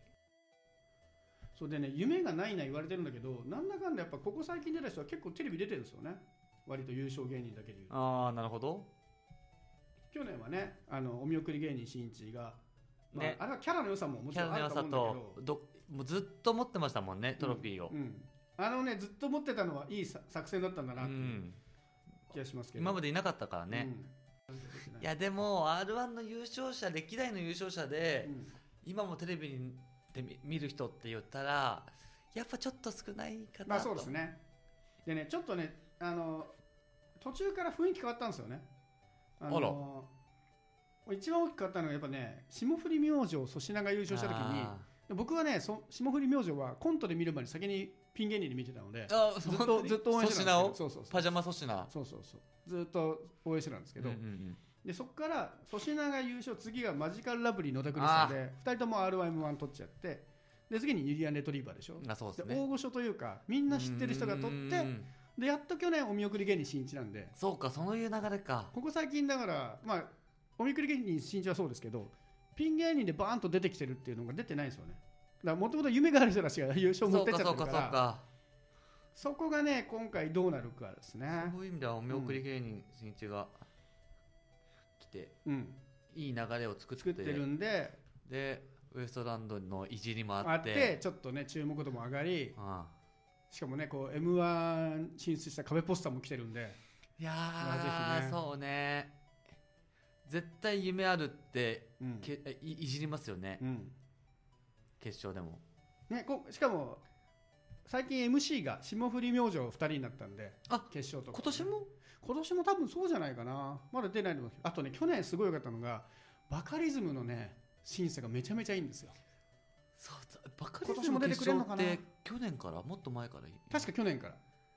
[SPEAKER 1] それでね夢がないな言われてるんだけどなんだかんだやっぱここ最近出た人は結構テレビ出てるんですよね割と優勝芸人だけで言うと
[SPEAKER 2] ああなるほど
[SPEAKER 1] 去年はねあのお見送り芸人しんいちが、まあ
[SPEAKER 2] ね
[SPEAKER 1] あれはキャラの良さもも
[SPEAKER 2] キ
[SPEAKER 1] ち
[SPEAKER 2] ャ
[SPEAKER 1] ろ
[SPEAKER 2] ラ
[SPEAKER 1] ん
[SPEAKER 2] の
[SPEAKER 1] あ
[SPEAKER 2] 良
[SPEAKER 1] る
[SPEAKER 2] さ
[SPEAKER 1] と思うんだけど
[SPEAKER 2] とどもうずっと持ってましたもんねトロフィーを、
[SPEAKER 1] うんあのねずっと持ってたのはいいさ作戦だったんだ
[SPEAKER 2] う
[SPEAKER 1] なっていうん気がしますけど、
[SPEAKER 2] 今までいなかったからね、
[SPEAKER 1] うん
[SPEAKER 2] いやでも r 1の優勝者歴代の優勝者で、
[SPEAKER 1] うん
[SPEAKER 2] 今もテレビにで見見る人って言ったらやっぱちょっと少ないかなと、
[SPEAKER 1] まあそうですね。でね、ちょっとね、あの、途中から雰囲気変わったんですよね。あの一番大きく変わったのがやっぱね、霜降り明星、粗品が優勝した時に、
[SPEAKER 2] あ
[SPEAKER 1] で僕はね、そ霜降り明星はコントで見る前に先にピン芸人で見てたので、
[SPEAKER 2] ーあー
[SPEAKER 1] ずっ
[SPEAKER 2] 本当
[SPEAKER 1] と
[SPEAKER 2] に
[SPEAKER 1] ずっと応援してたんですけど、そうそう
[SPEAKER 2] 粗品を
[SPEAKER 1] そう
[SPEAKER 2] パジャマ粗品
[SPEAKER 1] そうそうそう。ずっと応援してたんですけど、
[SPEAKER 2] うんうんうん
[SPEAKER 1] でそこから粗品が優勝、次がマジカルラブリー野田クリスさんで、2人とも R1M1 取っちゃって、で次にユリアン・レトリーバーでしょ。
[SPEAKER 2] あそうです
[SPEAKER 1] で
[SPEAKER 2] ね
[SPEAKER 1] 大御所というかみんな知ってる人が撮っ
[SPEAKER 2] うんうんう
[SPEAKER 1] て
[SPEAKER 2] ん
[SPEAKER 1] でやっと去年お見送り芸人しんいちなんで
[SPEAKER 2] そうかそういう流れか
[SPEAKER 1] ここ最近だからまあお見送り芸人しんいちはそうですけどピン芸人でバーンと出てきてるっていうのが出てないんですよねだからもともと夢がある人たちが優
[SPEAKER 2] そ
[SPEAKER 1] 勝
[SPEAKER 2] う
[SPEAKER 1] 持ってっ
[SPEAKER 2] か
[SPEAKER 1] ちゃっ
[SPEAKER 2] そ
[SPEAKER 1] て
[SPEAKER 2] う
[SPEAKER 1] るか
[SPEAKER 2] かそう
[SPEAKER 1] ら
[SPEAKER 2] か
[SPEAKER 1] そこがね今回どうなるかですね
[SPEAKER 2] そういう意味ではお見送り芸人しんいちが来て
[SPEAKER 1] うん
[SPEAKER 2] いい流れを作って
[SPEAKER 1] 作ってるんで
[SPEAKER 2] でウエストランドのいじりも
[SPEAKER 1] あ
[SPEAKER 2] あ
[SPEAKER 1] っ
[SPEAKER 2] って
[SPEAKER 1] てちょっとね注目度も上がり
[SPEAKER 2] うん
[SPEAKER 1] しかもねこう m 1進出した壁ポスターも来てるんで
[SPEAKER 2] いや
[SPEAKER 1] まあ
[SPEAKER 2] ー、
[SPEAKER 1] ぜひね
[SPEAKER 2] そうね絶対夢あるって
[SPEAKER 1] うん
[SPEAKER 2] けえいいじりますよね、
[SPEAKER 1] うん
[SPEAKER 2] 決勝でも
[SPEAKER 1] ね、こしかも最近 MC が霜降り明星2人になったんで
[SPEAKER 2] あ
[SPEAKER 1] 決勝とか
[SPEAKER 2] 今年も
[SPEAKER 1] 今年も多分そうじゃないかなまだ出ないと思うけどあとね去年すごい良かったのがバカリズムのね審査がめちゃめちゃいいんですよ
[SPEAKER 2] そうそうバカ
[SPEAKER 1] 今年も出てくれんのかな
[SPEAKER 2] 決勝って去年からもっと前から
[SPEAKER 1] 確か去年から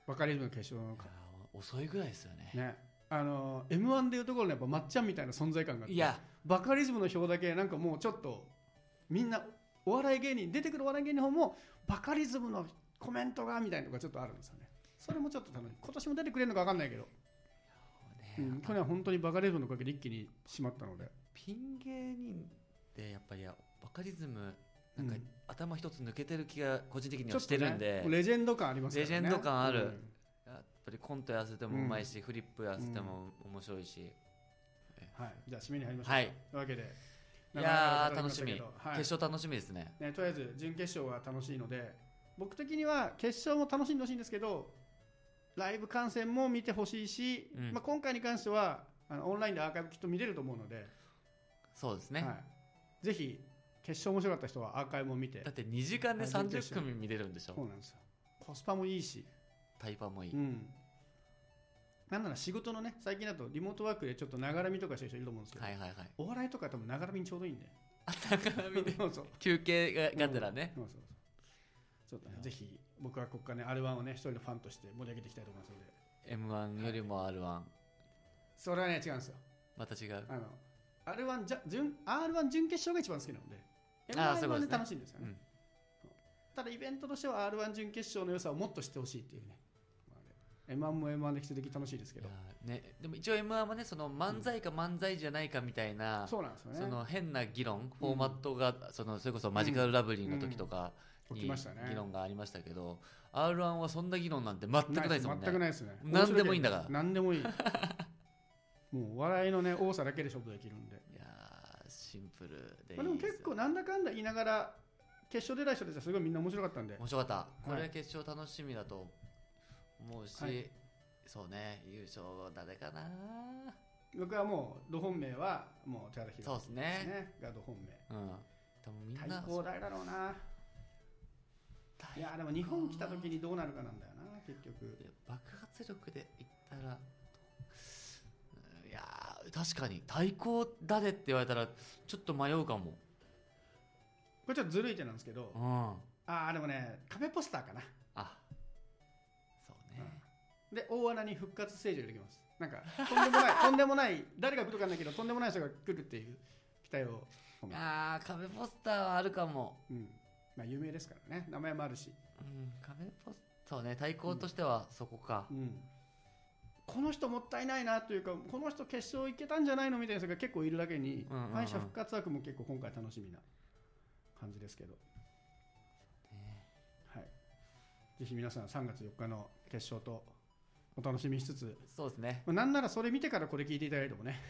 [SPEAKER 1] バカリズムの決勝の
[SPEAKER 2] いやー遅いぐらいですよね
[SPEAKER 1] ねあの m 1でいうところのやっぱまっちゃんみたいな存在感があって
[SPEAKER 2] いや
[SPEAKER 1] バカリズムの表だけなんかもうちょっとみんなお笑い芸人出てくるお笑い芸人の方もバカリズムのコメントがみたいなのがちょっとあるんですよねそれもちょっと楽しみ今年も出てくれるのか分かんないけど、
[SPEAKER 2] ね
[SPEAKER 1] うん去年は本当にバカリズムのおかげで一気にしまったので
[SPEAKER 2] ピン芸人ってやっぱりやバカリズムなんか
[SPEAKER 1] うん
[SPEAKER 2] 頭一つ抜けてる気が個人的に
[SPEAKER 1] ちょ
[SPEAKER 2] は
[SPEAKER 1] っ
[SPEAKER 2] し
[SPEAKER 1] と
[SPEAKER 2] て
[SPEAKER 1] ね
[SPEAKER 2] るんで、
[SPEAKER 1] レジェンド感ありますからね
[SPEAKER 2] レジェンド感ある
[SPEAKER 1] うん
[SPEAKER 2] やっぱりコントやらせてもうまいし、フリップやらせても面白いし、
[SPEAKER 1] はい、じゃあ締めに入りましょう、
[SPEAKER 2] はい
[SPEAKER 1] というわけで
[SPEAKER 2] いやー
[SPEAKER 1] 長々と語り
[SPEAKER 2] 楽
[SPEAKER 1] ま
[SPEAKER 2] した
[SPEAKER 1] け
[SPEAKER 2] み、
[SPEAKER 1] どはい
[SPEAKER 2] 決勝楽しみですね
[SPEAKER 1] ね、とりあえず準決勝は楽しいので僕的には決勝も楽しんでほしいんですけどライブ観戦も見てほしいし、
[SPEAKER 2] うん
[SPEAKER 1] まあ、今回に関してはあのオンラインでアーカイブきっと見れると思うので、
[SPEAKER 2] そうですね、
[SPEAKER 1] はい、ぜひ決勝面白かった人はアーカイブも見て
[SPEAKER 2] だって2時間で
[SPEAKER 1] はい準決
[SPEAKER 2] 30
[SPEAKER 1] 勝
[SPEAKER 2] 組見れるんでしょ、
[SPEAKER 1] そうなんですよコスパもいいし、
[SPEAKER 2] タイパもいい、
[SPEAKER 1] うん、なんなら仕事のね最近だとリモートワークでちょっとながらみとかしてる人いると思うんですけど、
[SPEAKER 2] はいはいはい
[SPEAKER 1] お笑いとか多分ながらみにちょうどいいんで
[SPEAKER 2] だからみんな
[SPEAKER 1] そうそう
[SPEAKER 2] 休憩ががてらね、
[SPEAKER 1] うんそうそうそうちょっとねぜひ僕はここからね R1 をね一人のファンとして盛り上げていきたいと思いますので
[SPEAKER 2] m 1よりも r 1
[SPEAKER 1] それはね違うんですよ
[SPEAKER 2] また違う
[SPEAKER 1] あの R1 じゃ準 R1 準決勝が一番好きなので
[SPEAKER 2] あーそう
[SPEAKER 1] M1
[SPEAKER 2] いうこと
[SPEAKER 1] はね楽
[SPEAKER 2] ですね
[SPEAKER 1] しいんですよね
[SPEAKER 2] うん
[SPEAKER 1] ただイベントとしては R1 準決勝の良さをもっと知ってほしいっていうね、まあね M1 も M1 で引き続き楽しいですけど
[SPEAKER 2] いやーね、でも一応 m 1はねその漫才か漫才じゃないかみたいな、
[SPEAKER 1] そうなんですよね
[SPEAKER 2] その変な議論、フォーマットがそのそれこそマジカルラブリーの時とか
[SPEAKER 1] 起
[SPEAKER 2] に
[SPEAKER 1] きましたね
[SPEAKER 2] 議論がありましたけど、r 1はそんな議論なんて全くないですもん
[SPEAKER 1] 全く
[SPEAKER 2] ね。
[SPEAKER 1] ないですね
[SPEAKER 2] 何でもいいんだから
[SPEAKER 1] 何でも いいもう笑いのね多さだけで勝負できるんで
[SPEAKER 2] いやーシンプルでいい
[SPEAKER 1] まあ、でも結構
[SPEAKER 2] な
[SPEAKER 1] なんだかんだ言いながら決勝出ない人たちはすごいみんな面白かったんで
[SPEAKER 2] 面白かった、こ
[SPEAKER 1] は
[SPEAKER 2] れ
[SPEAKER 1] い
[SPEAKER 2] 決勝楽しみだと思うし、
[SPEAKER 1] はい
[SPEAKER 2] そうね、優勝は誰かな、
[SPEAKER 1] 僕はもうド本命はもう寺田博
[SPEAKER 2] そうですね、
[SPEAKER 1] がド本命
[SPEAKER 2] うん、でもみん
[SPEAKER 1] 対
[SPEAKER 2] な、
[SPEAKER 1] 抗大だろうな
[SPEAKER 2] 対抗
[SPEAKER 1] いやでも日本来た時にどうなるかなんだよな結局
[SPEAKER 2] いや爆発力で言ったらうんいやー確かに対抗誰って言われたらちょっと迷うかも
[SPEAKER 1] これちょっとずるい手なんですけど
[SPEAKER 2] うんあ
[SPEAKER 1] ああでもね壁ポスターかな
[SPEAKER 2] そうね、
[SPEAKER 1] で大穴に復活ステージを入れてきますなんかとんでもない とんでもない誰が来るかわかんないけどとんでもない人が来るっていう期待を込めて
[SPEAKER 2] あー壁ポスターはあるかも、
[SPEAKER 1] うんまあ有名ですからね名前もあるし
[SPEAKER 2] うん、壁ポスそうね対抗としてはそこか、
[SPEAKER 1] うん、この人もったいないなというかこの人決勝行けたんじゃないのみたいな人が結構いるだけに
[SPEAKER 2] うんうんうん
[SPEAKER 1] 敗者復活枠も結構今回楽しみな感じですけど、
[SPEAKER 2] ね
[SPEAKER 1] はい、ぜひ皆さん3月4日の決勝とお楽しみしつつ
[SPEAKER 2] そうですね
[SPEAKER 1] まあなんならそれ見てからこれ聞いていただいてもね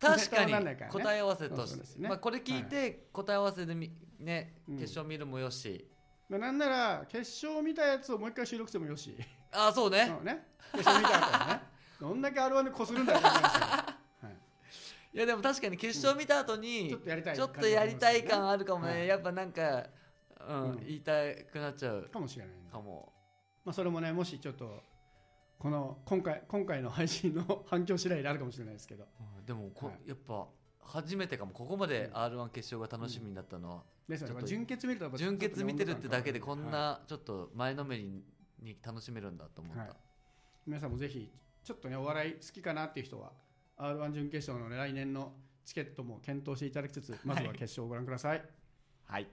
[SPEAKER 2] 確か
[SPEAKER 1] ネタに
[SPEAKER 2] に
[SPEAKER 1] ならないからね
[SPEAKER 2] 答え合わせと
[SPEAKER 1] そう
[SPEAKER 2] し
[SPEAKER 1] です
[SPEAKER 2] て、
[SPEAKER 1] ね
[SPEAKER 2] まあ、これ聞いて答え合わせでみ、ね
[SPEAKER 1] うん
[SPEAKER 2] 決勝見るもよし、
[SPEAKER 1] まあなんなら決勝見たやつをもう一回収録してもよし
[SPEAKER 2] ああそうね、
[SPEAKER 1] うんね決勝見た後はねどんだけ R1 でこするんだよ、はい
[SPEAKER 2] やでも確かに決勝見た後に、
[SPEAKER 1] い、ちょっとやりたい
[SPEAKER 2] ちょっとやりたい
[SPEAKER 1] 感
[SPEAKER 2] 感あるかもね、
[SPEAKER 1] はい
[SPEAKER 2] やっぱなんか、うん
[SPEAKER 1] うん
[SPEAKER 2] 言いたくなっちゃう
[SPEAKER 1] かもしれないんで
[SPEAKER 2] かも
[SPEAKER 1] まあ、それもねもしちょっとこの今回今回の配信の反響次第であるかもしれないですけど
[SPEAKER 2] でもこ、
[SPEAKER 1] はい
[SPEAKER 2] やっぱ初めてかもここまで
[SPEAKER 1] うん
[SPEAKER 2] r 1決勝が楽しみになったのは、
[SPEAKER 1] ですよね
[SPEAKER 2] ちょっと
[SPEAKER 1] まあ純潔見るとやっぱ
[SPEAKER 2] 純潔見てるってだけでこん
[SPEAKER 1] は
[SPEAKER 2] なちょっと前のめりに楽しめるんだと思った、
[SPEAKER 1] はいい皆さんもぜひちょっとねお笑い好きかなっていう人は r 1準決勝のね来年のチケットも検討していただきつつまずは決勝をご覧ください、
[SPEAKER 2] はい